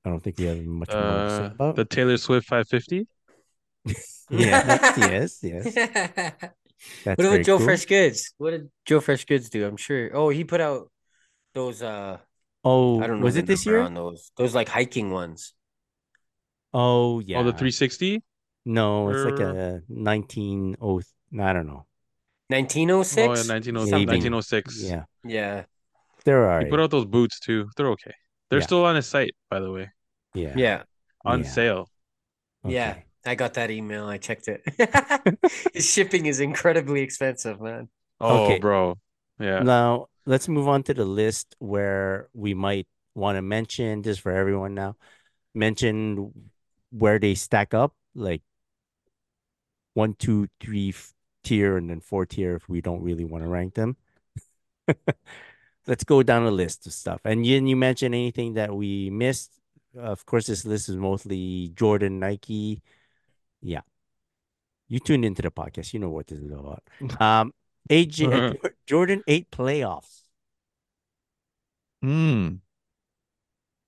[SPEAKER 2] I don't think we have much more to say
[SPEAKER 5] Uh,
[SPEAKER 2] about.
[SPEAKER 5] the Taylor Swift 550.
[SPEAKER 2] Yeah,
[SPEAKER 5] (laughs)
[SPEAKER 2] yes,
[SPEAKER 4] (laughs)
[SPEAKER 2] yes. That's
[SPEAKER 4] what
[SPEAKER 2] very
[SPEAKER 4] about Joe
[SPEAKER 2] cool.
[SPEAKER 4] Fresh Goods? What did Joe Fresh Goods do? I'm sure. Oh, he put out those. uh
[SPEAKER 2] Oh,
[SPEAKER 4] I don't know.
[SPEAKER 2] was
[SPEAKER 4] the
[SPEAKER 2] it this
[SPEAKER 4] number
[SPEAKER 2] year?
[SPEAKER 4] On those, those like hiking ones.
[SPEAKER 2] Oh yeah.
[SPEAKER 5] Oh, the 360.
[SPEAKER 2] No, it's like
[SPEAKER 5] er-
[SPEAKER 2] a 19 oh I don't know.
[SPEAKER 4] 1906.
[SPEAKER 5] Oh, yeah, 1906.
[SPEAKER 2] Maybe.
[SPEAKER 5] 1906.
[SPEAKER 2] Yeah.
[SPEAKER 4] yeah,
[SPEAKER 2] They're all
[SPEAKER 5] He put
[SPEAKER 2] right.
[SPEAKER 5] out those boots too. They're okay. They're
[SPEAKER 2] Yeah.
[SPEAKER 5] still on his site, by the way,
[SPEAKER 2] Yeah.
[SPEAKER 4] yeah,
[SPEAKER 5] on
[SPEAKER 2] Yeah.
[SPEAKER 5] sale.
[SPEAKER 4] yeah.
[SPEAKER 2] okay.
[SPEAKER 4] I got that email. I
[SPEAKER 2] (laughs)
[SPEAKER 4] checked it. His shipping is incredibly expensive, man.
[SPEAKER 5] Oh,
[SPEAKER 2] Okay.
[SPEAKER 5] bro. Yeah.
[SPEAKER 2] Now, let's move on to the list where we might want to mention, just for everyone now, mention where they stack up, like one, two, three f- tier, and then four tier if we don't really want to rank them. Let's go down the list of stuff. And you, you mentioned anything that we missed. Of course, this list is mostly Jordan, Nike. Yeah. You tuned into the podcast. You know what this is about. Um, AJ, Jordan 8 playoffs,
[SPEAKER 3] Hmm.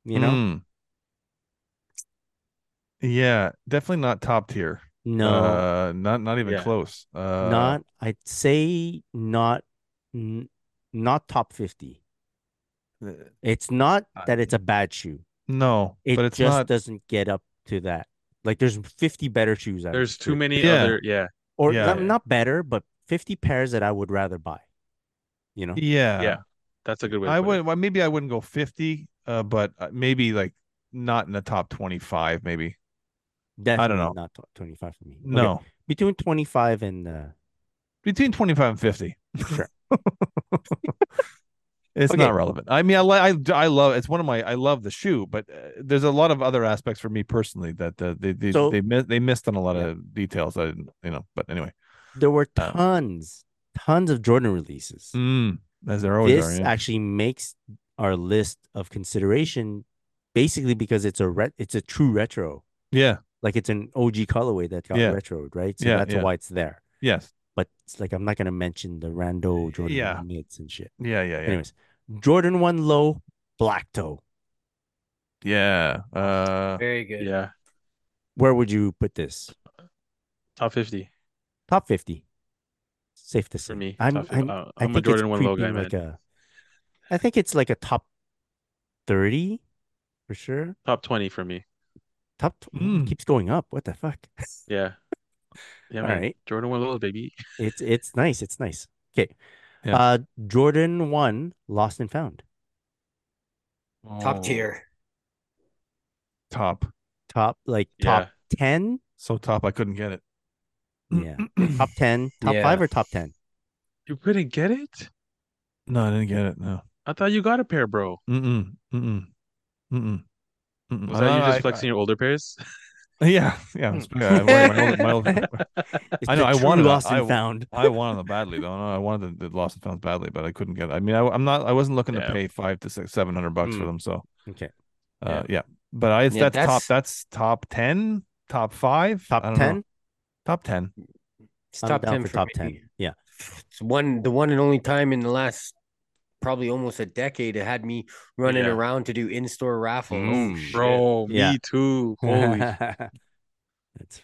[SPEAKER 2] you know?
[SPEAKER 3] Hmm. Yeah, definitely not top tier.
[SPEAKER 2] No,
[SPEAKER 3] Uh, not not even
[SPEAKER 5] Yeah.
[SPEAKER 3] close. Uh,
[SPEAKER 2] not I'd say not n- not top 50. It's not
[SPEAKER 3] I-
[SPEAKER 2] that it's a bad shoe.
[SPEAKER 3] no,
[SPEAKER 2] It
[SPEAKER 3] but it's
[SPEAKER 2] just
[SPEAKER 3] not.
[SPEAKER 2] doesn't get up to that. Like there's 50 better shoes out there.
[SPEAKER 5] There's too many
[SPEAKER 3] Yeah.
[SPEAKER 5] other. Yeah.
[SPEAKER 2] or
[SPEAKER 3] yeah.
[SPEAKER 2] not, not better, but 50 pairs that I would rather buy. You know?
[SPEAKER 3] Yeah,
[SPEAKER 5] Yeah. That's a good way. To
[SPEAKER 3] I
[SPEAKER 5] put it.
[SPEAKER 3] would. Well, maybe I wouldn't go fifty. Uh, but uh, maybe like not in the top twenty-five. Maybe
[SPEAKER 2] Definitely
[SPEAKER 3] know.
[SPEAKER 2] Not tw- 25 for me. Okay,
[SPEAKER 3] No,
[SPEAKER 2] Between 25 and uh,
[SPEAKER 3] between 25 and 50.
[SPEAKER 2] Sure.
[SPEAKER 3] it's
[SPEAKER 2] Okay.
[SPEAKER 3] not relevant. I mean, I, li- I I love it's one of my I love the shoe, but uh, there's a lot of other aspects for me personally that uh, they they
[SPEAKER 2] So-
[SPEAKER 3] they, mi- they missed on a lot of details. I didn't, you know, but anyway,
[SPEAKER 2] there were
[SPEAKER 3] Uh,
[SPEAKER 2] tons, tons of Jordan releases.
[SPEAKER 3] mm, as there always
[SPEAKER 2] this
[SPEAKER 3] are. yeah.
[SPEAKER 2] actually makes our list of consideration basically because it's a re- it's a true retro.
[SPEAKER 3] yeah.
[SPEAKER 2] Like it's an OG colorway that got
[SPEAKER 3] Yeah.
[SPEAKER 2] retroed, right? So
[SPEAKER 3] Yeah,
[SPEAKER 2] that's
[SPEAKER 3] yeah.
[SPEAKER 2] why it's there.
[SPEAKER 3] Yes.
[SPEAKER 2] But it's like I'm not gonna mention the rando Jordan
[SPEAKER 3] Yeah.
[SPEAKER 2] mitts and shit.
[SPEAKER 3] Yeah. Yeah. Yeah.
[SPEAKER 2] Anyways, Jordan one low, black toe.
[SPEAKER 3] Yeah. Uh,
[SPEAKER 4] Very good.
[SPEAKER 5] Yeah,
[SPEAKER 2] Where would you put this?
[SPEAKER 5] top fifty
[SPEAKER 2] Top fifty. Safe to say.
[SPEAKER 5] for me.
[SPEAKER 2] I'm,
[SPEAKER 5] top 50.
[SPEAKER 2] I'm,
[SPEAKER 5] Uh,
[SPEAKER 2] I
[SPEAKER 5] I'm a
[SPEAKER 2] think
[SPEAKER 5] Jordan
[SPEAKER 2] it's
[SPEAKER 5] one low guy,
[SPEAKER 2] creeping
[SPEAKER 5] man.
[SPEAKER 2] like a- I think it's like a top thirty for sure.
[SPEAKER 5] Top twenty for me.
[SPEAKER 2] Top tw- ooh,
[SPEAKER 3] Mm.
[SPEAKER 2] keeps going up. What the fuck?
[SPEAKER 5] Yeah, yeah,
[SPEAKER 2] All
[SPEAKER 5] man.
[SPEAKER 2] right.
[SPEAKER 5] Jordan one low, baby.
[SPEAKER 2] It's it's nice. It's nice. Okay.
[SPEAKER 3] Yeah.
[SPEAKER 2] Uh Jordan one, lost and found.
[SPEAKER 3] oh,
[SPEAKER 4] Top tier.
[SPEAKER 3] Top.
[SPEAKER 2] Top like
[SPEAKER 5] Yeah,
[SPEAKER 2] top ten.
[SPEAKER 3] So top. I couldn't get it.
[SPEAKER 2] Yeah. top ten. Top
[SPEAKER 4] Yeah.
[SPEAKER 2] five or top ten?
[SPEAKER 5] you couldn't get it.
[SPEAKER 3] (clears throat) No, I didn't get it. No.
[SPEAKER 5] I thought you got a pair, bro.
[SPEAKER 3] Mm-mm. Mm-mm. Mm-mm. Mm-mm.
[SPEAKER 5] Was
[SPEAKER 3] Uh, I don't
[SPEAKER 5] that you
[SPEAKER 3] know,
[SPEAKER 5] just
[SPEAKER 3] I-
[SPEAKER 5] flexing your older pairs? (laughs)
[SPEAKER 3] I- Yeah, yeah. I'm sp- yeah, my old- my old-
[SPEAKER 2] It's
[SPEAKER 3] I know,
[SPEAKER 2] the
[SPEAKER 3] I
[SPEAKER 2] true
[SPEAKER 3] wanted a-
[SPEAKER 2] lost and
[SPEAKER 3] I-
[SPEAKER 2] found.
[SPEAKER 3] (laughs) I wanted them badly though. No, I wanted the, the lost and found badly, but I couldn't get. It. I mean, I, am not. I wasn't looking
[SPEAKER 5] Yeah.
[SPEAKER 3] to pay five to six, seven hundred bucks for
[SPEAKER 2] Mm.
[SPEAKER 3] them. So,
[SPEAKER 2] Okay.
[SPEAKER 3] uh, yeah. But I
[SPEAKER 4] Yeah,
[SPEAKER 3] that's, top.
[SPEAKER 4] that's-
[SPEAKER 3] That's top ten, top five, I
[SPEAKER 2] Top
[SPEAKER 3] don't know.
[SPEAKER 2] ten?
[SPEAKER 3] top ten.
[SPEAKER 4] It's
[SPEAKER 2] I'm
[SPEAKER 4] top
[SPEAKER 2] down
[SPEAKER 4] ten
[SPEAKER 2] for
[SPEAKER 4] for
[SPEAKER 2] top
[SPEAKER 4] me.
[SPEAKER 2] ten. Yeah.
[SPEAKER 4] It's one the one and only time in the last probably almost a decade it had me running
[SPEAKER 5] Yeah.
[SPEAKER 4] around to do in-store raffles.
[SPEAKER 2] Mm.
[SPEAKER 4] (laughs) Shit.
[SPEAKER 5] Bro,
[SPEAKER 2] Yeah.
[SPEAKER 5] me too.
[SPEAKER 2] (laughs)
[SPEAKER 5] Holy
[SPEAKER 2] That's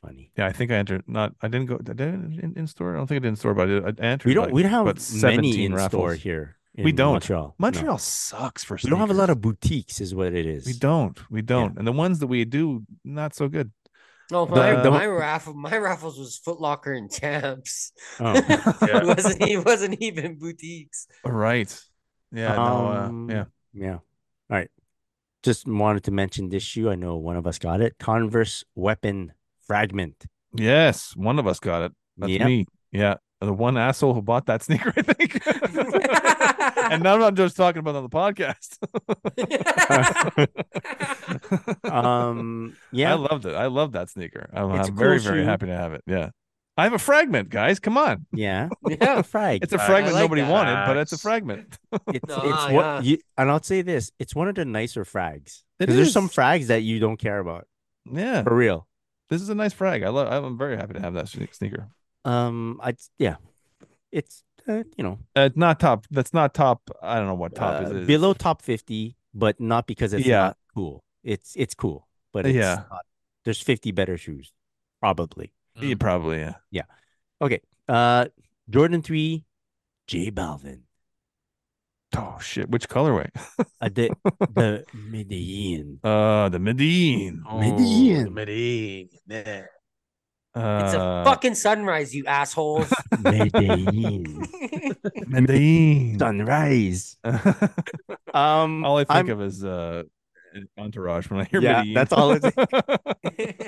[SPEAKER 2] funny.
[SPEAKER 3] Yeah, I think I entered. Not, I didn't go. Did I in, in store? I don't think I did in store, but I, did, I entered.
[SPEAKER 2] We don't
[SPEAKER 3] like,
[SPEAKER 2] we don't have
[SPEAKER 3] about
[SPEAKER 2] many
[SPEAKER 3] 17
[SPEAKER 2] in store
[SPEAKER 3] raffles.
[SPEAKER 2] here.
[SPEAKER 3] We
[SPEAKER 2] in
[SPEAKER 3] don't.
[SPEAKER 2] Montreal. No.
[SPEAKER 3] Montreal sucks for.
[SPEAKER 2] We don't have a lot
[SPEAKER 3] sneakers.
[SPEAKER 2] of boutiques, is what it is.
[SPEAKER 3] We don't. We don't. And the ones that we do, not so good.
[SPEAKER 4] No, Oh, my,
[SPEAKER 3] The-
[SPEAKER 4] my raffle my raffles was Foot Locker and Champs.
[SPEAKER 2] Oh.
[SPEAKER 5] Yeah.
[SPEAKER 4] it (laughs) wasn't it wasn't
[SPEAKER 2] (laughs)
[SPEAKER 4] even boutiques.
[SPEAKER 3] Right. Yeah.
[SPEAKER 2] Um,
[SPEAKER 3] no, uh, yeah.
[SPEAKER 2] Yeah. All right. Just wanted to mention this shoe. I know one of us got it. Converse Weapon Fragment.
[SPEAKER 3] Yes. One of us got it. That's
[SPEAKER 2] Yep.
[SPEAKER 3] me. Yeah. The one asshole who bought that (laughs) sneaker, I think.
[SPEAKER 4] (laughs)
[SPEAKER 3] and now I'm not just talking about it on the podcast.
[SPEAKER 2] (laughs) Um,
[SPEAKER 3] (laughs) I
[SPEAKER 2] yeah.
[SPEAKER 3] loved it. I love that sneaker. I'm,
[SPEAKER 2] It's
[SPEAKER 3] I'm
[SPEAKER 2] a
[SPEAKER 3] very,
[SPEAKER 2] cool
[SPEAKER 3] very
[SPEAKER 2] shoe.
[SPEAKER 3] happy to have it. Yeah. I have a fragment, guys. Come on.
[SPEAKER 2] Yeah.
[SPEAKER 4] yeah.
[SPEAKER 2] A frag.
[SPEAKER 3] It's a Ah,
[SPEAKER 5] Facts.
[SPEAKER 3] fragment
[SPEAKER 4] I like
[SPEAKER 3] nobody
[SPEAKER 4] that.
[SPEAKER 3] wanted, but it's a
[SPEAKER 5] Facts.
[SPEAKER 3] fragment.
[SPEAKER 2] It's,
[SPEAKER 4] Nah,
[SPEAKER 2] it's what
[SPEAKER 4] yeah.
[SPEAKER 2] you, and I'll say this it's one of the nicer frags.
[SPEAKER 3] It
[SPEAKER 2] Because there's some
[SPEAKER 3] is.
[SPEAKER 2] frags that you don't care about
[SPEAKER 3] Yeah.
[SPEAKER 2] for real.
[SPEAKER 3] This is a nice frag. I love I'm very happy to have that sne- sneaker.
[SPEAKER 2] Um, I yeah, it's uh, you know,
[SPEAKER 3] Uh, it's not top. That's not top. I don't know what top
[SPEAKER 2] uh,
[SPEAKER 3] is. It's-
[SPEAKER 2] below top 50, but not because it's
[SPEAKER 3] Yeah.
[SPEAKER 2] not cool, it's it's cool, but it's
[SPEAKER 3] Yeah.
[SPEAKER 2] not- there's 50 better shoes, probably.
[SPEAKER 3] Yeah, probably. Yeah.
[SPEAKER 2] Okay. Uh Jordan 3, J Balvin.
[SPEAKER 3] Oh shit! Which colorway?
[SPEAKER 2] Uh, the the Medellin.
[SPEAKER 3] Uh, the Medine.
[SPEAKER 5] Oh,
[SPEAKER 2] Medellin.
[SPEAKER 5] Medellin. (laughs) Yeah.
[SPEAKER 3] Uh,
[SPEAKER 4] It's a fucking sunrise, you
[SPEAKER 2] (laughs)
[SPEAKER 4] assholes.
[SPEAKER 2] Medellin.
[SPEAKER 3] Medine.
[SPEAKER 2] Sunrise.
[SPEAKER 3] (laughs)
[SPEAKER 2] Um
[SPEAKER 3] all I think
[SPEAKER 2] I'm-
[SPEAKER 3] of is uh, entourage when I hear
[SPEAKER 2] Yeah,
[SPEAKER 3] Medine.
[SPEAKER 2] that's all it-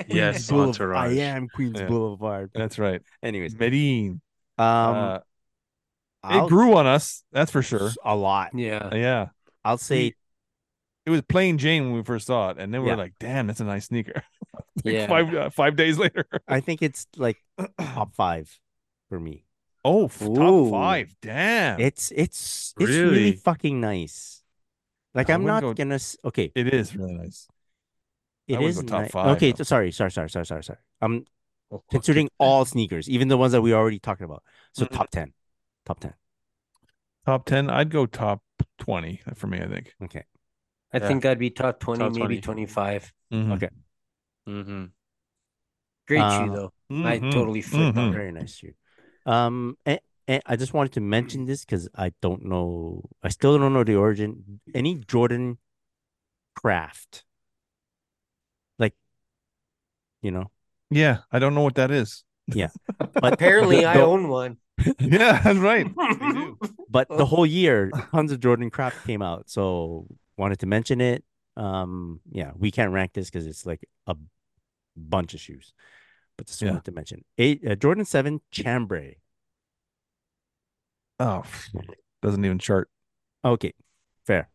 [SPEAKER 5] Yes,
[SPEAKER 2] Boule-
[SPEAKER 5] Entourage.
[SPEAKER 2] I am Queens
[SPEAKER 3] Yeah.
[SPEAKER 2] Boulevard.
[SPEAKER 3] (laughs) that's right.
[SPEAKER 2] Anyways,
[SPEAKER 3] Medine.
[SPEAKER 2] um
[SPEAKER 3] uh,
[SPEAKER 2] I'll-
[SPEAKER 3] it grew on us. That's for sure. Uh,
[SPEAKER 2] a lot.
[SPEAKER 4] yeah.
[SPEAKER 3] Yeah.
[SPEAKER 2] I'll say
[SPEAKER 3] It was plain Jane when we first saw it, and then we
[SPEAKER 2] Yeah.
[SPEAKER 3] were like, "Damn, that's a nice sneaker." (laughs) Like,
[SPEAKER 4] Yeah.
[SPEAKER 3] Five uh, five days later. (laughs)
[SPEAKER 2] I think it's like top 5 for me.
[SPEAKER 3] Oh, f- top
[SPEAKER 4] Ooh.
[SPEAKER 3] five. Damn.
[SPEAKER 2] It's it's it's really,
[SPEAKER 5] Really?
[SPEAKER 2] fucking nice. Like
[SPEAKER 3] I
[SPEAKER 2] I'm not
[SPEAKER 3] wouldn't go-
[SPEAKER 2] gonna s- okay.
[SPEAKER 3] it is really nice.
[SPEAKER 2] It
[SPEAKER 3] wouldn't
[SPEAKER 2] is
[SPEAKER 3] go top
[SPEAKER 2] ni-
[SPEAKER 3] five,
[SPEAKER 2] Okay,
[SPEAKER 3] though.
[SPEAKER 2] so- sorry, sorry, sorry, sorry, sorry, sorry. I'm considering all sneakers, even the ones that we already talked about. So
[SPEAKER 5] Mhm.
[SPEAKER 2] top ten, top ten.
[SPEAKER 3] Top ten. I'd go top twenty for me. I think.
[SPEAKER 2] Okay,
[SPEAKER 4] I
[SPEAKER 5] Yeah.
[SPEAKER 4] think I'd be top 20,
[SPEAKER 5] Top
[SPEAKER 4] maybe
[SPEAKER 5] 20.
[SPEAKER 4] 25.
[SPEAKER 3] Mhm.
[SPEAKER 2] Okay.
[SPEAKER 5] Mhm.
[SPEAKER 4] Great
[SPEAKER 2] Mm-hmm. Uh, Mm-hmm.
[SPEAKER 4] shoe though. I
[SPEAKER 3] Mhm.
[SPEAKER 4] totally flipped on
[SPEAKER 3] Mhm.
[SPEAKER 4] it.
[SPEAKER 2] very nice shoe. Um, and, and I just wanted to mention this because I don't know. I still don't know the origin. Any Jordan craft, like, you know,
[SPEAKER 3] Yeah, I don't know what that is. (laughs)
[SPEAKER 2] but
[SPEAKER 4] Apparently,
[SPEAKER 2] the,
[SPEAKER 4] I
[SPEAKER 2] the- (laughs)
[SPEAKER 4] own one.
[SPEAKER 3] yeah, that's right.
[SPEAKER 2] But the
[SPEAKER 4] (laughs)
[SPEAKER 2] whole year, tons of Jordan craft came out, so wanted to mention it. Um, yeah, we can't rank this because it's like a bunch of shoes, but just
[SPEAKER 3] Yeah.
[SPEAKER 2] wanted to mention eight uh, Jordan Seven Chambray.
[SPEAKER 3] Oh, pff, doesn't
[SPEAKER 2] (laughs)
[SPEAKER 3] even chart
[SPEAKER 2] Okay, fair.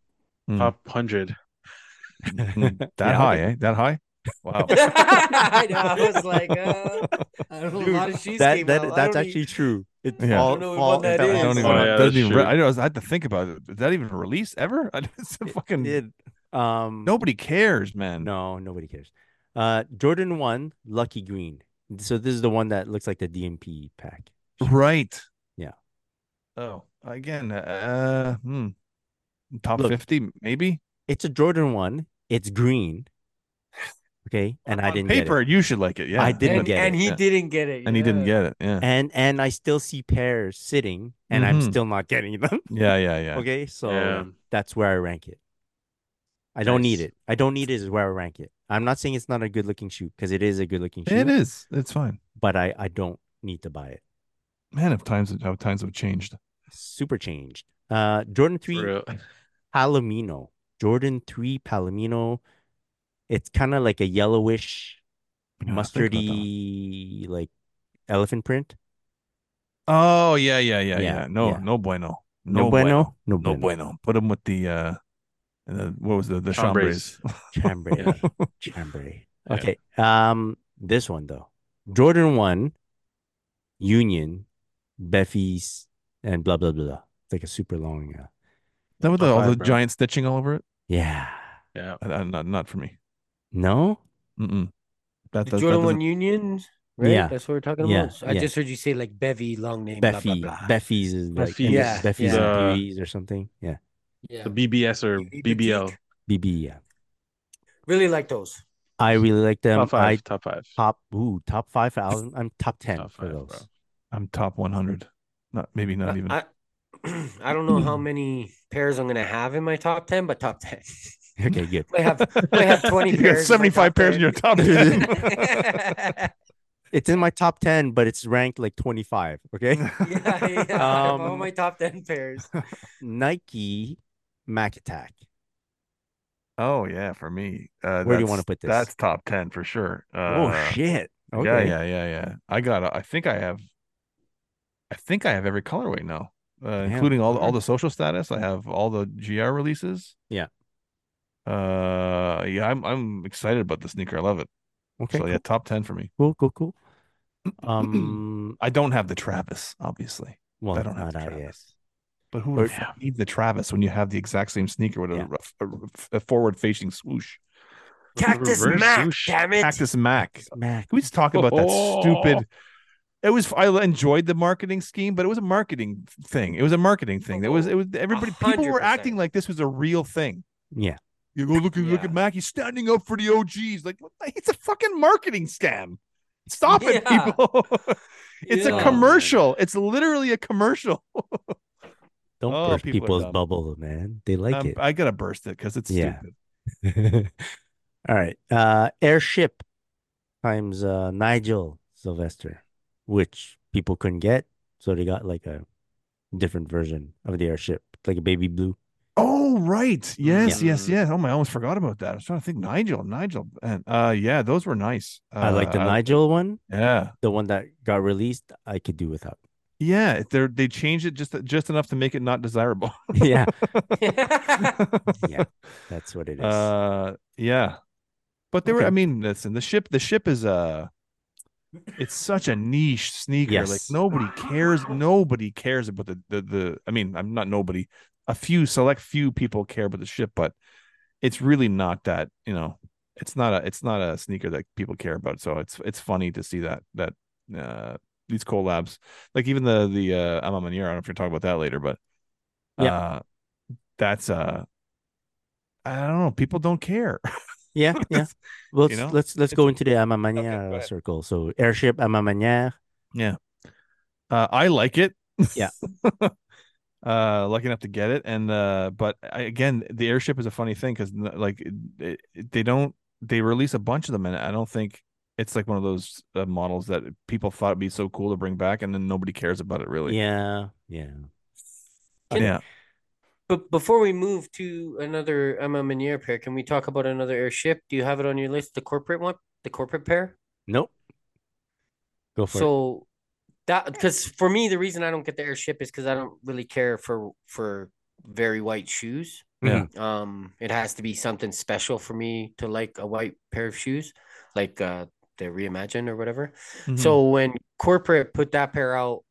[SPEAKER 5] Top hundred.
[SPEAKER 3] Mm, that
[SPEAKER 2] Yeah,
[SPEAKER 3] high,
[SPEAKER 2] okay.
[SPEAKER 3] eh? That high? Wow.
[SPEAKER 4] (laughs) I know. I was like, uh, I don't know, a lot of shoes
[SPEAKER 2] that,
[SPEAKER 4] came
[SPEAKER 2] that
[SPEAKER 4] out. I
[SPEAKER 2] that's
[SPEAKER 4] don't e-
[SPEAKER 2] actually true. It
[SPEAKER 3] Yeah. I don't
[SPEAKER 2] all,
[SPEAKER 4] know what
[SPEAKER 2] all
[SPEAKER 4] one that
[SPEAKER 2] fell
[SPEAKER 4] is.
[SPEAKER 3] I
[SPEAKER 2] out.
[SPEAKER 3] don't even.
[SPEAKER 5] Oh,
[SPEAKER 3] know.
[SPEAKER 5] yeah,
[SPEAKER 3] doesn't even. re-
[SPEAKER 5] shoot.
[SPEAKER 3] I, know, I had to think about it. Is that even released ever? (laughs) I it's a
[SPEAKER 2] It
[SPEAKER 3] fucking.
[SPEAKER 2] did. Um,
[SPEAKER 3] Nobody cares, man.
[SPEAKER 2] No, nobody cares. Uh, Jordan one, Lucky Green. So this is the one that looks like the DMP pack.
[SPEAKER 3] Right.
[SPEAKER 2] Yeah.
[SPEAKER 3] Oh, again, uh, hmm. top
[SPEAKER 2] Look.
[SPEAKER 3] fifty, maybe.
[SPEAKER 2] It's a Jordan one. It's green. Okay, and I
[SPEAKER 3] On
[SPEAKER 2] didn't
[SPEAKER 3] paper.
[SPEAKER 2] get it.
[SPEAKER 3] You should like it. Yeah,
[SPEAKER 2] I
[SPEAKER 4] even-
[SPEAKER 2] didn't
[SPEAKER 4] and,
[SPEAKER 2] get
[SPEAKER 4] and
[SPEAKER 2] it,
[SPEAKER 4] he
[SPEAKER 3] yeah.
[SPEAKER 4] didn't get it.
[SPEAKER 3] and he didn't
[SPEAKER 4] yeah.
[SPEAKER 3] get it. Yeah.
[SPEAKER 2] And and I still see pairs sitting, and I'm
[SPEAKER 3] Mhm.
[SPEAKER 2] still not getting them. (laughs)
[SPEAKER 3] Yeah. Yeah. Yeah.
[SPEAKER 2] Okay, so
[SPEAKER 5] Yeah.
[SPEAKER 2] that's where I rank it. I don't need
[SPEAKER 5] Nice.
[SPEAKER 2] it. I don't need it is where I rank it. I'm not saying it's not a good looking shoe because it is a good looking shoe.
[SPEAKER 3] It is. It's fine.
[SPEAKER 2] but I I don't need to buy it.
[SPEAKER 3] Man, if times how times have changed.
[SPEAKER 2] Super changed. Uh, Jordan
[SPEAKER 5] For
[SPEAKER 2] three
[SPEAKER 5] real.
[SPEAKER 2] Palomino. Jordan 3 Palomino. It's kind of like a yellowish,
[SPEAKER 3] Yeah, I think about that one.
[SPEAKER 2] mustardy, like elephant print.
[SPEAKER 3] Oh yeah, yeah, yeah,
[SPEAKER 2] Yeah,
[SPEAKER 3] yeah. No,
[SPEAKER 2] yeah.
[SPEAKER 3] no bueno.
[SPEAKER 2] No, bueno. No
[SPEAKER 3] No
[SPEAKER 2] bueno.
[SPEAKER 3] bueno. Put him with the uh, and the, what was the the
[SPEAKER 5] Chambres.
[SPEAKER 3] chambres?
[SPEAKER 2] Chambray.
[SPEAKER 5] Yeah.
[SPEAKER 2] Chambray.
[SPEAKER 5] Yeah.
[SPEAKER 2] Okay. Um, this one though. Jordan 1, Union, Beffy's, and blah, blah, blah. It's like a super long. Uh,
[SPEAKER 3] Is That with the, all
[SPEAKER 5] Five,
[SPEAKER 3] the
[SPEAKER 5] bro.
[SPEAKER 3] giant stitching all over it.
[SPEAKER 2] yeah.
[SPEAKER 5] Yeah.
[SPEAKER 3] Uh, uh, not not for me.
[SPEAKER 2] No?
[SPEAKER 3] Mm-mm. That,
[SPEAKER 4] The
[SPEAKER 3] that,
[SPEAKER 4] Jordan
[SPEAKER 3] that
[SPEAKER 4] One
[SPEAKER 3] doesn't-
[SPEAKER 4] Union, right?
[SPEAKER 2] Yeah.
[SPEAKER 4] That's what we're talking
[SPEAKER 2] Yeah,
[SPEAKER 4] about. So I
[SPEAKER 2] yeah.
[SPEAKER 4] just heard you say like Bevy, long name, blah, blah,
[SPEAKER 2] Beffy.
[SPEAKER 4] blah.
[SPEAKER 2] Beffy's is like
[SPEAKER 5] Beffy's.
[SPEAKER 4] Yeah,
[SPEAKER 2] Beffy's
[SPEAKER 5] yeah.
[SPEAKER 2] and Dewey's or something. Yeah.
[SPEAKER 4] Yeah.
[SPEAKER 5] The BBS or
[SPEAKER 4] Petite.
[SPEAKER 5] BBL.
[SPEAKER 2] BB. Yeah.
[SPEAKER 4] Really like those.
[SPEAKER 2] I really like them.
[SPEAKER 5] Top five.
[SPEAKER 2] I
[SPEAKER 5] top five.
[SPEAKER 2] top ooh top five for Allen. I'm top ten
[SPEAKER 5] Top
[SPEAKER 2] for
[SPEAKER 5] five,
[SPEAKER 2] those.
[SPEAKER 5] bro.
[SPEAKER 3] I'm top 100. Not maybe not even.
[SPEAKER 4] I, (clears throat) I, I don't know how many pairs I'm gonna have in my top ten, but top ten.
[SPEAKER 2] (laughs)
[SPEAKER 4] (laughs)
[SPEAKER 2] Okay, good.
[SPEAKER 4] I have I
[SPEAKER 3] (laughs)
[SPEAKER 4] have 20
[SPEAKER 3] You got
[SPEAKER 4] pairs in my top
[SPEAKER 3] 75
[SPEAKER 4] 10.
[SPEAKER 3] pairs in your top 10.
[SPEAKER 4] (laughs) yeah,
[SPEAKER 2] It's in my top ten, but it's ranked like twenty five. Okay,
[SPEAKER 4] (laughs)
[SPEAKER 3] (laughs)
[SPEAKER 4] yeah. I have all
[SPEAKER 2] Um,
[SPEAKER 4] my top ten pairs.
[SPEAKER 2] Nike Mac Attack.
[SPEAKER 3] oh yeah, for me. Uh,
[SPEAKER 2] Where do you
[SPEAKER 3] that's-
[SPEAKER 2] wanna put this?
[SPEAKER 3] That's top 10 for sure. Uh,
[SPEAKER 2] oh shit! Okay.
[SPEAKER 3] Yeah, yeah, yeah, yeah. I got. I think I have. I think I have every colorway now, uh, including all all the social status. I have all the GR releases.
[SPEAKER 2] Yeah.
[SPEAKER 3] Uh, yeah, I'm I'm excited about the sneaker. I love it.
[SPEAKER 2] Okay.
[SPEAKER 3] so yeah, top ten for me.
[SPEAKER 2] Cool. Cool.
[SPEAKER 3] (clears throat)
[SPEAKER 2] Cool. cool. Um.
[SPEAKER 3] I don't have the Travis, obviously,
[SPEAKER 2] Well,
[SPEAKER 3] I don't have
[SPEAKER 2] not
[SPEAKER 3] the
[SPEAKER 2] out yet.
[SPEAKER 3] Travis. but who would
[SPEAKER 2] Or-
[SPEAKER 3] need the Travis when you have the exact same sneaker with a-
[SPEAKER 2] Yeah.
[SPEAKER 3] a, forward facing swoosh?
[SPEAKER 4] (laughs) Cactus
[SPEAKER 5] Reverse
[SPEAKER 4] Mac,
[SPEAKER 5] swoosh.
[SPEAKER 4] damn it.
[SPEAKER 3] Cactus Mac.
[SPEAKER 2] Mac.
[SPEAKER 3] Can we just talk about that
[SPEAKER 5] Oh.
[SPEAKER 3] stupid? It was. I enjoyed the marketing scheme, but it was a marketing thing. It was a marketing thing. It was. It was everybody. People were
[SPEAKER 4] 100%.
[SPEAKER 3] acting like this was a real thing.
[SPEAKER 2] Yeah.
[SPEAKER 3] You go look at look
[SPEAKER 4] Yeah.
[SPEAKER 3] at Mac. He's standing up for the OGs. Like what the- it's a fucking marketing scam. Stop it,
[SPEAKER 4] Yeah.
[SPEAKER 3] people. (laughs) it's
[SPEAKER 5] Yeah.
[SPEAKER 3] a commercial. It's literally a commercial.
[SPEAKER 2] Don't
[SPEAKER 3] Oh,
[SPEAKER 2] burst
[SPEAKER 3] people are
[SPEAKER 2] people's
[SPEAKER 3] dumb.
[SPEAKER 2] bubble, man. They like
[SPEAKER 3] Um,
[SPEAKER 2] it.
[SPEAKER 3] I gotta burst it because it's
[SPEAKER 2] Yeah.
[SPEAKER 3] stupid.
[SPEAKER 2] (laughs) All right. Uh, airship times uh, Nigel Sylvester, which people couldn't get, so they got like a different version of the airship, like a baby blue.
[SPEAKER 3] Oh right, yes, yes,
[SPEAKER 5] Mm.
[SPEAKER 3] yes. Oh my, I almost forgot about that. I was trying to think. Nigel, Nigel, and uh, yeah, those were nice. Uh,
[SPEAKER 2] I like the
[SPEAKER 3] I-
[SPEAKER 2] Nigel one,
[SPEAKER 3] Yeah,
[SPEAKER 2] the one that got released. I could do
[SPEAKER 3] (laughs)
[SPEAKER 2] without.
[SPEAKER 3] Yeah, they are they changed it just just enough to make it not desirable. (laughs)
[SPEAKER 2] yeah,
[SPEAKER 4] yeah,
[SPEAKER 2] yeah, that's what it is.
[SPEAKER 3] uh, yeah, but they were.
[SPEAKER 2] Okay.
[SPEAKER 3] I mean, listen, the ship. The ship is uh It's such a niche sneaker. Like
[SPEAKER 2] Yes.
[SPEAKER 3] nobody cares. Nobody cares about the, the the. I mean, I'm not nobody. A few select few people care about the ship, but it's really not that. You know, it's not a it's not a sneaker that people care about. So it's it's funny to see that that uh these collabs. Like even the the uh Ama Manier, I don't know if you're talking about that later, but
[SPEAKER 2] Yeah.
[SPEAKER 3] uh that's uh I don't know, people don't care. (laughs)
[SPEAKER 2] yeah, yeah. Well, let's
[SPEAKER 3] you know,
[SPEAKER 2] let's, let's
[SPEAKER 3] it's-
[SPEAKER 2] go into the
[SPEAKER 3] go
[SPEAKER 2] Amamania
[SPEAKER 3] ahead.
[SPEAKER 2] circle. So airship Amamania.
[SPEAKER 3] Uh I like it.
[SPEAKER 2] Yeah.
[SPEAKER 3] (laughs) uh lucky enough to get it and uh but I, again the airship is a funny thing because like it, it, they don't they release a bunch of them and i don't think it's like one of those uh, models that people thought would be so cool to bring back and then nobody cares about it really
[SPEAKER 2] Yeah, yeah.
[SPEAKER 3] yeah
[SPEAKER 4] (laughs) But before we move to another Emma Meniere pair, can we talk about another airship? Do you have it on your list? The corporate one, the corporate pair.
[SPEAKER 2] Nope. Go for it.
[SPEAKER 4] So that because for me, the reason I don't get the airship is because I don't really care for for very white shoes.
[SPEAKER 2] Yeah.
[SPEAKER 4] Um, it has to be something special for me to like a white pair of shoes, like uh the reimagine or whatever.
[SPEAKER 3] Mm-hmm.
[SPEAKER 4] So when corporate put that pair out,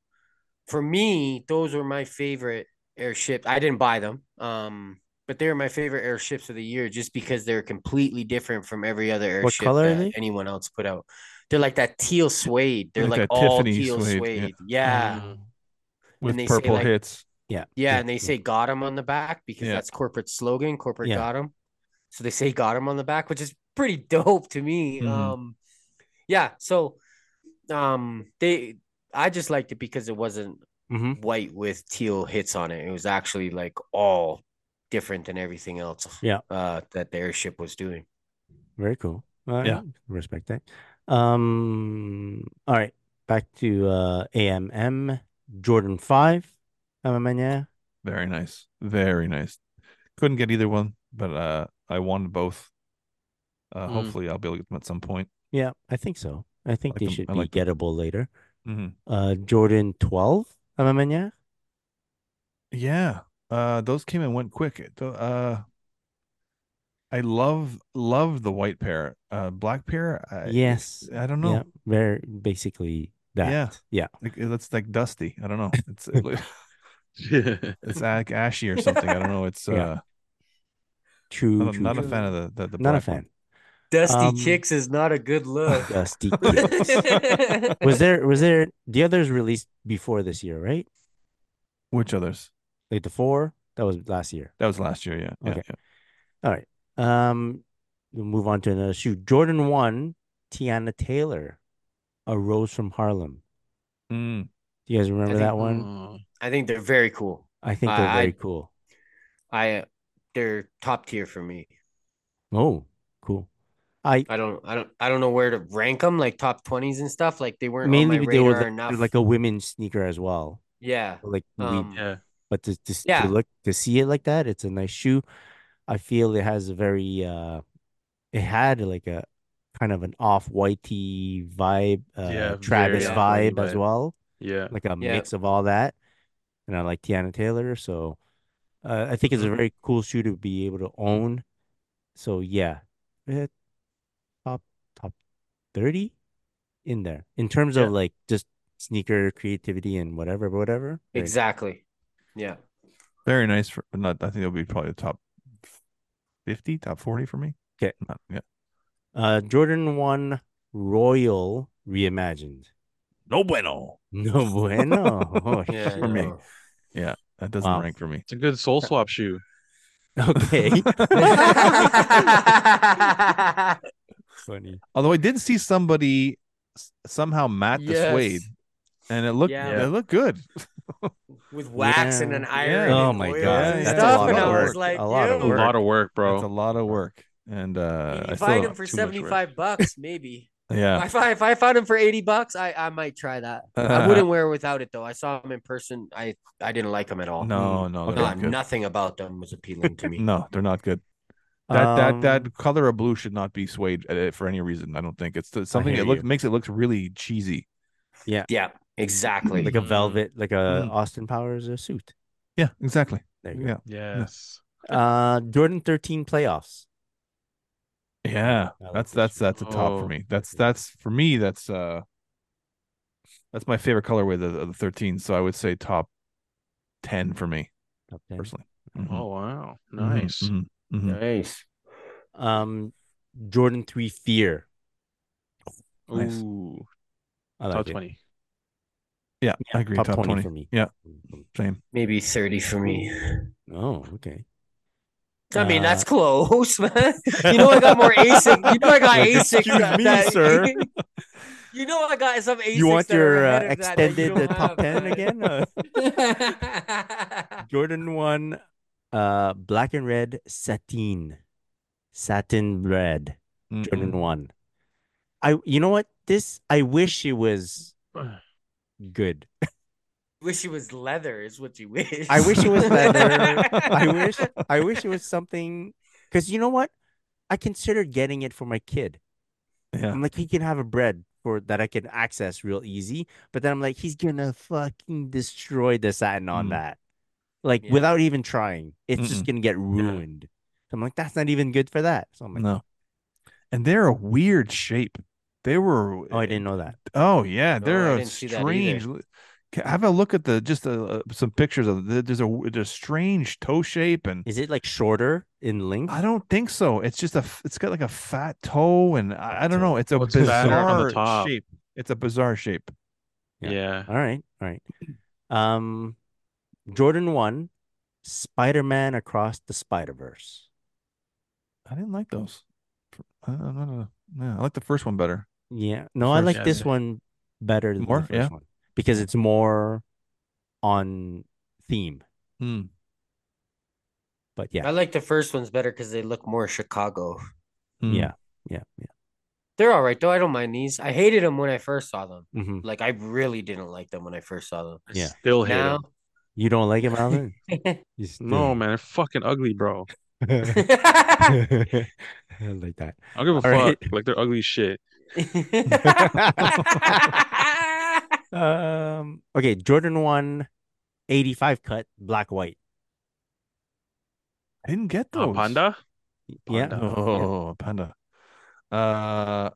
[SPEAKER 4] for me, those were my favorite airships. I didn't buy them, um, but they were my favorite airships of the year just because they're completely different from every other airship
[SPEAKER 2] What color are
[SPEAKER 4] that
[SPEAKER 2] they?
[SPEAKER 4] anyone else put out. They're like that teal suede. They're
[SPEAKER 3] Like
[SPEAKER 4] like,
[SPEAKER 3] that
[SPEAKER 4] all
[SPEAKER 3] Tiffany
[SPEAKER 4] teal
[SPEAKER 3] suede, yeah.
[SPEAKER 4] suede. Yeah.
[SPEAKER 5] Mm.
[SPEAKER 3] with
[SPEAKER 4] they say,
[SPEAKER 3] purple
[SPEAKER 4] like-
[SPEAKER 3] hits.
[SPEAKER 4] Yeah,
[SPEAKER 2] Yeah,
[SPEAKER 4] and
[SPEAKER 2] yeah.
[SPEAKER 4] they say "got him" on the back because
[SPEAKER 3] Yeah.
[SPEAKER 4] that's corporate slogan. Corporate
[SPEAKER 2] Yeah.
[SPEAKER 4] got him, so they say "got him" on the back, which is pretty (laughs) dope to me.
[SPEAKER 2] Mm-hmm.
[SPEAKER 3] Mhm.
[SPEAKER 4] Um, yeah, so um, they I just liked it because it wasn't
[SPEAKER 2] hmm
[SPEAKER 4] white with teal hits on it. It was actually like all different than everything else.
[SPEAKER 2] Yeah.
[SPEAKER 4] uh, that the airship was doing.
[SPEAKER 2] Very cool. All
[SPEAKER 3] Yeah.
[SPEAKER 2] right. Respect that. Um. All right. Back to uh, AMM Jordan Five. Amamanya.
[SPEAKER 3] Very nice. Very nice. Couldn't get either one, but uh I wanted both. Uh
[SPEAKER 4] Mm.
[SPEAKER 3] hopefully I'll be able to get them at some point.
[SPEAKER 2] Yeah, I think so. I think
[SPEAKER 3] like
[SPEAKER 2] they
[SPEAKER 3] them.
[SPEAKER 2] should
[SPEAKER 3] I
[SPEAKER 2] be
[SPEAKER 3] like them.
[SPEAKER 2] gettable later.
[SPEAKER 3] Mhm.
[SPEAKER 2] Uh, Jordan Twelve. Amamanya.
[SPEAKER 3] Yeah. Uh those came and went quick. It- Uh I love love the white pair. Uh black pair. I,
[SPEAKER 2] Yes.
[SPEAKER 3] I don't know.
[SPEAKER 2] Yeah. Very basically that.
[SPEAKER 3] Yeah.
[SPEAKER 2] Yeah.
[SPEAKER 3] Like, it looks like dusty.
[SPEAKER 2] (laughs)
[SPEAKER 3] I don't know. It's it loo- it's like ashy or something. I don't know. It's uh
[SPEAKER 2] (laughs) Yeah. True.
[SPEAKER 3] not, a-
[SPEAKER 2] true,
[SPEAKER 3] not a
[SPEAKER 2] true.
[SPEAKER 3] fan of the the, the
[SPEAKER 2] Not a
[SPEAKER 3] black one.
[SPEAKER 2] fan.
[SPEAKER 4] Dusty
[SPEAKER 2] Um,
[SPEAKER 4] kicks is not a good
[SPEAKER 3] (laughs)
[SPEAKER 4] look. (laughs)
[SPEAKER 2] Dusty. Kid. (laughs) was there? Was there? The others released before this year, right?
[SPEAKER 3] Which others?
[SPEAKER 2] Like the four that was last year.
[SPEAKER 3] That was last year, yeah. yeah,
[SPEAKER 2] Okay.
[SPEAKER 3] yeah.
[SPEAKER 2] All right. Um, we'll move on to another shoe. Jordan one, Tiana Taylor, a rose from Harlem.
[SPEAKER 3] Mm.
[SPEAKER 2] Do you guys remember
[SPEAKER 4] think-
[SPEAKER 2] that one?
[SPEAKER 5] Mm.
[SPEAKER 4] I think they're very cool.
[SPEAKER 2] I think they're
[SPEAKER 4] I-
[SPEAKER 2] very cool.
[SPEAKER 4] I they're top tier for me.
[SPEAKER 2] Oh, cool. I
[SPEAKER 4] I don't, I don't, I don't know where to rank them, like top twenties and stuff. Like they weren't
[SPEAKER 2] mainly
[SPEAKER 4] on my
[SPEAKER 2] they
[SPEAKER 4] radar
[SPEAKER 2] were the-
[SPEAKER 4] enough.
[SPEAKER 2] like a women's sneaker as well.
[SPEAKER 4] yeah,
[SPEAKER 2] Like we-
[SPEAKER 4] um,
[SPEAKER 5] yeah.
[SPEAKER 2] but to, to, s- to
[SPEAKER 4] yeah.
[SPEAKER 2] look to see it like that, it's a nice shoe. I feel it has a very uh, it had like a kind of an off whitey vibe, uh,
[SPEAKER 5] Yeah,
[SPEAKER 2] Travis
[SPEAKER 4] very
[SPEAKER 2] vibe
[SPEAKER 5] off-whitey
[SPEAKER 2] as
[SPEAKER 5] vibe.
[SPEAKER 2] well.
[SPEAKER 5] (laughs) Yeah.
[SPEAKER 2] like a
[SPEAKER 4] Yeah.
[SPEAKER 2] mix of all that. And I like Tiana Taylor, so uh, I think it's
[SPEAKER 4] Mm-hmm.
[SPEAKER 2] a very cool shoe to be able to own. So yeah, eh, top top thirty in there in terms
[SPEAKER 5] Yeah.
[SPEAKER 2] of like just sneaker creativity and whatever, whatever. Like,
[SPEAKER 4] exactly. Yeah,
[SPEAKER 3] (laughs) Very nice for not I think it'll be probably the top fifty, top forty for me.
[SPEAKER 2] 'Kay.
[SPEAKER 3] Not- yeah.
[SPEAKER 2] Uh, Jordan One Royal reimagined.
[SPEAKER 3] No bueno.
[SPEAKER 2] No bueno.
[SPEAKER 4] Oh.
[SPEAKER 2] Oh,
[SPEAKER 4] (laughs) yeah.
[SPEAKER 3] For me. (laughs)
[SPEAKER 4] no.
[SPEAKER 3] That doesn't
[SPEAKER 2] Wow.
[SPEAKER 3] rank for me.
[SPEAKER 2] (laughs)
[SPEAKER 3] (laughs)
[SPEAKER 5] It's a good soul swap shoe.
[SPEAKER 4] (laughs)
[SPEAKER 2] Okay. Funny.
[SPEAKER 3] Although I did see somebody s- somehow mat the
[SPEAKER 4] Yes.
[SPEAKER 3] suede, and it looked
[SPEAKER 4] Yeah.
[SPEAKER 3] it looked good.
[SPEAKER 4] With wax and
[SPEAKER 2] Yeah.
[SPEAKER 4] an iron.
[SPEAKER 2] Oh
[SPEAKER 4] and
[SPEAKER 2] my
[SPEAKER 4] oil
[SPEAKER 2] god,
[SPEAKER 4] and
[SPEAKER 3] that's a
[SPEAKER 4] stuff,
[SPEAKER 3] lot
[SPEAKER 4] and
[SPEAKER 3] of
[SPEAKER 4] I was
[SPEAKER 3] work.
[SPEAKER 4] like,
[SPEAKER 2] A lot of
[SPEAKER 4] yo,
[SPEAKER 5] A
[SPEAKER 2] work.
[SPEAKER 5] lot of work,
[SPEAKER 3] It's a
[SPEAKER 5] bro.
[SPEAKER 3] lot of work, and uh, I
[SPEAKER 4] you
[SPEAKER 3] still
[SPEAKER 4] find
[SPEAKER 3] don't-
[SPEAKER 4] them for
[SPEAKER 3] too much work.
[SPEAKER 4] seventy-five bucks, maybe.
[SPEAKER 3] Yeah, (laughs)
[SPEAKER 4] If I if I found them for eighty bucks, I I might try that. I wouldn't wear without it though. I saw them in person. I I didn't like them at all.
[SPEAKER 3] No, no, they're
[SPEAKER 4] No,
[SPEAKER 3] not good.
[SPEAKER 4] nothing about them was appealing to me.
[SPEAKER 3] Mm, (laughs) No, they're not good. That that
[SPEAKER 2] Um,
[SPEAKER 3] that color of blue should not be suede uh, for any reason. I don't think it's it's something.
[SPEAKER 2] hear
[SPEAKER 3] It looks
[SPEAKER 2] you.
[SPEAKER 3] makes it look really cheesy.
[SPEAKER 4] Yeah, exactly.
[SPEAKER 2] like a velvet, like a
[SPEAKER 4] Mm-hmm.
[SPEAKER 3] Mm.
[SPEAKER 2] Austin Powers uh, suit.
[SPEAKER 3] Yeah, exactly.
[SPEAKER 2] There you go.
[SPEAKER 3] Yeah,
[SPEAKER 5] Yes.
[SPEAKER 2] Uh, Jordan 13 playoffs.
[SPEAKER 3] Yeah,
[SPEAKER 2] I like
[SPEAKER 3] that's
[SPEAKER 2] this
[SPEAKER 3] that's
[SPEAKER 2] one.
[SPEAKER 3] that's a top for
[SPEAKER 5] Oh,
[SPEAKER 3] me. That's
[SPEAKER 2] okay.
[SPEAKER 3] that's for me. That's uh, that's my favorite colorway of the, of the thirteen. So I would say top ten for me
[SPEAKER 2] Top 10.
[SPEAKER 3] personally.
[SPEAKER 5] Oh wow.
[SPEAKER 3] Mhm,
[SPEAKER 5] Nice.
[SPEAKER 3] mhm, mhm.
[SPEAKER 2] Mm.
[SPEAKER 4] Nice.
[SPEAKER 2] Um, Jordan 3 Fear.
[SPEAKER 3] Nice.
[SPEAKER 5] Ooh.
[SPEAKER 2] I like
[SPEAKER 5] Top
[SPEAKER 2] it.
[SPEAKER 5] twenty. (sighs)
[SPEAKER 3] Yeah, I agree.
[SPEAKER 2] Top,
[SPEAKER 3] Top,
[SPEAKER 2] 20,
[SPEAKER 3] 20.
[SPEAKER 2] for me.
[SPEAKER 3] Yeah.
[SPEAKER 2] Mhm.
[SPEAKER 3] Same.
[SPEAKER 4] Maybe 30 for me.
[SPEAKER 2] Oh, okay.
[SPEAKER 4] I mean,
[SPEAKER 2] Uh,
[SPEAKER 4] that's close,
[SPEAKER 2] (laughs)
[SPEAKER 4] (laughs) man. You know, I got more ASIC. You know, I got
[SPEAKER 2] Like, (laughs)
[SPEAKER 4] ASIC.
[SPEAKER 2] excuse
[SPEAKER 4] that-
[SPEAKER 2] me,
[SPEAKER 4] that-
[SPEAKER 2] sir.
[SPEAKER 4] (laughs) You know, I got some ASIC.
[SPEAKER 2] You want your uh,
[SPEAKER 4] that
[SPEAKER 2] extended
[SPEAKER 4] you
[SPEAKER 2] uh, top
[SPEAKER 4] (laughs)
[SPEAKER 2] 10 again? Uh,
[SPEAKER 4] again?
[SPEAKER 2] Jordan 1, uh, black and red sateen. Satin red. Jordan 1. I, you know what? This, I wish it was good.
[SPEAKER 4] (laughs) wish it was leather, is what you wish.
[SPEAKER 2] I wish it was leather.
[SPEAKER 4] (laughs)
[SPEAKER 3] (laughs)
[SPEAKER 2] I wish I wish it was something because you know what? I considered getting it for my kid.
[SPEAKER 3] Yeah.
[SPEAKER 2] I'm like, he can have a bread for that I can access real easy. But then I'm like, he's gonna fucking destroy the satin on
[SPEAKER 3] Mm.
[SPEAKER 2] that. Like
[SPEAKER 4] Yeah.
[SPEAKER 2] without even trying. It's just gonna get ruined. So I'm like, that's not even good for that. So I'm like,
[SPEAKER 3] No. And they're a weird shape. They were
[SPEAKER 2] oh, I didn't know that.
[SPEAKER 3] Oh yeah,
[SPEAKER 4] No,
[SPEAKER 3] they're
[SPEAKER 4] I
[SPEAKER 3] a
[SPEAKER 4] didn't see that either.
[SPEAKER 3] strange. li- Ca- Have a look at the just uh, some pictures of the, there's a w- there's a strange toe shape and
[SPEAKER 2] Is it like shorter in length?
[SPEAKER 3] I don't think so. It's just a f- it's got like a fat toe and I, I don't know. It's a
[SPEAKER 5] What's fatter on the
[SPEAKER 3] bizarre
[SPEAKER 5] top?
[SPEAKER 3] shape. It's a bizarre shape.
[SPEAKER 2] Yeah.
[SPEAKER 5] Yeah.
[SPEAKER 2] All right, all right. Um, Jordan one, Spider Man across the Spider Verse.
[SPEAKER 3] I didn't like those. F- Hmm. I don't, I don't know. Yeah, I like the first one better.
[SPEAKER 2] Yeah, no, I
[SPEAKER 3] First,
[SPEAKER 2] like
[SPEAKER 5] yeah,
[SPEAKER 2] this
[SPEAKER 5] yeah.
[SPEAKER 2] one better than
[SPEAKER 3] More?
[SPEAKER 2] the first
[SPEAKER 3] Yeah.
[SPEAKER 2] one because it's more on theme.
[SPEAKER 3] Hmm,
[SPEAKER 2] But yeah,
[SPEAKER 4] I like the first ones better because they look more Chicago.
[SPEAKER 3] hmm.
[SPEAKER 2] yeah, yeah, yeah.
[SPEAKER 4] They're all right though. I don't mind these. I hated them when I first saw them.
[SPEAKER 2] hmm
[SPEAKER 4] Like I really didn't like them when I first saw them.
[SPEAKER 5] I
[SPEAKER 2] Yeah.
[SPEAKER 5] Still hate
[SPEAKER 4] Now,
[SPEAKER 5] him.
[SPEAKER 2] You don't like it,
[SPEAKER 3] (laughs)
[SPEAKER 2] Malvin? You still-
[SPEAKER 5] No, man, they're fucking ugly, bro.
[SPEAKER 2] (laughs)
[SPEAKER 4] (laughs)
[SPEAKER 2] I like that.
[SPEAKER 5] I don't give a
[SPEAKER 2] All
[SPEAKER 5] fuck.
[SPEAKER 2] right.
[SPEAKER 5] Like they're ugly as shit.
[SPEAKER 2] Um, okay, Jordan one, 85 cut, black white.
[SPEAKER 3] I didn't get
[SPEAKER 5] Uh,
[SPEAKER 3] those.
[SPEAKER 5] panda?
[SPEAKER 2] Yeah.
[SPEAKER 5] Panda.
[SPEAKER 3] Oh, panda. Uh,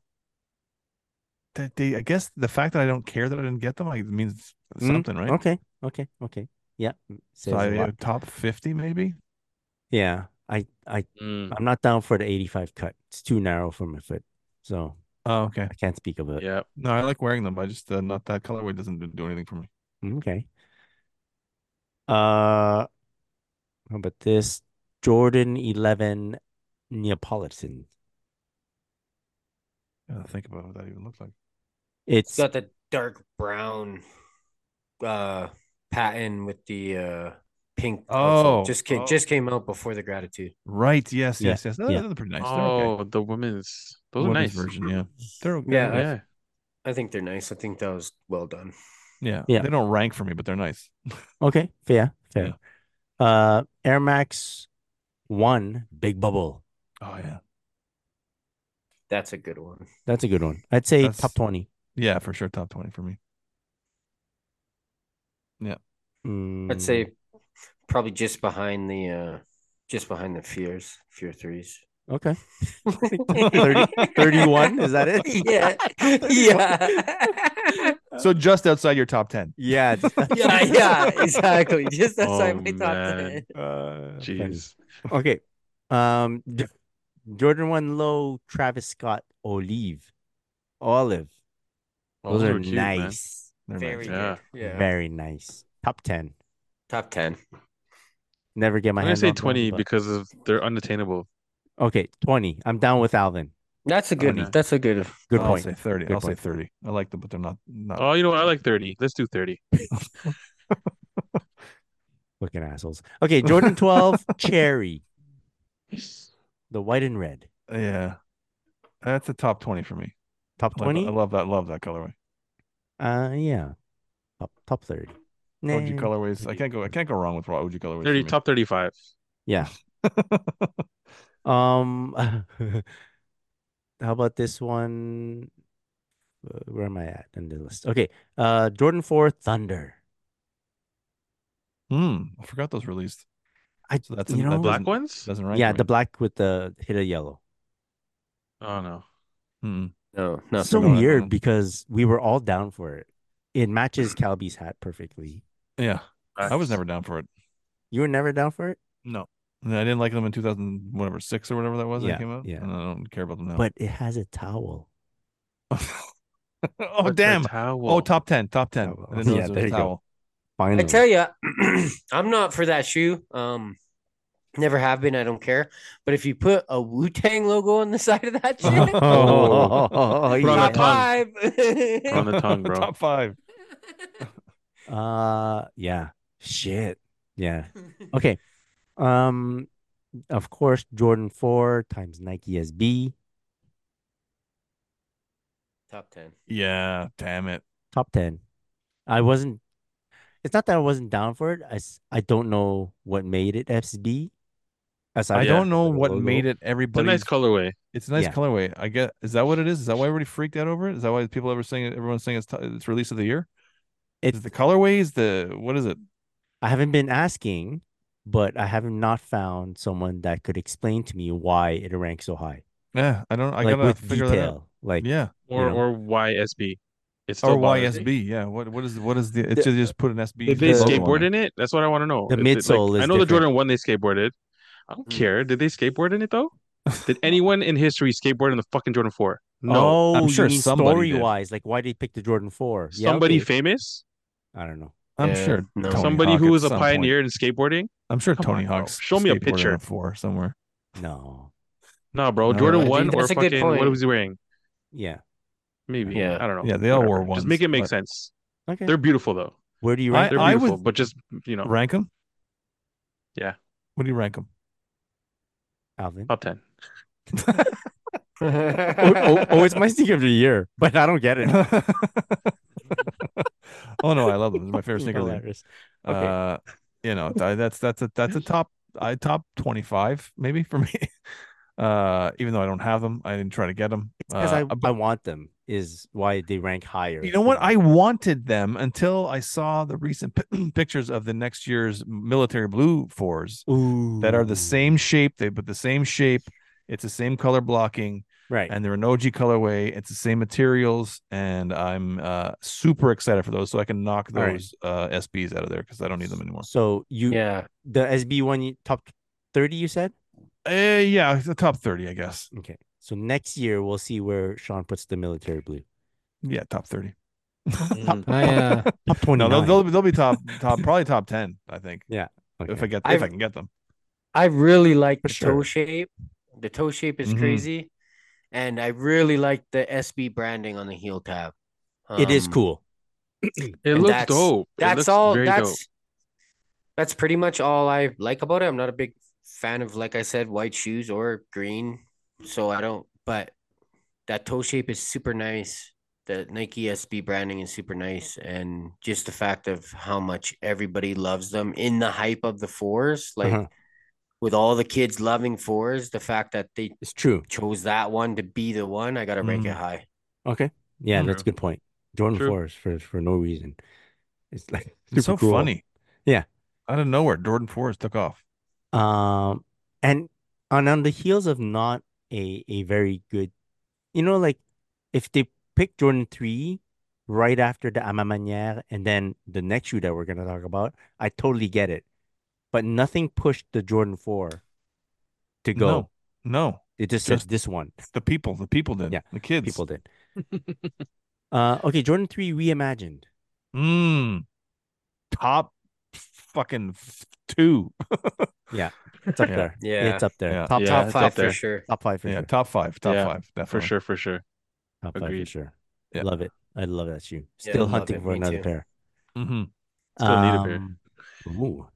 [SPEAKER 3] that they, I guess the fact that I don't care that I didn't get them like means
[SPEAKER 2] Mm,
[SPEAKER 5] Hmm.
[SPEAKER 3] something, right?
[SPEAKER 2] Okay, okay, okay. Yeah. m- says
[SPEAKER 3] So
[SPEAKER 2] a
[SPEAKER 3] I,
[SPEAKER 2] lot.
[SPEAKER 3] uh, top fifty, maybe.
[SPEAKER 2] Yeah, I, I,
[SPEAKER 5] Mm,
[SPEAKER 2] I'm not down for the 85 cut. It's too narrow for my foot, so
[SPEAKER 3] Oh, okay.
[SPEAKER 2] I can't speak of it.
[SPEAKER 5] yeah.
[SPEAKER 3] No, I like wearing them, but I just uh, not that colorway doesn't do- do anything for me.
[SPEAKER 2] Okay. Uh, how about this? Jordan 11 Neapolitan.
[SPEAKER 3] I gotta think about what that even looks like.
[SPEAKER 4] It's
[SPEAKER 2] It's
[SPEAKER 4] got the dark brown uh pattern with the uh pink. also.
[SPEAKER 3] Oh,
[SPEAKER 4] just came,
[SPEAKER 3] oh.
[SPEAKER 4] just came out before the gratitude.
[SPEAKER 3] Right? Yes.
[SPEAKER 2] Yeah,
[SPEAKER 3] Yes. Yes. No,
[SPEAKER 2] yeah.
[SPEAKER 3] They're pretty nice. They're
[SPEAKER 5] Oh,
[SPEAKER 3] okay.
[SPEAKER 5] the women's. Those are nice.
[SPEAKER 3] Women's version. Yeah. They're okay.
[SPEAKER 4] Yeah,
[SPEAKER 5] Yeah.
[SPEAKER 4] I think they're nice. I think that was well done.
[SPEAKER 3] Yeah.
[SPEAKER 2] Yeah.
[SPEAKER 3] They don't rank for me, but they're nice.
[SPEAKER 2] okay, fair, fair. Uh, Air Max 1 Big Bubble.
[SPEAKER 3] Oh yeah.
[SPEAKER 4] That's a good one.
[SPEAKER 2] That's a good one. I'd say top
[SPEAKER 3] That's-
[SPEAKER 2] 20.
[SPEAKER 3] Yeah, for sure. Top twenty for me.
[SPEAKER 2] Mm,
[SPEAKER 4] I'd say probably just behind the uh just behind the fears, fear threes. (laughs)
[SPEAKER 2] okay. 31? Is that it?
[SPEAKER 4] Yeah. Yeah.
[SPEAKER 3] So just outside your top ten.
[SPEAKER 2] Yeah. it's-
[SPEAKER 4] (laughs) yeah, yeah, exactly. Just that's why
[SPEAKER 5] Oh,
[SPEAKER 4] my top
[SPEAKER 5] man.
[SPEAKER 4] ten.
[SPEAKER 3] Uh,
[SPEAKER 5] Jeez.
[SPEAKER 2] (laughs) Okay. Um, J- Jordan 1 Low, Travis Scott, Olive. Olive.
[SPEAKER 5] Oh,
[SPEAKER 2] Those
[SPEAKER 5] those
[SPEAKER 2] are
[SPEAKER 5] were cute, man.
[SPEAKER 2] nice.
[SPEAKER 3] they're nice.
[SPEAKER 4] Very
[SPEAKER 5] Yeah.
[SPEAKER 4] good. Yeah.
[SPEAKER 2] Very nice. Top 10.
[SPEAKER 4] Top ten.
[SPEAKER 2] Never get my
[SPEAKER 5] I'm gonna
[SPEAKER 2] hands
[SPEAKER 5] say
[SPEAKER 2] on them,
[SPEAKER 5] 20
[SPEAKER 2] but-
[SPEAKER 5] because of, they're unattainable.
[SPEAKER 2] Okay, 20. I'm down with Alvin.
[SPEAKER 4] That's a good.
[SPEAKER 2] Oh,
[SPEAKER 5] Okay.
[SPEAKER 4] Oh, That's a good.
[SPEAKER 2] Good
[SPEAKER 3] I'll
[SPEAKER 2] point.
[SPEAKER 3] say thirty.
[SPEAKER 2] Good
[SPEAKER 3] I'll
[SPEAKER 2] point.
[SPEAKER 3] say thirty. I like them, but they're not. not
[SPEAKER 5] Oh, you know what? I like 30. Let's do 30.
[SPEAKER 2] Fucking assholes. Okay,
[SPEAKER 4] (laughs)
[SPEAKER 2] Jordan 12, Cherry. The white and red.
[SPEAKER 5] Oh.
[SPEAKER 3] Yeah, that's a top twenty for me.
[SPEAKER 2] Top
[SPEAKER 4] Oh,
[SPEAKER 3] I love-
[SPEAKER 2] 20?
[SPEAKER 3] I love that. Love that colorway.
[SPEAKER 2] Uh, yeah. Top, top 30.
[SPEAKER 3] OG
[SPEAKER 2] Nah.
[SPEAKER 3] colorways. I
[SPEAKER 2] maybe.
[SPEAKER 3] can't go. I can't go wrong with raw OG colorways. for
[SPEAKER 5] 30,
[SPEAKER 3] me.
[SPEAKER 5] top 35.
[SPEAKER 2] Yeah. Um, (laughs) how about this one? Uh, Where am I at in the list? Okay, uh, Jordan 4 Thunder.
[SPEAKER 3] (laughs) Hmm. I forgot those released.
[SPEAKER 2] I,
[SPEAKER 3] So that's
[SPEAKER 2] you
[SPEAKER 3] that
[SPEAKER 2] know,
[SPEAKER 5] Black
[SPEAKER 3] Doesn't-
[SPEAKER 5] ones?
[SPEAKER 3] Doesn't rank.
[SPEAKER 2] yeah,
[SPEAKER 3] for
[SPEAKER 2] the black with the hit of yellow.
[SPEAKER 5] Oh, no.
[SPEAKER 3] me. Mm-mm.
[SPEAKER 4] No,
[SPEAKER 2] It's
[SPEAKER 4] not
[SPEAKER 2] so
[SPEAKER 3] for me.
[SPEAKER 2] weird because we were all down for it. It matches Calby's hat perfectly.
[SPEAKER 3] Yeah, I was
[SPEAKER 5] Facts.
[SPEAKER 3] never down for it.
[SPEAKER 2] You were never down for it,
[SPEAKER 3] No, And I didn't like them in two thousand whatever six or whatever that was.
[SPEAKER 2] Yeah,
[SPEAKER 3] that came out.
[SPEAKER 2] yeah.
[SPEAKER 3] and I don't care about them now.
[SPEAKER 2] but it has a towel.
[SPEAKER 3] (laughs) oh
[SPEAKER 5] But the
[SPEAKER 3] damn!
[SPEAKER 5] towel.
[SPEAKER 3] Oh, top ten, top ten.
[SPEAKER 2] Towel.
[SPEAKER 3] I didn't know
[SPEAKER 2] oh, Yeah,
[SPEAKER 3] this was
[SPEAKER 2] there
[SPEAKER 3] a
[SPEAKER 2] you go.
[SPEAKER 3] towel.
[SPEAKER 2] Finally.
[SPEAKER 4] I tell you, (clears throat) I'm not for that shoe. Um, never have been. I don't care. But if you put a Wu Tang logo on the (laughs) side of that
[SPEAKER 2] (laughs) (laughs)
[SPEAKER 4] shoe,
[SPEAKER 2] Oh,
[SPEAKER 3] (laughs)
[SPEAKER 2] yeah.
[SPEAKER 5] Run a
[SPEAKER 4] top
[SPEAKER 5] tongue.
[SPEAKER 4] five.
[SPEAKER 2] Oh.
[SPEAKER 5] (laughs)
[SPEAKER 2] (laughs)
[SPEAKER 5] On the tongue, bro.
[SPEAKER 3] top five.
[SPEAKER 2] Uh, yeah. Shit. Yeah.
[SPEAKER 3] (laughs)
[SPEAKER 2] Okay. Um, of course, Jordan 4 times Nike SB,
[SPEAKER 4] Top ten.
[SPEAKER 3] Yeah, damn it.
[SPEAKER 2] top 10. I wasn't, It's not that I wasn't down for it. I, s- I don't know what made it FSB. Aside
[SPEAKER 3] I
[SPEAKER 2] from
[SPEAKER 3] don't
[SPEAKER 2] the
[SPEAKER 3] know what
[SPEAKER 2] logo.
[SPEAKER 3] made it
[SPEAKER 5] It's a
[SPEAKER 3] everybody.
[SPEAKER 5] nice colorway.
[SPEAKER 3] It's a nice
[SPEAKER 2] Yeah.
[SPEAKER 3] colorway. I get. Is that what it is? Is that why everybody freaked out over it? Is that why people ever saying everyone's saying it's, t- it's release of the year? It's
[SPEAKER 2] It's-
[SPEAKER 3] the colorways. The what is it?
[SPEAKER 2] I haven't been asking, but I have not found someone that could explain to me why it ranks so high.
[SPEAKER 3] Yeah, Eh, I don't.
[SPEAKER 2] like
[SPEAKER 3] I gotta
[SPEAKER 2] with
[SPEAKER 3] figure that out.
[SPEAKER 2] detail. Like
[SPEAKER 3] Yeah,
[SPEAKER 5] Or
[SPEAKER 2] know.
[SPEAKER 5] or YSB. It's
[SPEAKER 3] or
[SPEAKER 5] still bothers me.
[SPEAKER 3] YSB. Yeah. What what is what is the?
[SPEAKER 2] The-
[SPEAKER 3] It's just put an SB.
[SPEAKER 5] Did they
[SPEAKER 2] The-
[SPEAKER 3] logo on
[SPEAKER 5] skateboard
[SPEAKER 3] it.
[SPEAKER 5] in it? That's what I want to know.
[SPEAKER 2] The
[SPEAKER 5] Is it,
[SPEAKER 2] midsole
[SPEAKER 5] like, I
[SPEAKER 2] is
[SPEAKER 5] know the
[SPEAKER 2] different.
[SPEAKER 5] Jordan One they skateboarded. I don't
[SPEAKER 4] Mm.
[SPEAKER 5] care. Did they skateboard in
[SPEAKER 3] (laughs)
[SPEAKER 5] it though? Did anyone in history skateboard in the fucking Jordan Four?
[SPEAKER 2] no,
[SPEAKER 3] I'm
[SPEAKER 2] I'm
[SPEAKER 3] sure
[SPEAKER 2] sure Oh, you mean
[SPEAKER 3] somebody did.
[SPEAKER 2] story wise, like why they picked the Jordan Four? Yeah,
[SPEAKER 5] Somebody
[SPEAKER 2] okay.
[SPEAKER 5] famous?
[SPEAKER 2] I don't know.
[SPEAKER 3] I'm
[SPEAKER 4] Yeah,
[SPEAKER 3] sure.
[SPEAKER 4] no.
[SPEAKER 3] Tony
[SPEAKER 5] Somebody
[SPEAKER 3] Hawk
[SPEAKER 5] who
[SPEAKER 3] at
[SPEAKER 5] was a
[SPEAKER 3] some point-
[SPEAKER 5] pioneer in skateboarding?
[SPEAKER 3] I'm sure
[SPEAKER 5] Come
[SPEAKER 3] Tony
[SPEAKER 5] on, bro.
[SPEAKER 3] Howk's.
[SPEAKER 5] Show me a
[SPEAKER 3] skateboarded on
[SPEAKER 5] picture.
[SPEAKER 3] Four somewhere.
[SPEAKER 2] No,
[SPEAKER 5] No, bro.
[SPEAKER 3] No, I
[SPEAKER 5] Jordan
[SPEAKER 3] think
[SPEAKER 5] One or
[SPEAKER 4] that's a good
[SPEAKER 5] fucking
[SPEAKER 4] point.
[SPEAKER 5] what was he wearing?
[SPEAKER 2] yeah,
[SPEAKER 5] Maybe.
[SPEAKER 4] Yeah.
[SPEAKER 5] I don't know.
[SPEAKER 3] Yeah, they all
[SPEAKER 5] Whatever.
[SPEAKER 3] wore ones,
[SPEAKER 5] Just make it make
[SPEAKER 3] but-
[SPEAKER 5] sense.
[SPEAKER 2] okay.
[SPEAKER 5] They're beautiful though.
[SPEAKER 2] Where do you
[SPEAKER 3] I-
[SPEAKER 2] rank?
[SPEAKER 5] They're
[SPEAKER 3] I
[SPEAKER 5] beautiful,
[SPEAKER 3] would-
[SPEAKER 5] but just you know,
[SPEAKER 3] Rank them.
[SPEAKER 5] Yeah.
[SPEAKER 3] What do you rank them?
[SPEAKER 2] Alvin?
[SPEAKER 5] top ten.
[SPEAKER 2] oh, oh, oh, it's my sneaker of the year, but I don't get
[SPEAKER 3] (laughs)
[SPEAKER 2] it.
[SPEAKER 3] oh no, I love them. It's my (laughs) favorite
[SPEAKER 2] Fucking
[SPEAKER 3] sneaker. of the year.
[SPEAKER 2] hilarious. Okay.
[SPEAKER 3] Uh, you know, th- that's that's a that's a top I top twenty five maybe for me. (laughs) Uh, even though I don't have them, I didn't try to get them.
[SPEAKER 2] Because
[SPEAKER 3] Uh,
[SPEAKER 2] I,
[SPEAKER 3] but
[SPEAKER 2] I want them is why they rank higher.
[SPEAKER 3] you know what?
[SPEAKER 2] than-
[SPEAKER 3] I wanted them until I saw the recent pi- (clears throat) pictures of the next year's military blue fours that are
[SPEAKER 2] Ooh.
[SPEAKER 3] the same shape. They put the same shape. It's the same color blocking,
[SPEAKER 2] Right.
[SPEAKER 3] and they're an OG colorway. It's the same materials, and I'm uh, super excited for those, so I can knock
[SPEAKER 2] All right.
[SPEAKER 3] those uh, SBs out of there because I don't need them anymore.
[SPEAKER 2] so you
[SPEAKER 4] yeah.
[SPEAKER 2] the SB one you- top thirty you said?
[SPEAKER 3] Uh, yeah, the top thirty, I guess.
[SPEAKER 2] Okay. So next year we'll see where Sean puts the military blue.
[SPEAKER 3] Yeah, top thirty. (laughs) Oh,
[SPEAKER 4] I, uh,
[SPEAKER 2] (laughs) Top twenty.
[SPEAKER 3] Mm. No, they'll, they'll be- they'll be top top probably top ten. I think if I get if
[SPEAKER 4] I've-
[SPEAKER 3] I can get them.
[SPEAKER 4] I really like the toe
[SPEAKER 2] sure. Mm-hmm.
[SPEAKER 4] shape. The toe shape is
[SPEAKER 3] Mhm.
[SPEAKER 4] crazy, and I really like the SB branding on the heel tab.
[SPEAKER 2] it is
[SPEAKER 4] Um,
[SPEAKER 2] cool.
[SPEAKER 5] It
[SPEAKER 4] And
[SPEAKER 5] looks
[SPEAKER 4] that's-
[SPEAKER 5] dope. It
[SPEAKER 4] That's
[SPEAKER 5] looks
[SPEAKER 4] all.
[SPEAKER 5] very
[SPEAKER 4] That's
[SPEAKER 5] dope.
[SPEAKER 4] that's pretty much all I like about it. I'm not a big fan of, like I said, white shoes or green, so I don't. But that toe shape is super nice. The Nike SB branding is super nice, and just the fact of how much everybody loves them in the hype of the fours, like
[SPEAKER 2] Uh-huh.
[SPEAKER 4] with all the kids loving fours, the fact that they
[SPEAKER 2] It's true.
[SPEAKER 4] chose that one to be the one, I gotta rank it high.
[SPEAKER 2] Okay. Yeah, that's a
[SPEAKER 5] True.
[SPEAKER 2] good point. Jordan
[SPEAKER 5] True.
[SPEAKER 2] fours for for no reason. It's like (laughs)
[SPEAKER 3] It's so
[SPEAKER 2] super cool.
[SPEAKER 3] funny.
[SPEAKER 2] Yeah.
[SPEAKER 3] Out of nowhere, Jordan Forrest took off.
[SPEAKER 2] Um, and and on the heels of not a a very good, you know, like if they pick Jordan three right after the Ama Manière and then the next shoe that we're gonna talk about, I totally get it. But nothing pushed the Jordan four to go.
[SPEAKER 3] No, no,
[SPEAKER 2] It just says
[SPEAKER 3] just
[SPEAKER 2] this one.
[SPEAKER 3] the people, the people did.
[SPEAKER 2] Yeah,
[SPEAKER 3] the kids.
[SPEAKER 2] People did. uh, okay, Jordan three reimagined.
[SPEAKER 3] Mm. Top fucking f- two.
[SPEAKER 2] It's up
[SPEAKER 3] Yeah.
[SPEAKER 2] there.
[SPEAKER 4] Yeah.
[SPEAKER 2] it's up there.
[SPEAKER 3] Yeah.
[SPEAKER 2] Top
[SPEAKER 5] Yeah,
[SPEAKER 2] top
[SPEAKER 5] it's
[SPEAKER 4] Five
[SPEAKER 5] up
[SPEAKER 2] top
[SPEAKER 4] for
[SPEAKER 5] there.
[SPEAKER 2] five.
[SPEAKER 4] sure.
[SPEAKER 2] Top five for
[SPEAKER 3] yeah,
[SPEAKER 2] sure.
[SPEAKER 3] top five. Top
[SPEAKER 5] Yeah,
[SPEAKER 3] five. Definitely.
[SPEAKER 5] For sure,
[SPEAKER 4] (laughs)
[SPEAKER 5] for sure.
[SPEAKER 2] Top five for
[SPEAKER 5] Agreed.
[SPEAKER 2] sure.
[SPEAKER 3] Yeah.
[SPEAKER 2] Love it. I love that shoe.
[SPEAKER 4] Yeah,
[SPEAKER 2] Still
[SPEAKER 4] love
[SPEAKER 2] hunting
[SPEAKER 4] it.
[SPEAKER 2] for
[SPEAKER 4] Me
[SPEAKER 2] another
[SPEAKER 4] too.
[SPEAKER 2] pair.
[SPEAKER 3] hmm
[SPEAKER 5] Still need a pair.
[SPEAKER 2] Um, Ooh.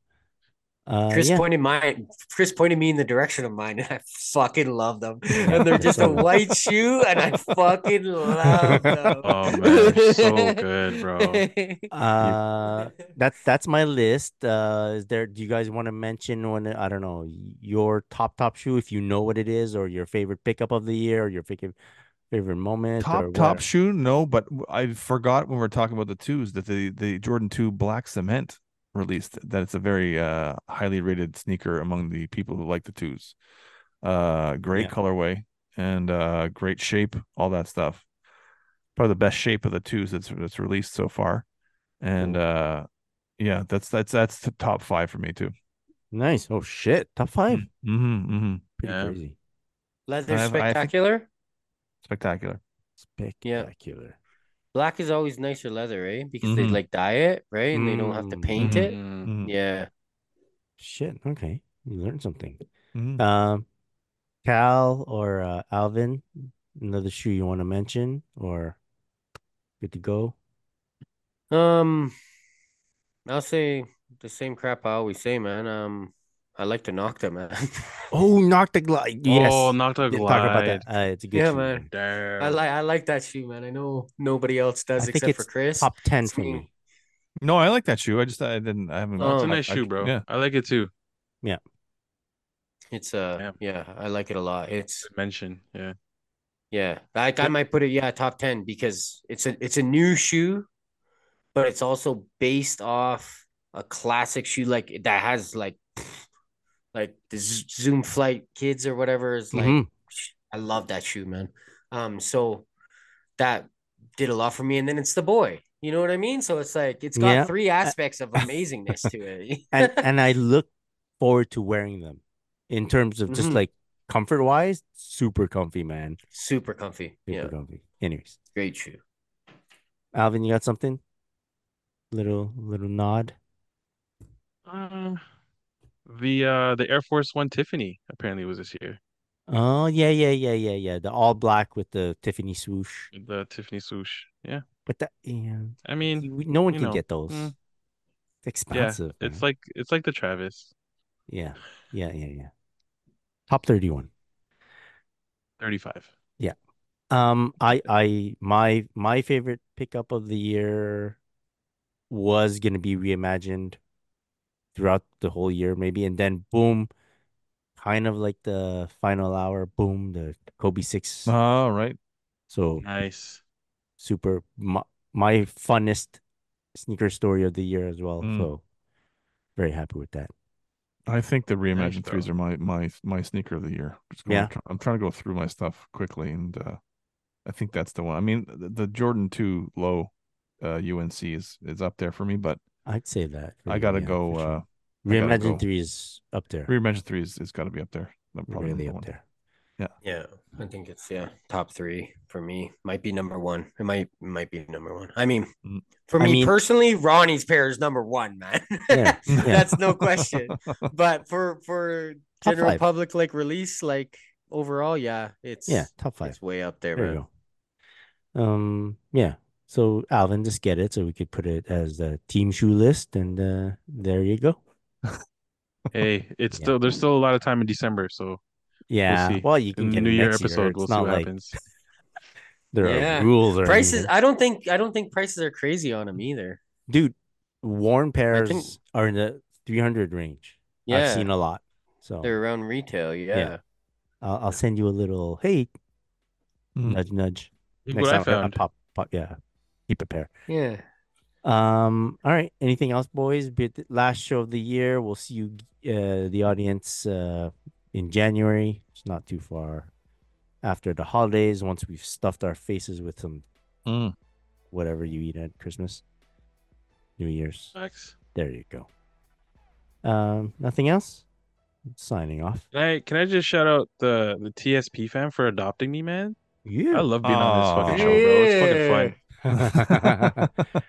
[SPEAKER 2] Uh,
[SPEAKER 4] Chris
[SPEAKER 2] yeah.
[SPEAKER 4] pointed mine. Chris pointed me in the direction of mine, and I fucking love them. And they're just a
[SPEAKER 2] Yeah.
[SPEAKER 4] white shoe, and I fucking love them.
[SPEAKER 5] Oh, man, they're so
[SPEAKER 4] (laughs)
[SPEAKER 5] good, bro.
[SPEAKER 2] Uh, that's that's my list. Uh, is there? Do you guys want to mention one? I don't know your top top shoe if you know what it is, or your favorite pickup of the year, or your favorite favorite moment. or
[SPEAKER 3] Top
[SPEAKER 2] whatever.
[SPEAKER 3] top shoe. No, but w- I forgot when we were talking about the twos that the the Jordan two black cement released that it's a very uh highly rated sneaker among the people who like the twos. Uh, great
[SPEAKER 2] Yeah.
[SPEAKER 3] colorway and uh great shape, all that stuff. Probably the best shape of the twos that's that's released so far, and uh, yeah, that's that's that's the top five for me too.
[SPEAKER 2] Nice. Oh shit! Top five.
[SPEAKER 3] Mm-hmm, mm-hmm.
[SPEAKER 2] Pretty
[SPEAKER 5] Yeah.
[SPEAKER 2] crazy.
[SPEAKER 4] Leather
[SPEAKER 3] I have- I think-
[SPEAKER 4] spectacular.
[SPEAKER 3] Spectacular.
[SPEAKER 2] Spectacular.
[SPEAKER 4] Black is always nicer leather, right? Because they
[SPEAKER 5] Mm-hmm.
[SPEAKER 3] Mhm.
[SPEAKER 4] like dye it, right? And they don't have to
[SPEAKER 2] Mm,
[SPEAKER 4] paint it.
[SPEAKER 5] Mm.
[SPEAKER 3] Mhm,
[SPEAKER 4] Yeah.
[SPEAKER 2] Shit. Okay, you learned something.
[SPEAKER 3] mhm.
[SPEAKER 2] Um, Cal or uh, Alvin, another shoe you want to mention, or good to go.
[SPEAKER 4] Um, I'll say the same crap I always say, man. Um, I like to knock them,
[SPEAKER 5] (laughs)
[SPEAKER 4] man.
[SPEAKER 2] Oh, knock the glide. Yes.
[SPEAKER 5] Oh, knocked out
[SPEAKER 2] Yeah,
[SPEAKER 5] glide.
[SPEAKER 2] talk about that. Uh, it's a good
[SPEAKER 4] Yeah,
[SPEAKER 2] shoe,
[SPEAKER 4] man. I
[SPEAKER 5] Damn.
[SPEAKER 4] like I like that shoe, man. I know nobody else does
[SPEAKER 2] I think
[SPEAKER 4] except for
[SPEAKER 2] it's
[SPEAKER 4] Chris.
[SPEAKER 2] Top 10
[SPEAKER 4] It's
[SPEAKER 2] for
[SPEAKER 4] me.
[SPEAKER 2] me.
[SPEAKER 3] No, I like that shoe. I just I didn't. I haven't.
[SPEAKER 4] Oh,
[SPEAKER 5] it's a
[SPEAKER 4] I-
[SPEAKER 5] nice
[SPEAKER 3] I-
[SPEAKER 5] shoe, bro.
[SPEAKER 3] Yeah.
[SPEAKER 5] I like it too.
[SPEAKER 4] It's uh yeah. I like it a lot. It's
[SPEAKER 5] Good mention. Yeah.
[SPEAKER 4] yeah. Like I might put it yeah top ten because it's a it's a new shoe, but it's also based off a classic shoe like that has like (sniffs) like the Z- Zoom Flight Kids or whatever is like.
[SPEAKER 2] Mhm.
[SPEAKER 4] I love that shoe, man. Um, so that did a lot for me, and then it's the boy. You know what I mean? So it's like it's got
[SPEAKER 2] Yeah.
[SPEAKER 4] three
[SPEAKER 2] (laughs)
[SPEAKER 4] aspects of amazingness to it.
[SPEAKER 2] and and I look forward to wearing them in terms of just
[SPEAKER 4] Mhm.
[SPEAKER 2] like comfort wise, super comfy, man.
[SPEAKER 4] Super comfy.
[SPEAKER 2] Super
[SPEAKER 4] Yeah,
[SPEAKER 2] comfy. Anyways,
[SPEAKER 4] great shoe.
[SPEAKER 2] Alvin, you got something? Little little nod.
[SPEAKER 5] Uh, the uh the Air Force One Tiffany apparently was this year.
[SPEAKER 2] Oh yeah, yeah, yeah, yeah, yeah. The all black with the Tiffany swoosh.
[SPEAKER 5] The Tiffany swoosh. Yeah.
[SPEAKER 2] But that yeah,
[SPEAKER 5] I mean,
[SPEAKER 2] you- no one
[SPEAKER 5] you
[SPEAKER 2] can
[SPEAKER 5] know,
[SPEAKER 2] get those.
[SPEAKER 5] mm.
[SPEAKER 2] It's expensive.
[SPEAKER 5] it's
[SPEAKER 2] man.
[SPEAKER 5] like it's like the Travis
[SPEAKER 2] yeah, yeah, yeah, yeah. Top thirty one.
[SPEAKER 5] 35.
[SPEAKER 2] Um, I, I, my, my favorite pickup of the year was gonna be reimagined throughout the whole year, maybe, and then boom, kind of like the final hour, boom, the Kobe six.
[SPEAKER 5] Uh-huh.
[SPEAKER 3] All right.
[SPEAKER 2] So
[SPEAKER 5] Nice.
[SPEAKER 2] super, my, my funnest sneaker story of the year as well.
[SPEAKER 3] Mm.
[SPEAKER 2] So very happy with that.
[SPEAKER 3] I think the reimagined
[SPEAKER 5] bro.
[SPEAKER 3] threes are my my my sneaker of the year. Just going-
[SPEAKER 2] Yeah.
[SPEAKER 3] try- I'm trying to go through my stuff quickly, and uh, I think that's the one. I mean, the, the Jordan two low, uh, UNC is is up there for me, but
[SPEAKER 2] I'd say that. for
[SPEAKER 3] I
[SPEAKER 2] the-
[SPEAKER 3] gotta
[SPEAKER 2] yeah,
[SPEAKER 3] go.
[SPEAKER 2] for
[SPEAKER 3] Uh,
[SPEAKER 2] sure.
[SPEAKER 3] gotta
[SPEAKER 2] Reimagined
[SPEAKER 3] go.
[SPEAKER 2] three is up there,
[SPEAKER 3] reimagined threes is got to be up there. That's probably
[SPEAKER 2] really
[SPEAKER 3] number
[SPEAKER 2] up
[SPEAKER 3] one.
[SPEAKER 2] there.
[SPEAKER 4] Yeah, I think it's yeah top three for me. Might be number one. It might might be number one. I mean,
[SPEAKER 3] Mm.
[SPEAKER 4] for
[SPEAKER 2] I
[SPEAKER 4] me
[SPEAKER 2] mean-
[SPEAKER 4] personally, Ronnie's pair is number one, man.
[SPEAKER 2] Yeah, yeah.
[SPEAKER 4] (laughs) That's no
[SPEAKER 3] (laughs)
[SPEAKER 4] question. But for for
[SPEAKER 2] Top
[SPEAKER 4] general
[SPEAKER 2] five.
[SPEAKER 4] public like release, like overall, yeah, it's
[SPEAKER 2] Yeah, top five.
[SPEAKER 4] it's way up there,
[SPEAKER 2] There
[SPEAKER 4] man.
[SPEAKER 2] we go. Um, yeah. So Alvin, just get it so we could put it as the team shoe list, and uh, there you go.
[SPEAKER 5] Hey, it's
[SPEAKER 2] Yeah.
[SPEAKER 5] still there's still a lot of time in December, so
[SPEAKER 2] Yeah.
[SPEAKER 5] see.
[SPEAKER 2] Well, you can
[SPEAKER 5] in the
[SPEAKER 2] get
[SPEAKER 5] New
[SPEAKER 2] it
[SPEAKER 5] Year
[SPEAKER 2] next
[SPEAKER 5] episode,
[SPEAKER 2] Year.
[SPEAKER 5] we'll
[SPEAKER 2] It's
[SPEAKER 5] see
[SPEAKER 2] not
[SPEAKER 5] what
[SPEAKER 2] like
[SPEAKER 5] happens.
[SPEAKER 2] there
[SPEAKER 4] Yeah.
[SPEAKER 2] are rules or
[SPEAKER 4] Prices,
[SPEAKER 2] anything.
[SPEAKER 4] I don't think I don't think prices are crazy on them either.
[SPEAKER 2] Dude, worn pairs
[SPEAKER 4] think-
[SPEAKER 2] are in the 300 range. I've
[SPEAKER 4] Yeah,
[SPEAKER 2] seen a lot. So
[SPEAKER 4] they're around retail. Yeah,
[SPEAKER 2] I'll, I'll send you a little hey,
[SPEAKER 3] Mm.
[SPEAKER 2] nudge, nudge.
[SPEAKER 5] Look what I
[SPEAKER 2] time, uh,
[SPEAKER 5] found.
[SPEAKER 2] pop, pop, yeah, keep a pair.
[SPEAKER 4] yeah.
[SPEAKER 2] Um, all right. Anything else, boys? Be it the last show of the year. We'll see you, uh, the audience, uh, in January. It's not too far after the holidays. Once we've stuffed our faces with some
[SPEAKER 3] Mm.
[SPEAKER 2] whatever you eat at Christmas, New Year's.
[SPEAKER 5] Max,
[SPEAKER 2] There you go. Um, nothing else. signing off.
[SPEAKER 5] Can I can I just shout out the the TSP fan for adopting me, man? I
[SPEAKER 2] Yeah.
[SPEAKER 5] love being on this fucking
[SPEAKER 3] Aw.
[SPEAKER 5] show, bro. It's fucking fun.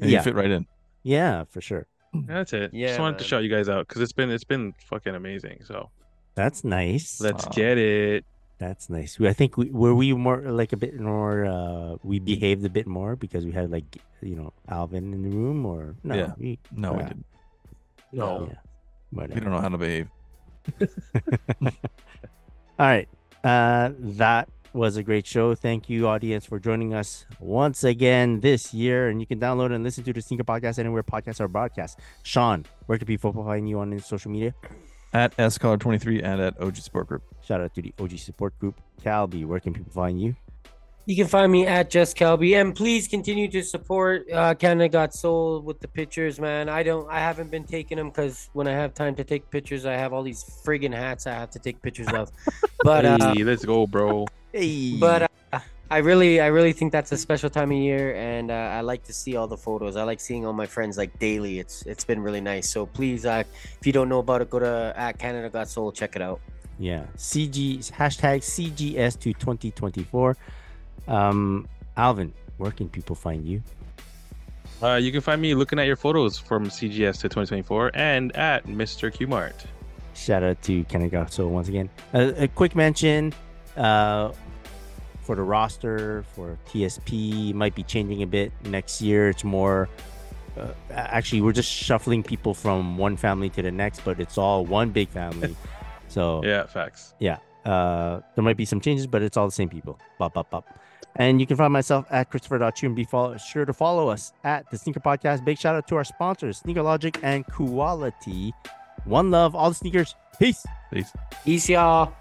[SPEAKER 3] And
[SPEAKER 2] Yeah.
[SPEAKER 3] you fit right in.
[SPEAKER 2] Yeah, for sure.
[SPEAKER 5] That's it.
[SPEAKER 4] Yeah,
[SPEAKER 5] Just wanted to
[SPEAKER 4] man.
[SPEAKER 5] shout you guys out because it's been it's been fucking amazing. So
[SPEAKER 2] That's nice.
[SPEAKER 5] let's
[SPEAKER 3] Aw.
[SPEAKER 5] get it.
[SPEAKER 2] That's nice. We- I think we were we more like a bit more. Uh, we behaved a bit more because we had like you know Alvin in the room or no.
[SPEAKER 3] Yeah.
[SPEAKER 2] We,
[SPEAKER 3] No, we
[SPEAKER 2] Yeah.
[SPEAKER 3] didn't.
[SPEAKER 2] no.
[SPEAKER 3] We don't know how to behave.
[SPEAKER 2] (laughs) All right. Uh, that was a great show. Thank you, audience, for joining us once again this year. And you can download and listen to the Sneaker Podcast anywhere podcasts are broadcast. Sean, where can people find you on social media?
[SPEAKER 3] At S Collar 23 and at OG Sport Group.
[SPEAKER 2] Shout out to the OG support group. Calby, where can people find you?
[SPEAKER 4] You can find me at Just Calby, and please continue to support uh, Canada Got Soul with the pictures, man. I don't, I haven't been taking them because when I have time to take pictures, I have all these friggin' hats I have to take pictures of. But uh,
[SPEAKER 5] Hey, let's
[SPEAKER 4] (laughs)
[SPEAKER 5] go, bro.
[SPEAKER 2] Hey.
[SPEAKER 4] but uh, I really, I really think that's a special time of year, and uh, I like to see all the photos. I like seeing all my friends like daily. It's it's been really nice. So please, uh, if you don't know about it, go to at Canada Got Soul, check it out.
[SPEAKER 2] Yeah. CG hashtag CGS to 2024. Um, Alvin, where can people find you?
[SPEAKER 5] Uh, you can find me looking at your photos from CGS to 2024 and at Mr. Qmart.
[SPEAKER 2] Shout out to Kenny Goxo once again. A, a quick mention uh, for the roster for TSP might be changing a bit next year. It's more uh, a- actually we're just shuffling people from one family to the next, but it's all one big family. So
[SPEAKER 4] Oh.
[SPEAKER 5] Yeah, facts.
[SPEAKER 2] uh, there might be some changes, but it's all the same people. Bop, bop, bop. And you can find myself at Christopher.chu and be follow- sure to follow us at the Sneaker Podcast. Big shout out to our sponsors, Sneaker Logic and Quality. One love, all the sneakers. Peace.
[SPEAKER 3] Peace.
[SPEAKER 4] Peace, y'all.